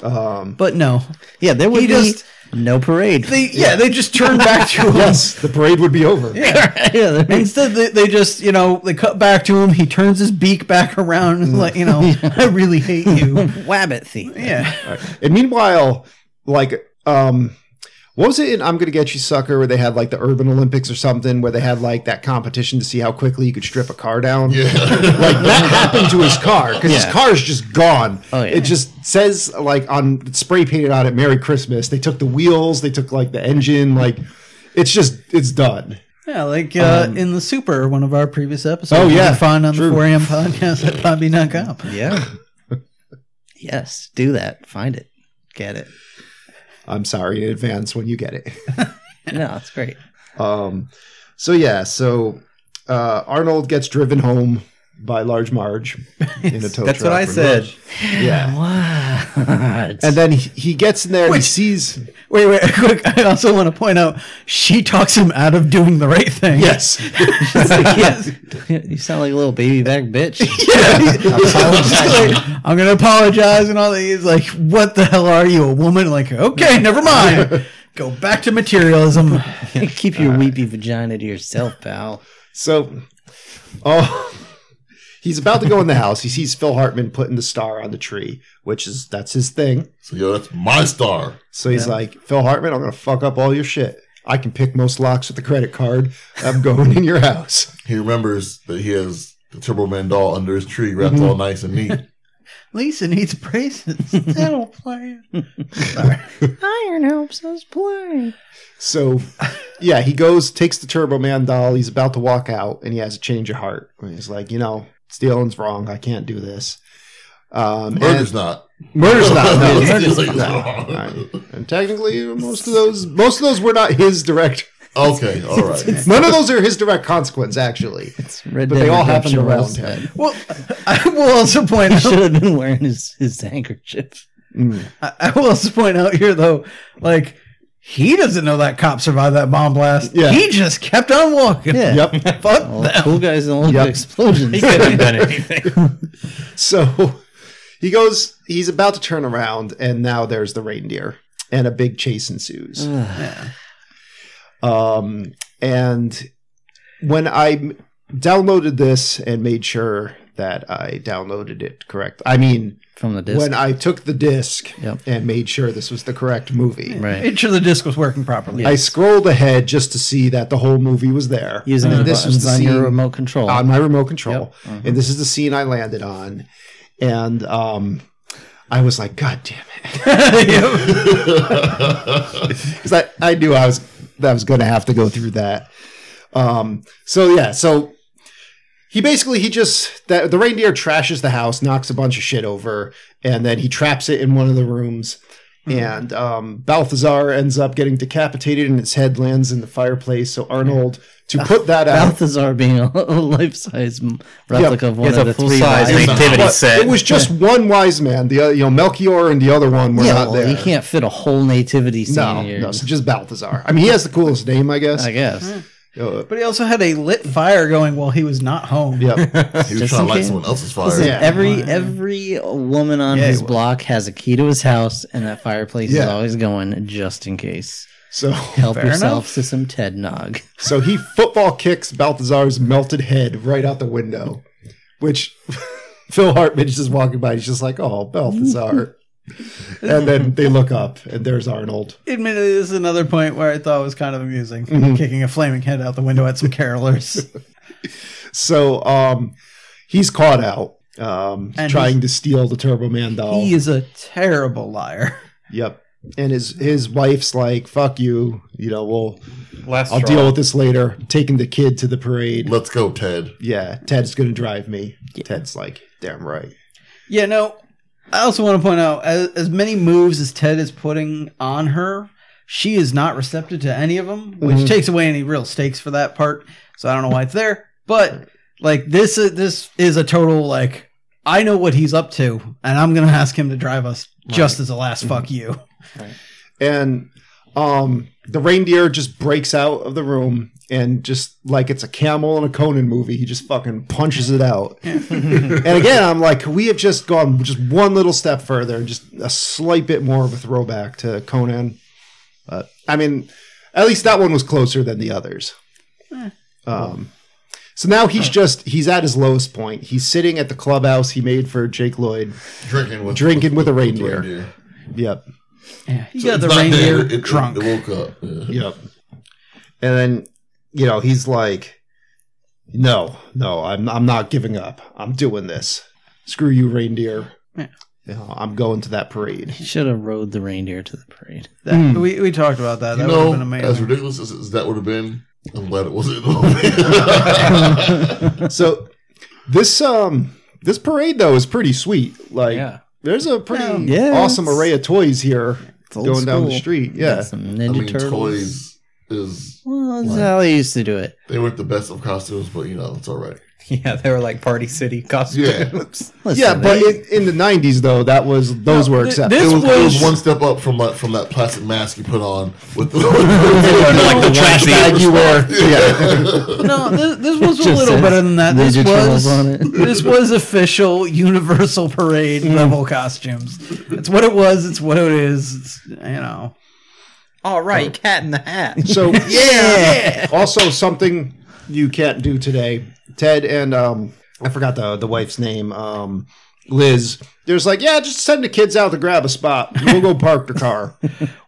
Speaker 5: Um,
Speaker 6: But no,
Speaker 3: yeah, there would
Speaker 6: He
Speaker 3: be
Speaker 6: just-
Speaker 3: no parade.
Speaker 6: they yeah, they just turn back to him.
Speaker 5: yes, the parade would be over.
Speaker 3: yeah, there-
Speaker 6: Instead, they, they just you know they cut back to him. He turns his beak back around and like you know I really hate you.
Speaker 3: wabbit thief.
Speaker 6: Yeah,
Speaker 5: And meanwhile, like, um, what was it in I'm Gonna Get You Sucker where they had like the Urban Olympics or something where they had like that competition to see how quickly you could strip a car down?
Speaker 1: Yeah.
Speaker 5: like that happened to his car because his
Speaker 3: Yeah.
Speaker 5: car is just gone.
Speaker 3: Oh, yeah.
Speaker 5: It just says like on it's spray painted on it "Merry Christmas." They took the wheels, they took like the engine, like it's just it's done.
Speaker 6: yeah, like uh, in the super one of our previous episodes.
Speaker 5: Um, Oh,
Speaker 6: you
Speaker 5: yeah,
Speaker 6: can find on
Speaker 5: true.
Speaker 6: the 4am podcast at podbean.com.
Speaker 3: Yeah. yes, do that. Find it. Get it.
Speaker 5: I'm sorry in advance when you get it.
Speaker 3: No, it's great.
Speaker 5: Um, so yeah, so uh, Arnold gets driven home by Large Marge in a tow
Speaker 2: That's
Speaker 5: truck.
Speaker 2: what I said.
Speaker 5: Yeah.
Speaker 3: What?
Speaker 5: And then he, he gets in there and he
Speaker 6: Wait.
Speaker 5: sees
Speaker 6: Wait, wait, quick! I also want to point out she talks him out of doing the right thing.
Speaker 5: yes,
Speaker 3: yeah, you sound like a little baby back bitch.
Speaker 6: Just like, I'm gonna apologize and all that. He's like, "What the hell are you, a woman?" Like, okay, never mind. Go back to materialism.
Speaker 3: Keep your weepy vagina to yourself, pal.
Speaker 5: So, oh, he's about to go in the house. He sees Phil Hartman putting the star on the tree, which is that's his thing.
Speaker 1: So yo, that's my star.
Speaker 5: So he's like, Phil Hartman, I'm gonna fuck up all your shit. I can pick most locks with a credit card. I'm going in your house.
Speaker 1: He remembers that he has the Turbo Man doll under his tree, wrapped
Speaker 5: Mm-hmm.
Speaker 1: all nice and neat.
Speaker 6: Lisa needs braces. That'll play.
Speaker 12: Iron helps us play.
Speaker 5: So, yeah, he goes, takes the Turbo Man doll. He's about to walk out, and he has a change of heart. And he's like, you know, stealing's wrong. I can't do this. Um, and-
Speaker 1: Murder's not.
Speaker 5: murder's not. No,
Speaker 1: It's
Speaker 5: murder's
Speaker 1: just like-
Speaker 5: not. Right. And technically, most of those, most of those were not his direct
Speaker 1: Okay, all right.
Speaker 5: None of those are his direct consequence, actually.
Speaker 3: It's Red
Speaker 5: But
Speaker 3: Dead
Speaker 5: they all happened
Speaker 3: Redemption
Speaker 5: around
Speaker 3: rules,
Speaker 5: him.
Speaker 3: man.
Speaker 6: Well, I will also point
Speaker 3: He
Speaker 6: out.
Speaker 3: should have been wearing his, his handkerchief.
Speaker 6: I I will also point out here though, like he doesn't know that cop survived that bomb blast.
Speaker 5: Yeah.
Speaker 6: He just kept on walking.
Speaker 3: Yeah.
Speaker 5: Yep.
Speaker 6: Fuck
Speaker 3: All
Speaker 6: that.
Speaker 3: cool guys don't look
Speaker 5: Yep.
Speaker 3: at explosions.
Speaker 2: He couldn't have done anything.
Speaker 5: So he goes, he's about to turn around, and now there's the reindeer, and a big chase ensues. Um, and when I m- downloaded this and made sure that I downloaded it correct, I mean,
Speaker 3: From the disc.
Speaker 5: when I took the disc
Speaker 3: Yep.
Speaker 5: and made sure this was the correct movie.
Speaker 3: right.
Speaker 6: Made sure the disc was working properly.
Speaker 5: I scrolled ahead just to see that the whole movie was there.
Speaker 3: Using
Speaker 5: and
Speaker 3: the buttons on your remote control.
Speaker 5: on my remote control. And this is the scene I landed on. And um, I was like, God damn it. Because I, I knew I was that I was gonna have to go through that. Um, so yeah, so he basically he just that the reindeer trashes the house, knocks a bunch of shit over, and then he traps it in one of the rooms.
Speaker 3: Hmm.
Speaker 5: And um, Balthazar ends up getting decapitated, and his head lands in the fireplace. So Arnold, to put that out,
Speaker 3: Balthazar being a life size replica of one
Speaker 5: It's
Speaker 3: of
Speaker 2: a
Speaker 3: the
Speaker 2: full
Speaker 3: three
Speaker 2: size
Speaker 3: lions.
Speaker 2: activity
Speaker 5: But
Speaker 2: set.
Speaker 5: It was just one wise man. The other, you know, Melchior and the other one were
Speaker 3: Yeah,
Speaker 5: not
Speaker 3: well,
Speaker 5: there.
Speaker 3: you can't fit a whole nativity scene
Speaker 5: No,
Speaker 3: in here.
Speaker 5: no, so just Balthazar. I mean, he has the coolest name, I guess.
Speaker 3: I guess.
Speaker 5: Uh,
Speaker 6: But he also had a lit fire going while he was not home.
Speaker 5: yep.
Speaker 1: He was
Speaker 3: Just
Speaker 1: trying to
Speaker 3: in
Speaker 1: light
Speaker 3: case.
Speaker 1: someone else's fire.
Speaker 3: Listen,
Speaker 5: Yeah.
Speaker 3: every every woman on
Speaker 6: Yeah,
Speaker 3: his
Speaker 6: it was.
Speaker 3: block has a key to his house, and that fireplace is
Speaker 5: Yeah.
Speaker 3: always going just in case.
Speaker 5: So,
Speaker 3: Help
Speaker 6: Fair
Speaker 3: yourself
Speaker 6: enough.
Speaker 3: to some Ted Nog.
Speaker 5: so he football kicks Balthazar's melted head right out the window, which Phil Hartman is just walking by. He's just like, "Oh, Balthazar," and then they look up, and there's Arnold.
Speaker 6: Admittedly, this is another point where I thought it was kind of amusing. Kicking a flaming head out the window at some carolers.
Speaker 5: So, um, he's caught out um,
Speaker 6: And
Speaker 5: trying to steal the Turbo Man doll.
Speaker 6: He is a terrible liar.
Speaker 5: Yep. And his his wife's like, "Fuck you," you know. We'll
Speaker 2: Last
Speaker 5: I'll
Speaker 2: straw.
Speaker 5: deal with this later. Taking the kid to the parade.
Speaker 1: Let's go, Ted.
Speaker 5: Yeah, Ted's gonna drive me. Ted's like, "Damn right."
Speaker 6: Yeah, no. I also want to point out as, as many moves as Ted is putting on her, she is not receptive to any of them, which
Speaker 5: Mhm.
Speaker 6: takes away any real stakes for that part. So I don't know why it's there, but like this is this is a total like I know what he's up to, and I'm gonna ask him to drive us just as a last fuck you.
Speaker 5: and um the reindeer just breaks out of the room and just like it's a camel in a Conan movie, he just fucking punches it out. and again, I'm like, could we have just gone just one little step further and just a slight bit more of a throwback to Conan. But I mean, at least that one was closer than the others. Um so now he's just he's at his lowest point. He's sitting at the clubhouse he made for Jake Lloyd.
Speaker 1: Drinking with
Speaker 5: Drinking with a reindeer. Yep.
Speaker 6: Yeah, he
Speaker 1: So
Speaker 6: got
Speaker 1: it's
Speaker 6: the
Speaker 1: not dead,
Speaker 6: reindeer
Speaker 1: it- it-
Speaker 6: drunk.
Speaker 1: It, woke up. Yeah.
Speaker 5: Yep. And then, you know, he's like, "No, no, I'm I'm not giving up. I'm doing this. Screw you, reindeer.
Speaker 6: Yeah.
Speaker 5: You know, I'm going to that parade."
Speaker 3: He should have rode the reindeer to the parade.
Speaker 6: That- we, we talked about that.
Speaker 1: You
Speaker 6: That would have been
Speaker 1: know, as
Speaker 6: amazing.
Speaker 1: ridiculous as, as that would have been, I'm glad it wasn't in the movie.
Speaker 5: so this um this parade though is pretty sweet. Like, there's a pretty
Speaker 3: Yeah.
Speaker 5: awesome array of toys here
Speaker 3: It's old
Speaker 5: going down the
Speaker 3: school.
Speaker 5: street.
Speaker 3: You got
Speaker 5: Yeah.
Speaker 3: some
Speaker 1: I
Speaker 3: Ninja
Speaker 1: mean,
Speaker 3: Turtles.
Speaker 1: toys is
Speaker 3: Well, that's how they used to do it.
Speaker 1: they weren't the best of costumes, but you know it's all right.
Speaker 2: Yeah, they were like Party City costumes.
Speaker 3: Listen,
Speaker 5: Yeah, but in, in the '90s though, that was those were
Speaker 6: th-
Speaker 5: accepted.
Speaker 1: It
Speaker 6: this
Speaker 1: was, it was
Speaker 6: was-
Speaker 1: one step up from that from that plastic mask you put on with the,
Speaker 3: like the trash bag you wear.
Speaker 1: Yeah.
Speaker 6: no, this, this was a
Speaker 3: just
Speaker 6: little
Speaker 3: says
Speaker 6: better than that. This
Speaker 3: Ninja Turtles
Speaker 6: was
Speaker 3: on it. Mm.
Speaker 6: this was official Universal Parade level costumes. It's what it was. It's what it is. It's, you know,
Speaker 2: All right, Cat in the Hat.
Speaker 5: So yeah. Also, something you can't do today. Ted and um, I forgot the the wife's name. Um, Liz. There's like, yeah, just send the kids out to grab a spot. We'll go park the car.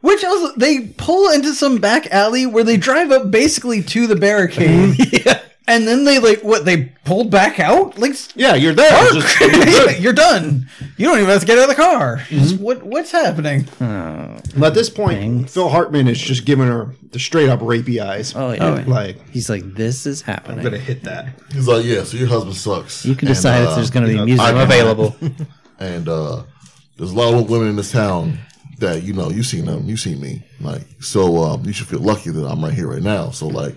Speaker 6: which also they pull into some back alley where they drive up basically to the barricade.
Speaker 3: Mm-hmm.
Speaker 6: And then they like what they pulled back out like s-
Speaker 5: yeah, you're there. Just-
Speaker 6: Yeah, you're done. You don't even have to get out of the car. Just
Speaker 3: Mm-hmm.
Speaker 6: What what's happening?
Speaker 5: but at this point, Phil Hartman is just giving her the straight up rapey eyes.
Speaker 3: oh, yeah.
Speaker 5: Like,
Speaker 3: He's like, this is happening.
Speaker 5: I'm gonna hit that.
Speaker 1: He's like, yeah. So your husband sucks.
Speaker 3: you can
Speaker 1: And,
Speaker 3: decide
Speaker 1: uh,
Speaker 3: if there's going to be
Speaker 5: you know,
Speaker 3: music.
Speaker 1: I-
Speaker 3: or
Speaker 2: I'm
Speaker 3: not.
Speaker 2: available.
Speaker 1: and uh, there's a lot of women in this town that you know you've seen them you've seen me like so um, you should feel lucky that i'm right here right now so like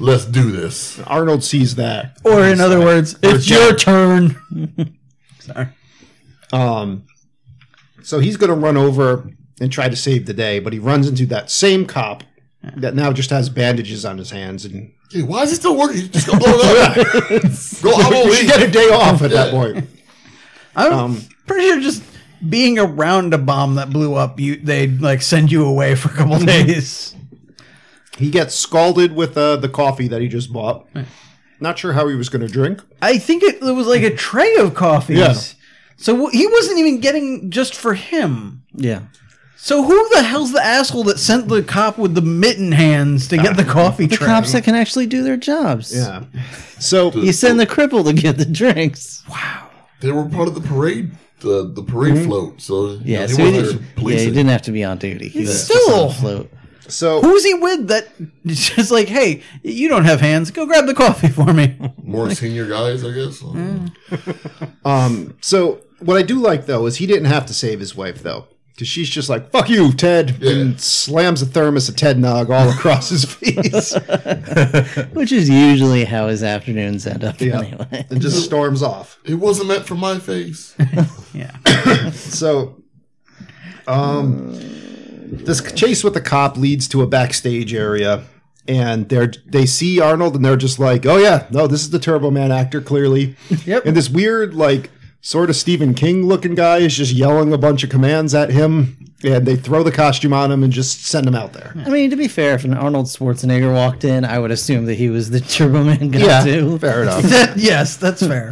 Speaker 1: let's do this
Speaker 5: Arnold sees that.
Speaker 6: Or in other words, it's your turn.
Speaker 5: Um, so he's going to run over and try to save the day, but he runs into that same cop that now just has bandages on his hands and
Speaker 1: hey, why is it still working You just go blow it up go i'm
Speaker 5: You should get a day off at that point.
Speaker 6: I'm
Speaker 5: Um,
Speaker 6: pretty sure just being around a bomb that blew up, you they like send you away for a couple days.
Speaker 5: He gets scalded with uh, the coffee that he just bought. Not sure how he was going to drink.
Speaker 6: I think it, it was like a tray of coffees.
Speaker 5: Yeah.
Speaker 6: So w- he wasn't even getting just for him.
Speaker 3: Yeah.
Speaker 6: So who the hell's the asshole that sent the cop with the mitten hands to get Uh, the coffee
Speaker 3: The
Speaker 6: tray?
Speaker 3: cops that can actually do their jobs.
Speaker 5: Yeah. So
Speaker 3: You send the cripple to get the drinks.
Speaker 1: they were part of the parade the, the parade
Speaker 5: Mm-hmm.
Speaker 1: float so you
Speaker 3: Yeah,
Speaker 1: know,
Speaker 3: so he,
Speaker 1: wasn't
Speaker 3: didn't,
Speaker 1: actually
Speaker 3: yeah, he
Speaker 1: policing.
Speaker 3: didn't have to be on duty. He was just
Speaker 6: still-
Speaker 3: on float.
Speaker 5: so
Speaker 6: Who's he with that? It's just like, hey, you don't have hands. Go grab the coffee for me.
Speaker 1: more senior guys i guess
Speaker 5: um so what I do like though is he didn't have to save his wife though. Cause she's just like "fuck you, Ted,"
Speaker 1: Yeah.
Speaker 5: and slams a thermos of Ted Nog all across his face,
Speaker 3: Which is usually how his afternoons end up
Speaker 5: Yeah.
Speaker 3: anyway.
Speaker 5: and just storms off.
Speaker 1: it wasn't meant for my face
Speaker 6: Yeah.
Speaker 5: So, um, this chase with the cop leads to a backstage area, and they're they see Arnold, and they're just like, "Oh yeah, no, this is the Turbo Man actor, clearly."
Speaker 6: Yep.
Speaker 5: And this weird, like, sort of Stephen King looking guy is just yelling a bunch of commands at him, and they throw the costume on him and just send him out there.
Speaker 3: I mean, to be fair, if an Arnold Schwarzenegger walked in, I would assume that he was the Turbo Man guy too.
Speaker 5: fair enough.
Speaker 6: That- yes, that's fair.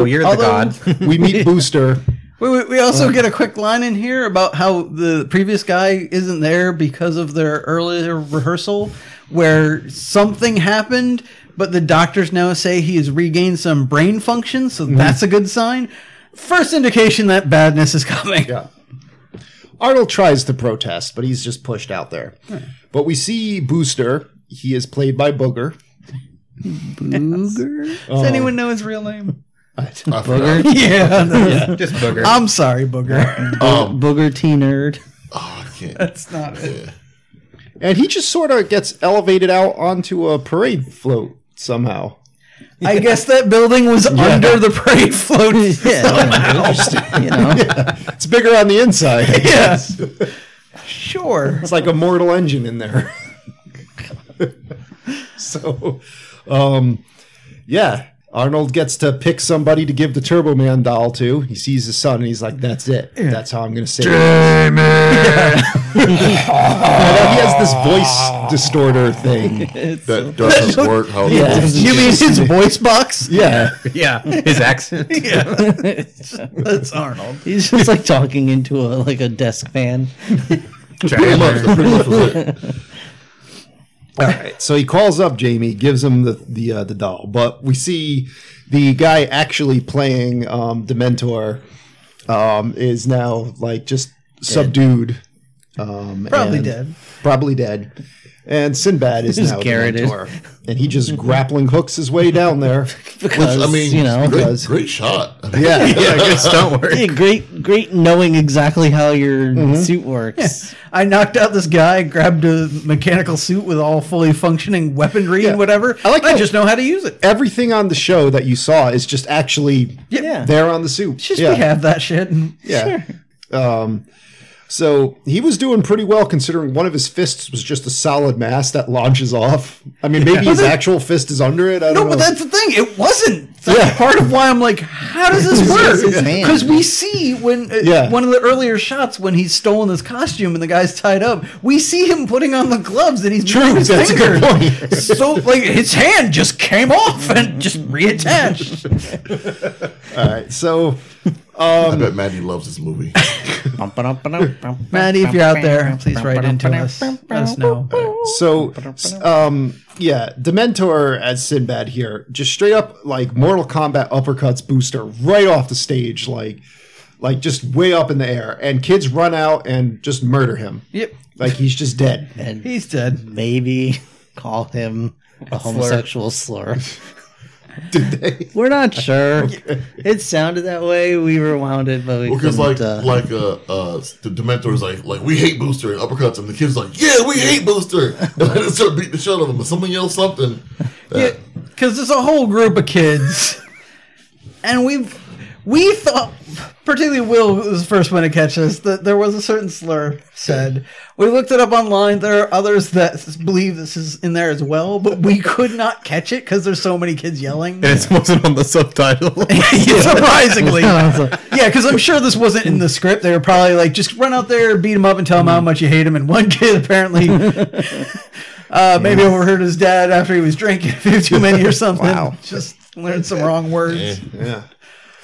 Speaker 2: Oh, you're the god.
Speaker 5: we meet Booster.
Speaker 6: We, we, we also get a quick line in here about how the previous guy isn't there because of their earlier rehearsal where something happened but the doctors now say he has regained some brain function,
Speaker 5: Mm-hmm.
Speaker 6: so that's a good sign. First indication that badness is coming.
Speaker 5: Yeah. Arnold tries to protest, but he's just pushed out there. But we see Booster. He is played by Booger.
Speaker 6: Booger?
Speaker 5: Oh.
Speaker 6: Does anyone know his real name?
Speaker 1: I forgot.
Speaker 6: yeah, no.
Speaker 2: Just booger.
Speaker 6: I'm sorry, Booger.
Speaker 1: Um,
Speaker 3: Booger T nerd.
Speaker 1: oh, I can't.
Speaker 6: That's not it.
Speaker 1: yeah.
Speaker 5: And he just sort of gets elevated out onto a parade float somehow.
Speaker 6: I guess that building was under the parade float.
Speaker 3: Yeah, you know.
Speaker 5: It's bigger on the inside.
Speaker 6: Yes. Sure.
Speaker 5: It's like a mortal engine in there. so, um, yeah. Arnold gets to pick somebody to give the Turbo Man doll to. He sees his son and he's like, that's it. That's how I'm going to save Jamie! he has this voice distorter thing.
Speaker 1: That doesn't work. How
Speaker 5: Yeah.
Speaker 6: You mean his voice box?
Speaker 5: Yeah.
Speaker 2: yeah, his accent.
Speaker 6: Yeah. That's Arnold.
Speaker 3: He's just like talking into a like a desk fan.
Speaker 1: Pretty much, that's pretty much what it-
Speaker 5: All right. So he calls up Jamie, gives him the the uh, the doll, but we see the guy actually playing um, Dementor um, is now like just subdued. Um,
Speaker 6: Probably
Speaker 5: and-
Speaker 6: dead.
Speaker 5: Probably dead. And Sinbad is
Speaker 3: Just
Speaker 5: now
Speaker 3: garroted.
Speaker 5: Dementor, and he just grappling hooks his way down there.
Speaker 3: Because
Speaker 1: I mean,
Speaker 3: you know,
Speaker 1: great,
Speaker 5: because-
Speaker 1: great shot. I mean,
Speaker 5: Yeah,
Speaker 2: don't worry.
Speaker 3: yeah, great, great knowing exactly how your
Speaker 5: Mm-hmm.
Speaker 3: suit works.
Speaker 6: I knocked out this guy, grabbed a mechanical suit with all fully functioning weaponry
Speaker 5: Yeah.
Speaker 6: and whatever.
Speaker 5: I like
Speaker 6: I
Speaker 5: how-
Speaker 6: just know how to use it.
Speaker 5: Everything on the show that you saw is just actually
Speaker 3: Yeah.
Speaker 5: there on the suit.
Speaker 6: Just
Speaker 5: yeah.
Speaker 6: we have that shit. And
Speaker 5: Yeah. Um, so he was doing pretty well considering one of his fists was just a solid mass that launches off. I mean, maybe his actual fist is under it. I
Speaker 6: No,
Speaker 5: don't know.
Speaker 6: but that's the thing. It wasn't. That's
Speaker 5: Yeah.
Speaker 6: part of why I'm like, how does this
Speaker 3: just his
Speaker 6: work?
Speaker 3: hand.
Speaker 6: Because we see when uh,
Speaker 5: Yeah.
Speaker 6: one of the earlier shots when he's stolen this costume and the guy's tied up, we see him putting on the gloves and he's moving his
Speaker 5: that's a
Speaker 6: finger.
Speaker 5: good point.
Speaker 6: so like his hand just came off and just reattached.
Speaker 5: All right, so
Speaker 1: I bet Maddie loves this movie.
Speaker 6: Maddie, if you're out there, please write into us. Let us know.
Speaker 5: so um, yeah, Dementor as Sinbad here, just straight up like Mortal Kombat uppercuts Booster right off the stage, like like just way up in the air, and kids run out and just murder him.
Speaker 6: Yep,
Speaker 5: Like he's just dead.
Speaker 3: And
Speaker 6: he's dead.
Speaker 3: maybe call him a homosexual slur.
Speaker 5: Did they?
Speaker 3: We're not sure. It sounded that way. We rewound it, but we
Speaker 1: Because
Speaker 3: couldn't.
Speaker 1: like like
Speaker 3: uh,
Speaker 1: uh uh the Dementor's like like we hate Booster and uppercuts him. The kid's like yeah we hate Booster. And then start beating the shit out of him. But someone yells something.
Speaker 6: Yeah,
Speaker 1: That,
Speaker 6: because there's a whole group of kids, and we've we thought, particularly Will was the first one to catch this, that there was a certain slur said. We looked it up online. There are others that s- believe this is in there as well, but we could not catch it because there's so many kids yelling.
Speaker 2: It wasn't on the subtitle.
Speaker 6: Surprisingly, yeah, because I'm sure this wasn't in the script. They were probably like, just run out there, beat him up, and tell him
Speaker 5: Mm-hmm.
Speaker 6: how much you hate him. And one kid apparently, uh, maybe overheard his dad after he was drinking a few too many or something.
Speaker 5: Wow.
Speaker 6: Just learned some wrong words.
Speaker 5: Yeah.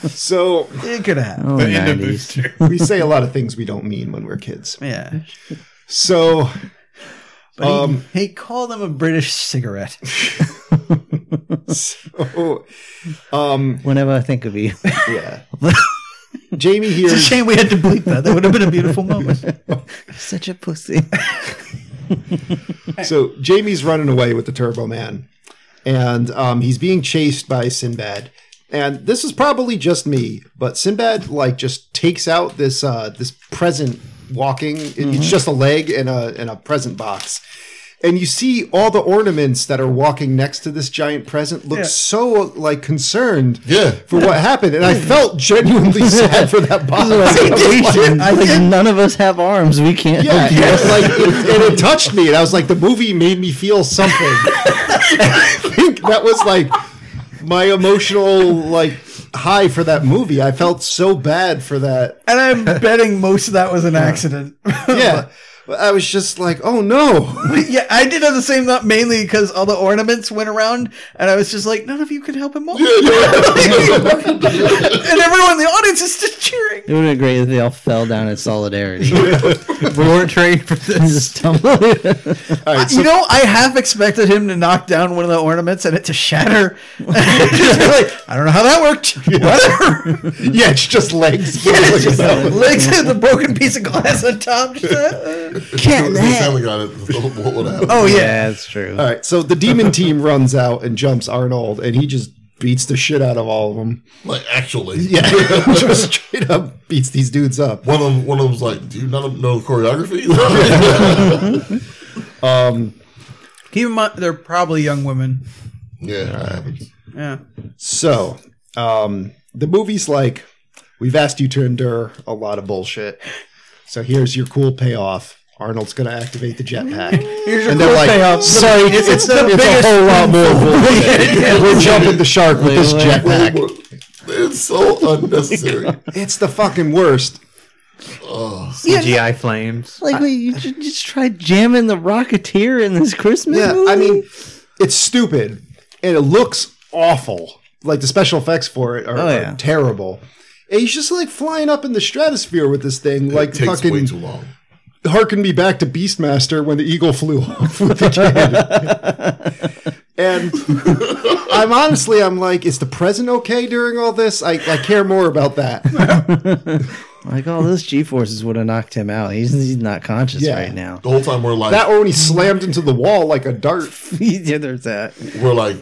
Speaker 5: So
Speaker 6: It could happen.
Speaker 3: oh, 90s.
Speaker 5: we say a lot of things we don't mean when we're kids.
Speaker 6: Yeah,
Speaker 5: So
Speaker 6: but
Speaker 5: Um,
Speaker 6: he, he called them a British cigarette.
Speaker 5: so, um,
Speaker 3: Whenever I think of you,
Speaker 5: yeah. Jamie
Speaker 6: It's a
Speaker 5: hears
Speaker 6: shame we had to bleep that. That would have been a beautiful moment.
Speaker 3: such a pussy.
Speaker 5: so Jamie's running away with the Turbo Man, and um, he's being chased by Sinbad. And this is probably just me, but Sinbad like just takes out this uh, this present walking. It- It's just a leg and a and a present box. And you see all the ornaments that are walking next to this giant present look so like concerned
Speaker 1: Yeah.
Speaker 5: for what happened, and I felt genuinely sad for that box.
Speaker 3: like none of us have arms. We can't.
Speaker 5: Yeah, and, like it, and it touched me, and I was like, the movie made me feel something. I think that was like my emotional like high for that movie. I felt so bad for that.
Speaker 6: And I'm betting most of that was an accident.
Speaker 5: Yeah, But I was just like, oh no.
Speaker 6: yeah, I did have the same thought mainly because all the ornaments went around, and I was just like, none of you could help him out. and everyone in the audience is just cheering.
Speaker 3: It would have been great if they all fell down in solidarity.
Speaker 2: We weren't trained for this.
Speaker 3: just tumble.
Speaker 5: All right,
Speaker 6: you know, I half expected him to knock down one of the ornaments and it to shatter. Just be like, I don't know how that worked. Whatever.
Speaker 5: yeah, it's just legs.
Speaker 6: It's just legs and the broken piece of glass on top. Just, uh, uh.
Speaker 1: Can't family got it. What would happen?
Speaker 6: oh yeah.
Speaker 3: yeah, that's true.
Speaker 5: All right, so the demon team runs out and jumps Arnold, and he just beats the shit out of all of them.
Speaker 1: Like actually,
Speaker 5: Yeah, just straight up beats these dudes up.
Speaker 1: One of them, one of them's like, do you not know choreography?
Speaker 6: Keep in mind, they're probably young women.
Speaker 1: yeah, that happens.
Speaker 6: Yeah.
Speaker 5: So, um, the movie's like, we've asked you to endure a lot of bullshit. So here's your cool payoff. Arnold's gonna activate the jetpack.
Speaker 6: Here's
Speaker 5: And they're like, sorry, it's, it's, a whole lot more bullshit. We're jumping the shark with this jetpack.
Speaker 1: It's so unnecessary.
Speaker 5: It's the fucking worst.
Speaker 2: CGI flames.
Speaker 3: Like, wait, you ju- just tried jamming the Rocketeer in this Christmas
Speaker 5: Yeah,
Speaker 3: movie?
Speaker 5: I mean, it's stupid and it looks awful. Like the special effects for it are,
Speaker 3: Oh, yeah.
Speaker 5: are terrible. And he's just like flying up in the stratosphere with this thing, like
Speaker 1: it takes way too
Speaker 5: fucking
Speaker 1: long.
Speaker 5: harken me back to Beastmaster when the eagle flew off with the kid. and I'm honestly, I'm like, is the present okay during all this? I, I care more about that.
Speaker 3: like, all those G forces would have knocked him out. He's, he's not conscious
Speaker 5: Yeah.
Speaker 3: right now.
Speaker 1: The whole time we're like,
Speaker 5: That or when he slammed into the wall like a dart.
Speaker 3: yeah, there's that.
Speaker 1: we're like,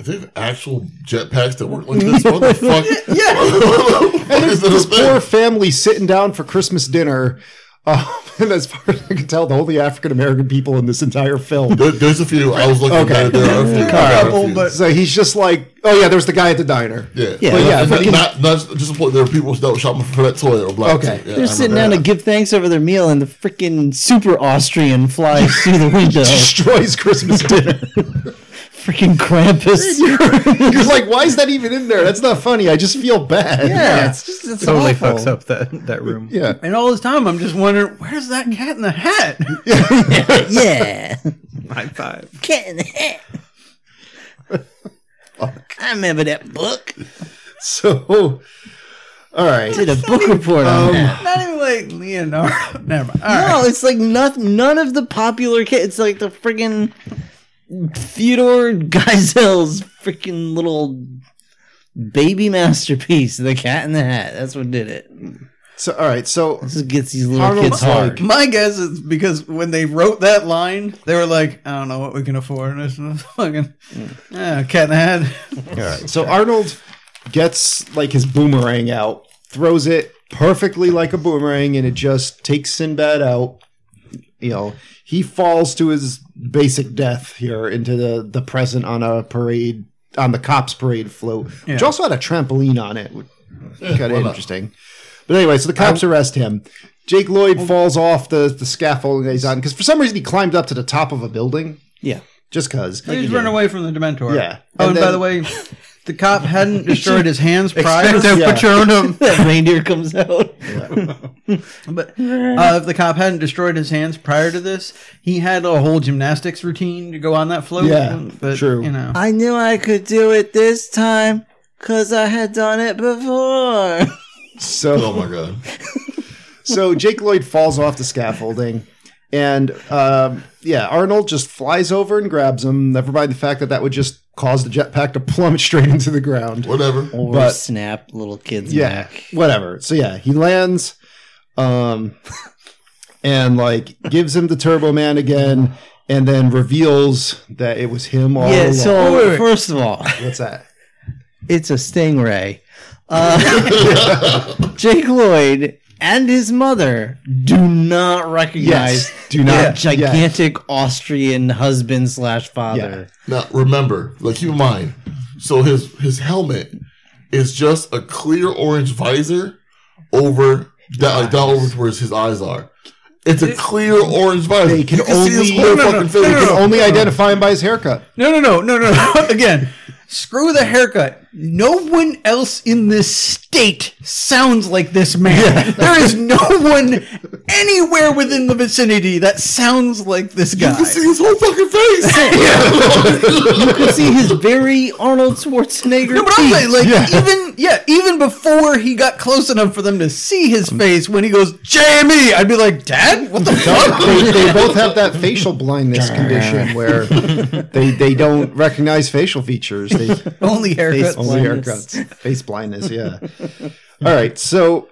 Speaker 1: are there actual jetpacks that work like this? What the fuck? Yeah. what is this
Speaker 5: this
Speaker 1: thing?
Speaker 5: poor family sitting down for Christmas dinner. Um, and as far as I can tell, the only African American people in this entire film.
Speaker 1: There, there's a few. I was looking
Speaker 5: Okay.
Speaker 1: at it. There are a few.
Speaker 5: Yeah.
Speaker 1: There are a
Speaker 6: Couple,
Speaker 1: few.
Speaker 6: but-
Speaker 5: So he's just like, oh yeah, there's the guy at the diner.
Speaker 1: yeah,
Speaker 3: Yeah,
Speaker 1: But
Speaker 5: yeah,
Speaker 1: and
Speaker 5: fucking-
Speaker 1: not, not just a point. There are people that were shopping for that toy that were black.
Speaker 5: Okay.
Speaker 1: too. Yeah, I
Speaker 3: They're sitting down
Speaker 1: remember
Speaker 3: to give thanks over their meal, and the freaking super Austrian flies through the window.
Speaker 5: Destroys Christmas dinner.
Speaker 3: freaking Krampus.
Speaker 5: You're like, why is that even in there? That's not funny. I just feel bad.
Speaker 3: yeah, it's just it's
Speaker 2: Totally
Speaker 3: awful.
Speaker 2: fucks up that, that room.
Speaker 5: Yeah.
Speaker 6: And all this time, I'm just wondering, where's that cat in the hat?
Speaker 3: Yeah,
Speaker 2: High five.
Speaker 12: Cat in the hat.
Speaker 3: I remember that book.
Speaker 5: So, all right. Um,
Speaker 3: Did a book report
Speaker 5: Oh,
Speaker 3: on that.
Speaker 6: Not even like Leonardo. Never mind. All right.
Speaker 3: No, it's like not, none of the popular kids. It's like the freaking Theodore Geisel's freaking little baby masterpiece, The Cat in the Hat. That's what did it.
Speaker 5: So, all right. So,
Speaker 3: This gets these little
Speaker 5: Arnold's
Speaker 3: kids hard.
Speaker 5: like,
Speaker 6: My guess is because when they wrote that line, they were like, I don't know what we can afford. This is fucking
Speaker 5: Hmm.
Speaker 6: yeah, cat in the hat.
Speaker 5: all right. So Arnold gets like his boomerang out, throws it perfectly like a boomerang, and it just takes Sinbad out. You know, he falls to his basic death here into the the present on a parade on the cops parade float, which
Speaker 6: Yeah.
Speaker 5: also had a trampoline on it, which kind
Speaker 1: why
Speaker 5: of
Speaker 1: not?
Speaker 5: interesting. But anyway, so the cops arrest him. Jake Lloyd falls off the, the scaffold that he's on because for some reason he climbed up to the top of a building.
Speaker 3: Yeah.
Speaker 5: Just because.
Speaker 6: He's running away from the Dementor.
Speaker 5: Yeah.
Speaker 6: Oh,
Speaker 5: And
Speaker 6: and, by
Speaker 5: then-
Speaker 6: the way, the cop hadn't destroyed his hands prior.
Speaker 2: Expect a
Speaker 5: Yeah.
Speaker 2: picture on
Speaker 5: um,
Speaker 2: him.
Speaker 3: That reindeer comes out.
Speaker 6: But uh, if the cop hadn't destroyed his hands prior to this, he had a whole gymnastics routine to go on that float.
Speaker 5: Yeah,
Speaker 6: but,
Speaker 5: true.
Speaker 6: You know,
Speaker 3: I knew I could do it this time because I had done it before.
Speaker 5: So
Speaker 1: Oh my god.
Speaker 5: so Jake Lloyd falls off the scaffolding, and um, yeah, Arnold just flies over and grabs him. Never mind the fact that that would just cause the jetpack to plummet straight into the ground.
Speaker 1: Whatever.
Speaker 3: Or
Speaker 5: But-
Speaker 3: snap little kids
Speaker 5: Yeah,
Speaker 3: back.
Speaker 5: whatever. So yeah, he lands, um, and like gives him the Turbo Man again, and then reveals that it was him all
Speaker 3: yeah,
Speaker 5: along.
Speaker 3: so first of all,
Speaker 5: What's that?
Speaker 3: it's a stingray. Uh, Jake Lloyd and his mother do not recognize
Speaker 5: Yes, do not.
Speaker 3: that
Speaker 5: yeah.
Speaker 3: gigantic Austrian husband slash father.
Speaker 1: Now remember, like keep in mind, so his his helmet is just a clear orange visor over that like down over towards his eyes are. It's a clear orange visor.
Speaker 5: They can
Speaker 1: you can see his
Speaker 5: only-
Speaker 1: whole
Speaker 5: No,
Speaker 1: fucking face.
Speaker 5: You can only identify him by his haircut.
Speaker 6: no, no, no, no, no. Again, screw the haircut. No one else in this state sounds like this man. There is no one anywhere within the vicinity that sounds like this guy.
Speaker 1: his whole fucking face.
Speaker 3: You can see his very Arnold Schwarzenegger.
Speaker 6: No, but I'm
Speaker 3: teeth.
Speaker 6: saying, like, even yeah, even before he got close enough for them to see his
Speaker 2: Um,
Speaker 6: face, when he goes Jamie, I'd be like, Dad, what the fuck?
Speaker 5: they, they both have that facial blindness condition where they they don't recognize facial features. They
Speaker 6: Only
Speaker 5: face
Speaker 6: haircut.
Speaker 5: only haircuts, face blindness. Yeah. All right, so.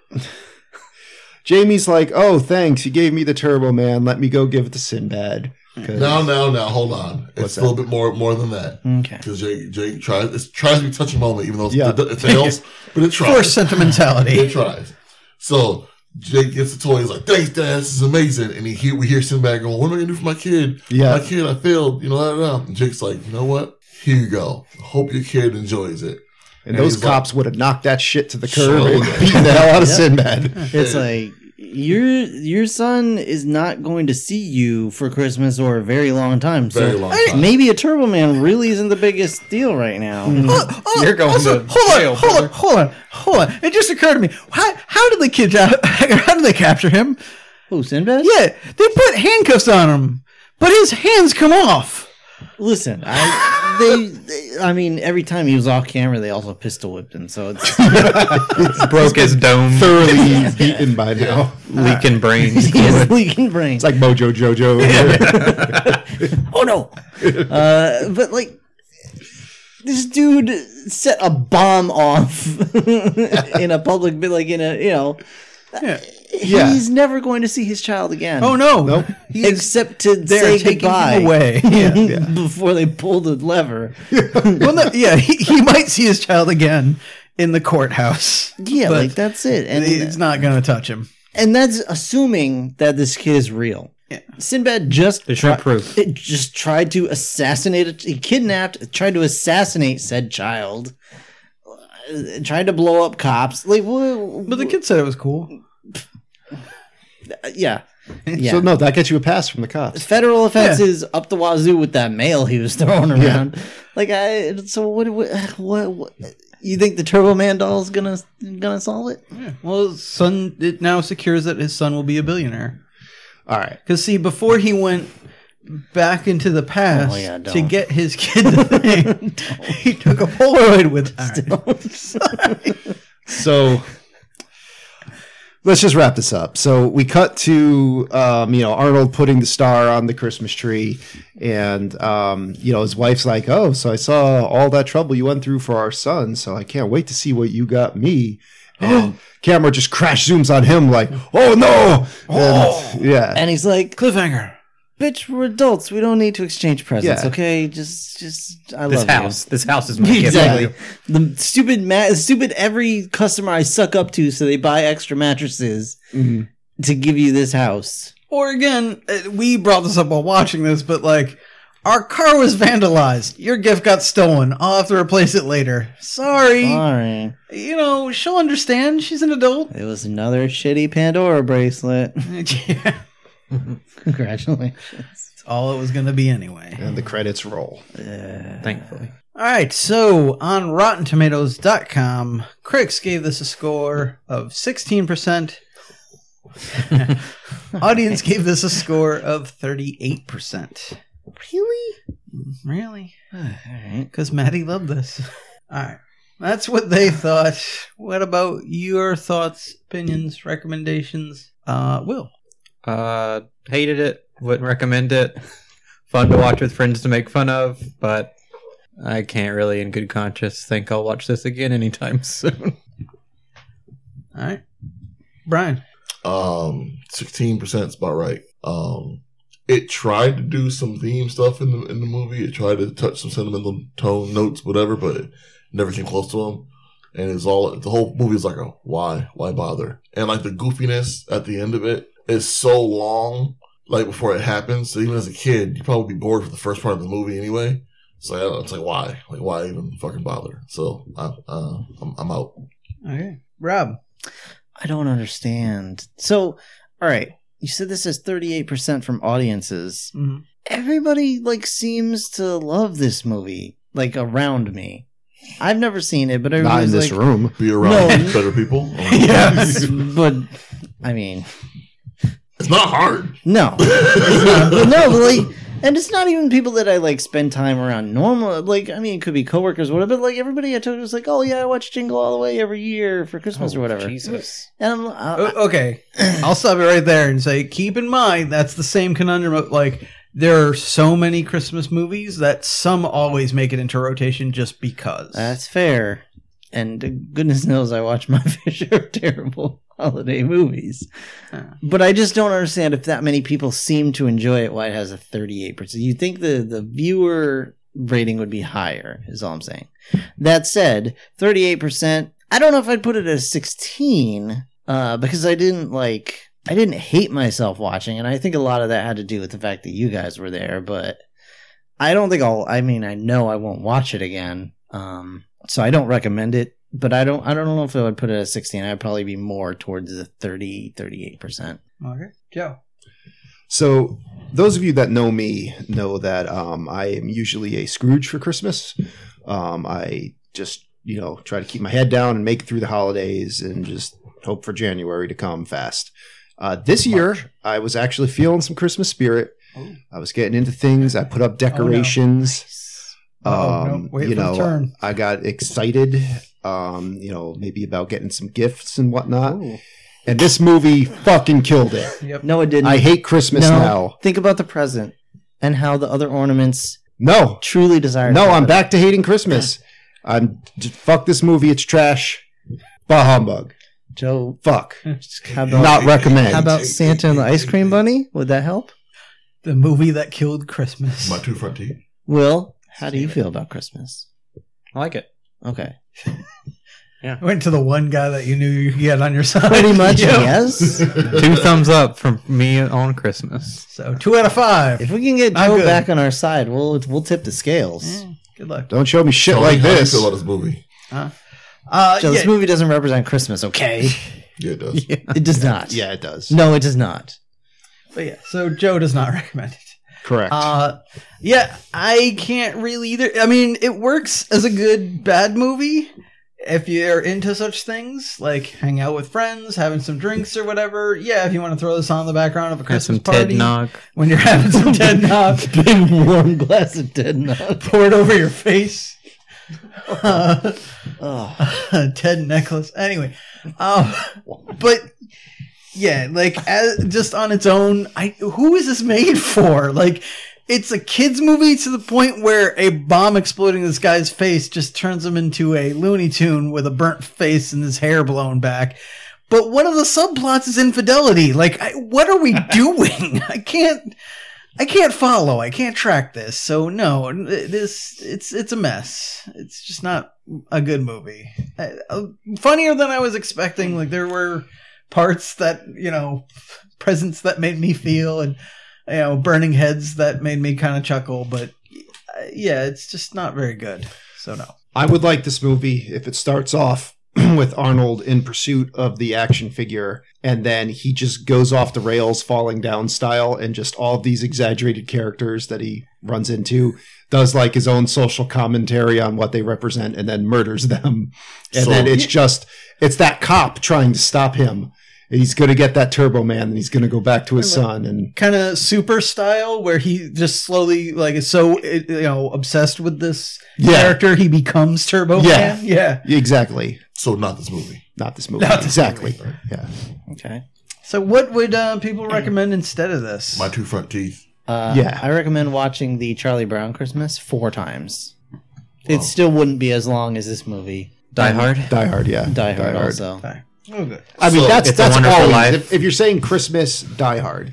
Speaker 5: Jamie's like, oh, thanks. You gave me the Turbo Man. Let me go give it to Sinbad. 'Cause-
Speaker 1: No, no, no. Hold on. It's
Speaker 5: What's
Speaker 1: a little bit more more than that.
Speaker 3: Okay.
Speaker 1: Because Jake, Jake tries it tries to be touch and moment, even though it's,
Speaker 5: Yeah.
Speaker 1: it, it fails, but it tries.
Speaker 6: Poor sentimentality.
Speaker 1: It tries. So Jake gets the toy. He's like, "Thanks, Dad. This is amazing." And he hear, we hear Sinbad going, "What am I gonna do for my kid?
Speaker 5: Yeah.
Speaker 1: my kid, I failed." You know, da, da, da. And Jake's like, "You know what? Here you go. Hope your kid enjoys it."
Speaker 5: And those
Speaker 1: he's like-
Speaker 5: cops would have knocked that shit to the curb
Speaker 1: Sure.
Speaker 5: and beaten the hell out of Sinbad.
Speaker 3: It's like your your son is not going to see you for Christmas or a very long time. So
Speaker 1: Very long time.
Speaker 3: maybe a Turbo Man really isn't the biggest deal right now.
Speaker 6: Oh, oh,
Speaker 2: You're going
Speaker 6: also,
Speaker 2: to
Speaker 6: hold
Speaker 2: jail,
Speaker 6: on, hold
Speaker 2: brother.
Speaker 6: on, hold on, hold on. It just occurred to me. How, how did the kid how did they capture him?
Speaker 3: Who Sinbad?
Speaker 6: Yeah, they put handcuffs on him, but his hands come off.
Speaker 3: Listen, I they, they I mean every time he was off camera, they also pistol whipped him. So it's,
Speaker 2: Broke his dome,
Speaker 5: Thoroughly beaten by now.
Speaker 2: leaking brains.
Speaker 3: he has leaking brains.
Speaker 5: It's like Mojo Jojo. over here.
Speaker 3: oh no! uh, but like. This dude set a bomb off in a public, like in a you know,
Speaker 5: Yeah.
Speaker 3: he's never going to see his child again.
Speaker 6: Oh no!
Speaker 5: Nope.
Speaker 6: He's
Speaker 3: except to say
Speaker 6: there taking
Speaker 3: goodbye
Speaker 6: him away. Yeah,
Speaker 3: before they pull the lever.
Speaker 6: well, no, yeah. He, he might see his child again in the courthouse.
Speaker 3: Yeah,
Speaker 6: But
Speaker 3: like that's it, and
Speaker 6: He's not gonna touch him.
Speaker 3: and that's assuming that this kid is real. Sinbad just
Speaker 2: There's no proof.
Speaker 3: it just tried to assassinate. A, he kidnapped, tried to assassinate said child. uh, Tried to blow up cops. Like, wha-
Speaker 6: But the kid said it was cool.
Speaker 3: yeah, yeah.
Speaker 5: So, no, that gets you a pass from the cops.
Speaker 3: Federal offenses up the wazoo with that mail he was throwing around. Like, I so what, what? What? What? You think the Turbo Man doll's gonna gonna solve it?
Speaker 6: Well, his son it now secures that his son will be a billionaire.
Speaker 5: All right.
Speaker 6: Because see, before he went back into the past
Speaker 3: Oh, yeah, don't.
Speaker 6: to get his kid the thing, he took a Polaroid with. All right.
Speaker 5: So let's just wrap this up. So we cut to um, you know Arnold putting the star on the Christmas tree, and um, you know his wife's like, "Oh, so I saw all that trouble you went through for our son. So I can't wait to see what you got me." And camera just crash zooms on him like, "Oh no!" And, yeah.
Speaker 3: And he's like,
Speaker 6: Cliffhanger.
Speaker 3: bitch, we're adults. We don't need to exchange presents,
Speaker 5: Yeah.
Speaker 3: okay? Just, just, I
Speaker 2: This
Speaker 3: love
Speaker 2: house. This house is my
Speaker 3: you.
Speaker 2: gift.
Speaker 3: Exactly. The stupid, ma- stupid. Every customer I suck up to, so they buy extra mattresses
Speaker 5: Mhm.
Speaker 3: to give you this house.
Speaker 6: Or again, uh, we brought this up while watching this, but like, our car was vandalized. Your gift got stolen. I'll have to replace it later. Sorry.
Speaker 3: Sorry,
Speaker 6: You know, she'll understand. She's an adult.
Speaker 3: it was another shitty Pandora bracelet.
Speaker 6: yeah.
Speaker 3: Congratulations.
Speaker 6: It's all it was going to be anyway.
Speaker 5: And the credits roll.
Speaker 2: Thankfully,
Speaker 6: All right, so on RottenTomatoes.com, critics gave this a score of 16%. Audience gave this a score of 38%.
Speaker 3: Really?
Speaker 6: Really?
Speaker 3: All right.
Speaker 6: Because Maddie loved this. All right. That's what they thought. What about your thoughts, opinions, recommendations? Uh, Will.
Speaker 2: uh, hated it. Wouldn't recommend it. Fun to watch with friends to make fun of, but I can't really, in good conscience, think I'll watch this again anytime soon.
Speaker 6: All right. Brian.
Speaker 1: Um, sixteen percent is about right. Um, it tried to do some theme stuff in the in the movie. It tried to touch some sentimental tone notes, whatever, but it never came close to them. And it's all the whole movie is like a why, why bother? And like the goofiness at the end of it is so long, like before it happens. So even as a kid, you probably be bored for the first part of the movie anyway. So I don't- it's like why, like why even fucking bother? So I, uh, I'm, I'm out.
Speaker 6: Okay. Rob.
Speaker 3: I don't understand. So, all right. You said this is 38% from audiences.
Speaker 6: Mhm.
Speaker 3: everybody like seems to love this movie like around me I've never seen it, but
Speaker 5: Not in
Speaker 3: everybody's
Speaker 5: this
Speaker 3: like,
Speaker 5: room.
Speaker 1: Be around
Speaker 3: No.
Speaker 1: better people.
Speaker 3: yes, but I mean,
Speaker 1: It's not hard.
Speaker 3: no, It's not- but no, but like, and it's not even people that I like spend time around. Normal, like, I mean, it could be coworkers, or whatever. But like everybody I talked to was like, "Oh yeah, I watch Jingle All the Way every year for Christmas or whatever."
Speaker 2: Jesus.
Speaker 3: And I'm, uh, I, I-
Speaker 6: O- okay, I'll stop it right there and say, keep in mind that's the same conundrum. Of, like there are so many Christmas movies that some always make it into rotation just because.
Speaker 3: That's fair. And goodness knows I watch my fish are terrible holiday movies. But I just don't understand if that many people seem to enjoy it why it has a 38%. You'd think the, the viewer rating would be higher, is all I'm saying. That said, 38%, I don't know if I'd put it as 16 uh, because I didn't like, I didn't hate myself watching. And I think a lot of that had to do with the fact that you guys were there, but. I don't think I'll. I mean, I know I won't watch it again. Um, so I don't recommend it. But I don't. I don't know if I would put it at sixteen. I'd probably be more towards the 30, 38 percent.
Speaker 6: okay, Joe.
Speaker 5: So, those of you that know me know that um, I am usually a Scrooge for Christmas. Um, I just, you know, try to keep my head down and make it through the holidays and just hope for January to come fast. Uh, this year, I was actually feeling some Christmas spirit. I was getting into things. I put up decorations.
Speaker 6: Oh, no.
Speaker 5: Um,
Speaker 6: Wait
Speaker 5: you
Speaker 6: for the
Speaker 3: uh,
Speaker 5: know,
Speaker 6: turn.
Speaker 5: I got excited. Um, you know, maybe about getting some gifts and whatnot. And this movie fucking killed it.
Speaker 3: No, it didn't.
Speaker 5: I hate Christmas
Speaker 3: No.
Speaker 5: now.
Speaker 3: Think about the present and how the other ornaments
Speaker 5: No,
Speaker 3: truly desire.
Speaker 5: no, I'm back to hating Christmas. I'm just, fuck this movie. It's trash. Bah humbug.
Speaker 3: Joe.
Speaker 5: Fuck.
Speaker 3: How about
Speaker 5: Not recommend.
Speaker 3: how about Santa and the ice cream bunny? Would that help?
Speaker 6: The movie that killed Christmas.
Speaker 1: My two front teeth.
Speaker 3: Will, how do you feel about Christmas?
Speaker 2: I like it.
Speaker 3: Okay,
Speaker 6: I went to the one guy that you knew you could get on your side.
Speaker 3: pretty much
Speaker 6: Yeah.
Speaker 3: yes.
Speaker 2: Two thumbs up from me on Christmas.
Speaker 6: So two out of five.
Speaker 3: If we can get
Speaker 6: Not
Speaker 3: Joe
Speaker 6: good.
Speaker 3: back on our side, we'll we'll tip the scales.
Speaker 6: Good luck.
Speaker 5: Don't show me shit
Speaker 1: Tony,
Speaker 5: like
Speaker 1: how do you
Speaker 5: this.
Speaker 1: feel about this movie?
Speaker 6: Uh,
Speaker 3: Joe,
Speaker 6: yeah,
Speaker 3: this movie doesn't represent Christmas, okay?
Speaker 1: Yeah, it does.
Speaker 3: It does not.
Speaker 5: Yeah, it does.
Speaker 3: No, it does not.
Speaker 6: but yeah, so Joe does not recommend it.
Speaker 5: Correct.
Speaker 6: Uh, yeah, I can't really either. I mean, it works as a good bad movie if you're into such things, like hang out with friends, having some drinks or whatever. Yeah, if you want to throw this on in the background of a
Speaker 2: Have
Speaker 6: Christmas
Speaker 2: some
Speaker 6: party
Speaker 2: Ted Nog.
Speaker 6: when you're having some Ted Nog
Speaker 3: Big warm glass of dead nut.
Speaker 6: poured over your face. Uh,
Speaker 3: Oh.
Speaker 6: Ted necklace. Anyway, um, but yeah, like as, just on its own, I who is this made for? Like, it's a kids movie to the point where a bomb exploding in this guy's face just turns him into a Looney Tune with a burnt face and his hair blown back. But one of the subplots is infidelity. Like, I, what are we doing? I can't. I can't follow. I can't track this. So no, n- this it's it's a mess. It's just not a good movie. I, uh, funnier than I was expecting. Like there were parts that you know, presents that made me feel, and you know, burning heads that made me kind of chuckle. But uh, yeah, it's just not very good. So no.
Speaker 5: I would like this movie if it starts off with Arnold in pursuit of the action figure, and then he just goes off the rails, falling down style, and just all of these exaggerated characters that he runs into does like his own social commentary on what they represent, and then murders them. And
Speaker 1: So-
Speaker 5: then it's just it's that cop trying to stop him. And he's going to get that Turbo Man, and he's going to go back to his son. And
Speaker 6: kind of super style where he just slowly like is so uh, you know obsessed with this
Speaker 5: yeah,
Speaker 6: character he becomes Turbo
Speaker 5: Yeah.
Speaker 6: Man. Yeah.
Speaker 5: exactly.
Speaker 1: So not this movie.
Speaker 5: Not this movie.
Speaker 6: Not this
Speaker 5: exactly. Yeah.
Speaker 3: Okay.
Speaker 6: So what would uh, people recommend instead of this?
Speaker 1: My two front teeth.
Speaker 3: Uh,
Speaker 5: Yeah.
Speaker 3: I recommend watching the Charlie Brown Christmas four times. It still wouldn't be as long as this movie.
Speaker 2: Die Hard.
Speaker 5: Die Hard. Yeah.
Speaker 3: Die Hard also.
Speaker 5: I mean,
Speaker 1: So,
Speaker 5: that's
Speaker 2: It's a
Speaker 5: that's
Speaker 2: Wonderful
Speaker 5: always.
Speaker 2: Life.
Speaker 5: If, if you're saying Christmas, Die Hard,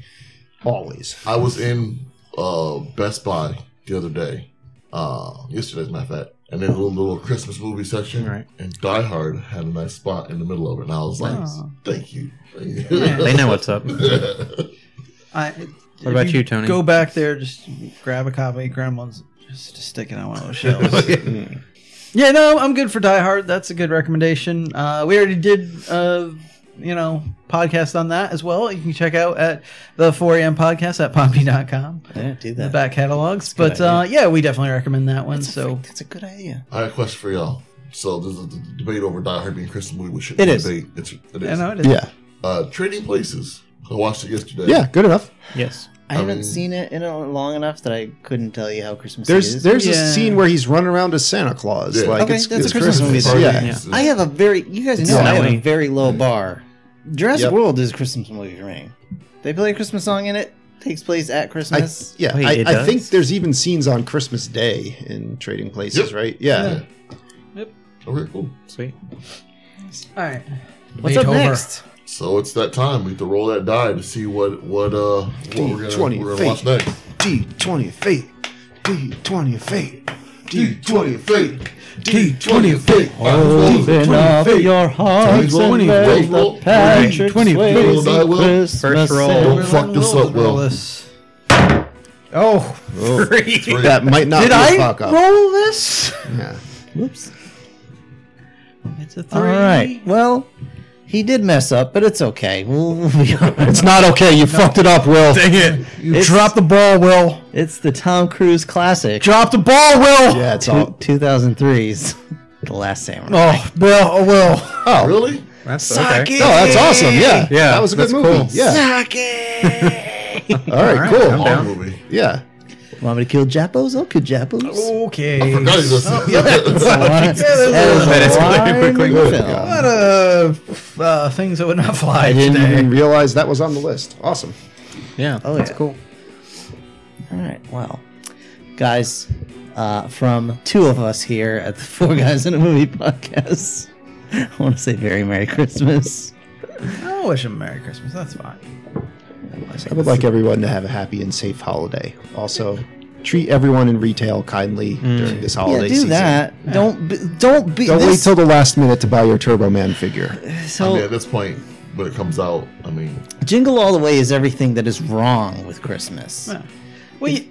Speaker 5: always.
Speaker 1: I was in uh, Best Buy the other day, uh, yesterday as a matter of fact, and there's a little, little Christmas movie section,
Speaker 2: Right.
Speaker 1: and Die Hard had a nice spot in the middle of it, and I was like,
Speaker 3: Oh.
Speaker 1: "Thank you."
Speaker 2: They know what's up.
Speaker 6: I,
Speaker 2: What about you, Tony?
Speaker 6: Go back there, just grab a copy. Grandma's just just stick it on one of those shelves. yeah, no, I'm good for Die Hard. That's a good recommendation. Uh, we already did uh, you know, podcast on that as well. You can check out at the 4 a.m. podcast at pompy.com.
Speaker 3: Yeah, do
Speaker 6: The
Speaker 3: that.
Speaker 6: back catalogs.
Speaker 3: Good
Speaker 6: But uh, yeah, we definitely recommend that one. so
Speaker 3: That's a good idea.
Speaker 1: I have a question for y'all. So there's a d- debate over Die Hard being Christmas movie. Which
Speaker 3: It is.
Speaker 1: Debate. It's, it
Speaker 6: I
Speaker 1: is.
Speaker 6: know it is.
Speaker 5: Yeah.
Speaker 1: Uh, Trading Places. I watched it yesterday.
Speaker 5: Yeah, good enough.
Speaker 2: Yes.
Speaker 3: I
Speaker 1: I
Speaker 3: haven't
Speaker 1: mean-
Speaker 3: seen it in a, long enough that I couldn't tell you how Christmas
Speaker 5: There's
Speaker 3: is.
Speaker 5: there's
Speaker 6: Yeah.
Speaker 5: a scene where he's running around as Santa Claus.
Speaker 1: Yeah.
Speaker 5: Like
Speaker 3: Okay,
Speaker 5: it's,
Speaker 3: that's
Speaker 5: it's
Speaker 3: a Christmas movie,
Speaker 1: Party
Speaker 5: Yeah.
Speaker 1: is-
Speaker 3: I have a very you guys
Speaker 5: It's
Speaker 3: know I have a
Speaker 2: snowing.
Speaker 3: very low bar. Jurassic
Speaker 5: Yep.
Speaker 3: World is a Christmas movie for me. They play a Christmas song in it. Takes place at
Speaker 5: I,
Speaker 3: Christmas.
Speaker 5: yeah,
Speaker 2: Wait, it
Speaker 5: I, I think
Speaker 2: does?
Speaker 5: there's even scenes on Christmas Day in Trading Places,
Speaker 1: Yep.
Speaker 5: right? Yeah.
Speaker 1: Yeah. Okay, cool.
Speaker 2: Sweet.
Speaker 6: All right.
Speaker 3: What's up
Speaker 6: Beethoven.
Speaker 3: next?
Speaker 1: So it's that time. We have to roll that die to see what what uh what we're gonna,
Speaker 5: D20
Speaker 1: we're gonna watch next.
Speaker 5: D20 of fate. D20 of fate. D20 of fate.
Speaker 1: D20 of fate.
Speaker 7: Open up your hearts
Speaker 1: Twenty,
Speaker 7: and let
Speaker 1: twenty, twenty,
Speaker 7: the
Speaker 1: twenty,
Speaker 7: Patrick
Speaker 6: twenty,
Speaker 7: Swayze
Speaker 1: twenty, twenty,
Speaker 7: Christmas
Speaker 2: First roll.
Speaker 7: sing.
Speaker 1: Don't fuck this up,
Speaker 6: Roll
Speaker 1: Will.
Speaker 6: this. Oh,
Speaker 1: Three.
Speaker 5: That might not
Speaker 6: did
Speaker 5: be a
Speaker 6: I
Speaker 5: fuck up.
Speaker 6: roll this?
Speaker 5: Yeah.
Speaker 3: Whoops.
Speaker 6: It's a three.
Speaker 3: All
Speaker 7: E?
Speaker 3: right. Well, he did mess up, but it's okay. We'll, we'll be all right.
Speaker 7: It's not okay. You fucked it up, Will.
Speaker 2: Dang it.
Speaker 7: You dropped the ball, Will.
Speaker 3: It's the Tom Cruise classic.
Speaker 7: Drop the ball, Will.
Speaker 5: Yeah, it's
Speaker 3: Two-
Speaker 5: all.
Speaker 3: 2003's The Last Samurai.
Speaker 7: Oh, Will. Oh, Will.
Speaker 1: Really?
Speaker 2: That's okay.
Speaker 5: Oh, that's awesome. Yeah.
Speaker 2: Yeah,
Speaker 5: That was a good
Speaker 2: that's
Speaker 5: movie.
Speaker 2: cool.
Speaker 5: Yeah. all right,
Speaker 1: Long
Speaker 5: cool.
Speaker 1: movie.
Speaker 5: Yeah.
Speaker 3: Want me to kill Jappos? I'll kill Jappos.
Speaker 7: Oh.
Speaker 6: Okay.
Speaker 1: I forgot
Speaker 3: Oh, That's a
Speaker 1: existed.
Speaker 3: lot.
Speaker 2: That
Speaker 3: That is
Speaker 2: is really
Speaker 3: a line
Speaker 2: quickly.
Speaker 3: in the
Speaker 1: Good
Speaker 3: film.
Speaker 6: A lot of uh, things that would not fly
Speaker 5: I didn't
Speaker 6: today.
Speaker 5: even realize that was on the list. Awesome.
Speaker 2: Yeah.
Speaker 3: Oh, that's cool. All right, well, guys, uh, from two of us here at the Four Guys in a Movie podcast, I want to say very Merry Christmas.
Speaker 6: I wish him Merry Christmas. That's fine.
Speaker 5: I would like everyone to have a happy and safe holiday. Also, treat everyone in retail kindly during this
Speaker 3: Mm. Yeah,
Speaker 5: holiday
Speaker 3: do
Speaker 5: season.
Speaker 3: that. Don't be, don't be.
Speaker 5: Don't wait
Speaker 3: this,
Speaker 5: till the last minute to buy your Turbo Man figure.
Speaker 1: I
Speaker 3: so
Speaker 1: mean, at this point, when it comes out, I mean,
Speaker 3: Jingle All the Way is everything that is wrong with Christmas.
Speaker 6: Yeah. Well, you,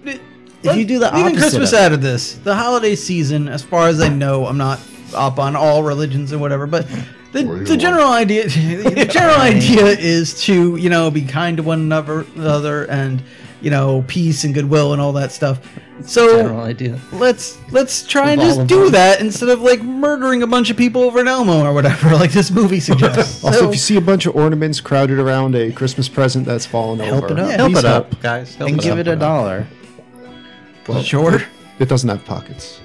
Speaker 6: if
Speaker 3: you do the
Speaker 6: even
Speaker 3: opposite
Speaker 6: Christmas
Speaker 3: of it.
Speaker 6: out of this, the holiday season, as far as I know, I'm not up on all religions and whatever, but the,
Speaker 1: Or either
Speaker 6: the general idea, the general idea is to you know be kind to one another, another, and you know peace and goodwill and all that stuff.
Speaker 3: General
Speaker 6: So
Speaker 3: idea.
Speaker 6: let's let's try and
Speaker 3: With all
Speaker 6: just
Speaker 3: of
Speaker 6: do
Speaker 3: them.
Speaker 6: that instead of like murdering a bunch of people over in Elmo or whatever, like this movie suggests.
Speaker 5: Also,
Speaker 6: So-
Speaker 5: if you see a bunch of ornaments crowded around a Christmas present that's fallen
Speaker 3: Help
Speaker 5: over,
Speaker 3: it up.
Speaker 5: please
Speaker 2: Help it up, guys. Help
Speaker 3: And
Speaker 2: it
Speaker 3: give
Speaker 2: up.
Speaker 3: it a dollar.
Speaker 5: Well,
Speaker 6: sure.
Speaker 5: It doesn't have pockets.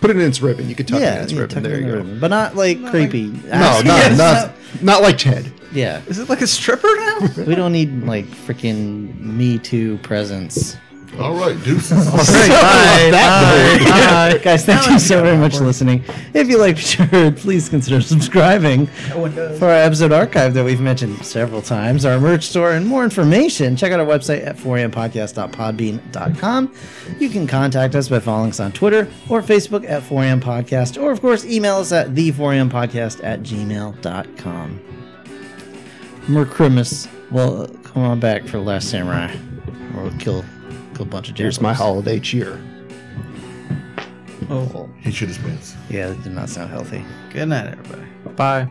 Speaker 5: Put it in its ribbon. You could tuck it in its
Speaker 3: yeah,
Speaker 5: ribbon.
Speaker 3: tuck it
Speaker 5: There
Speaker 3: in
Speaker 5: you
Speaker 3: the
Speaker 5: go.
Speaker 3: ribbon. But not like creepy.
Speaker 5: No,
Speaker 3: ass-
Speaker 5: not,
Speaker 6: Yes.
Speaker 5: not, not like Ted.
Speaker 3: yeah.
Speaker 6: Is it like a stripper now?
Speaker 3: We don't need like freaking Me Too presents.
Speaker 1: all right, deuces.
Speaker 3: Bye. Uh, Guys, thank you so very much for listening. If you liked what you heard, please consider subscribing for our episode archive that we've mentioned several times, our merch store, and more information. Check out our website at 4ampodcast.podbean.com. You can contact us by following us on Twitter or Facebook at 4am podcast, or of course, email us at the 4am podcast at gmail.com. Mercrimus, well, come on back for Last Samurai, or we'll kill, kill a bunch of
Speaker 5: Here's my
Speaker 3: jackals.
Speaker 5: holiday cheer.
Speaker 1: He shit his pants.
Speaker 3: Yeah, that did not sound healthy.
Speaker 6: Good night, everybody.
Speaker 2: Bye.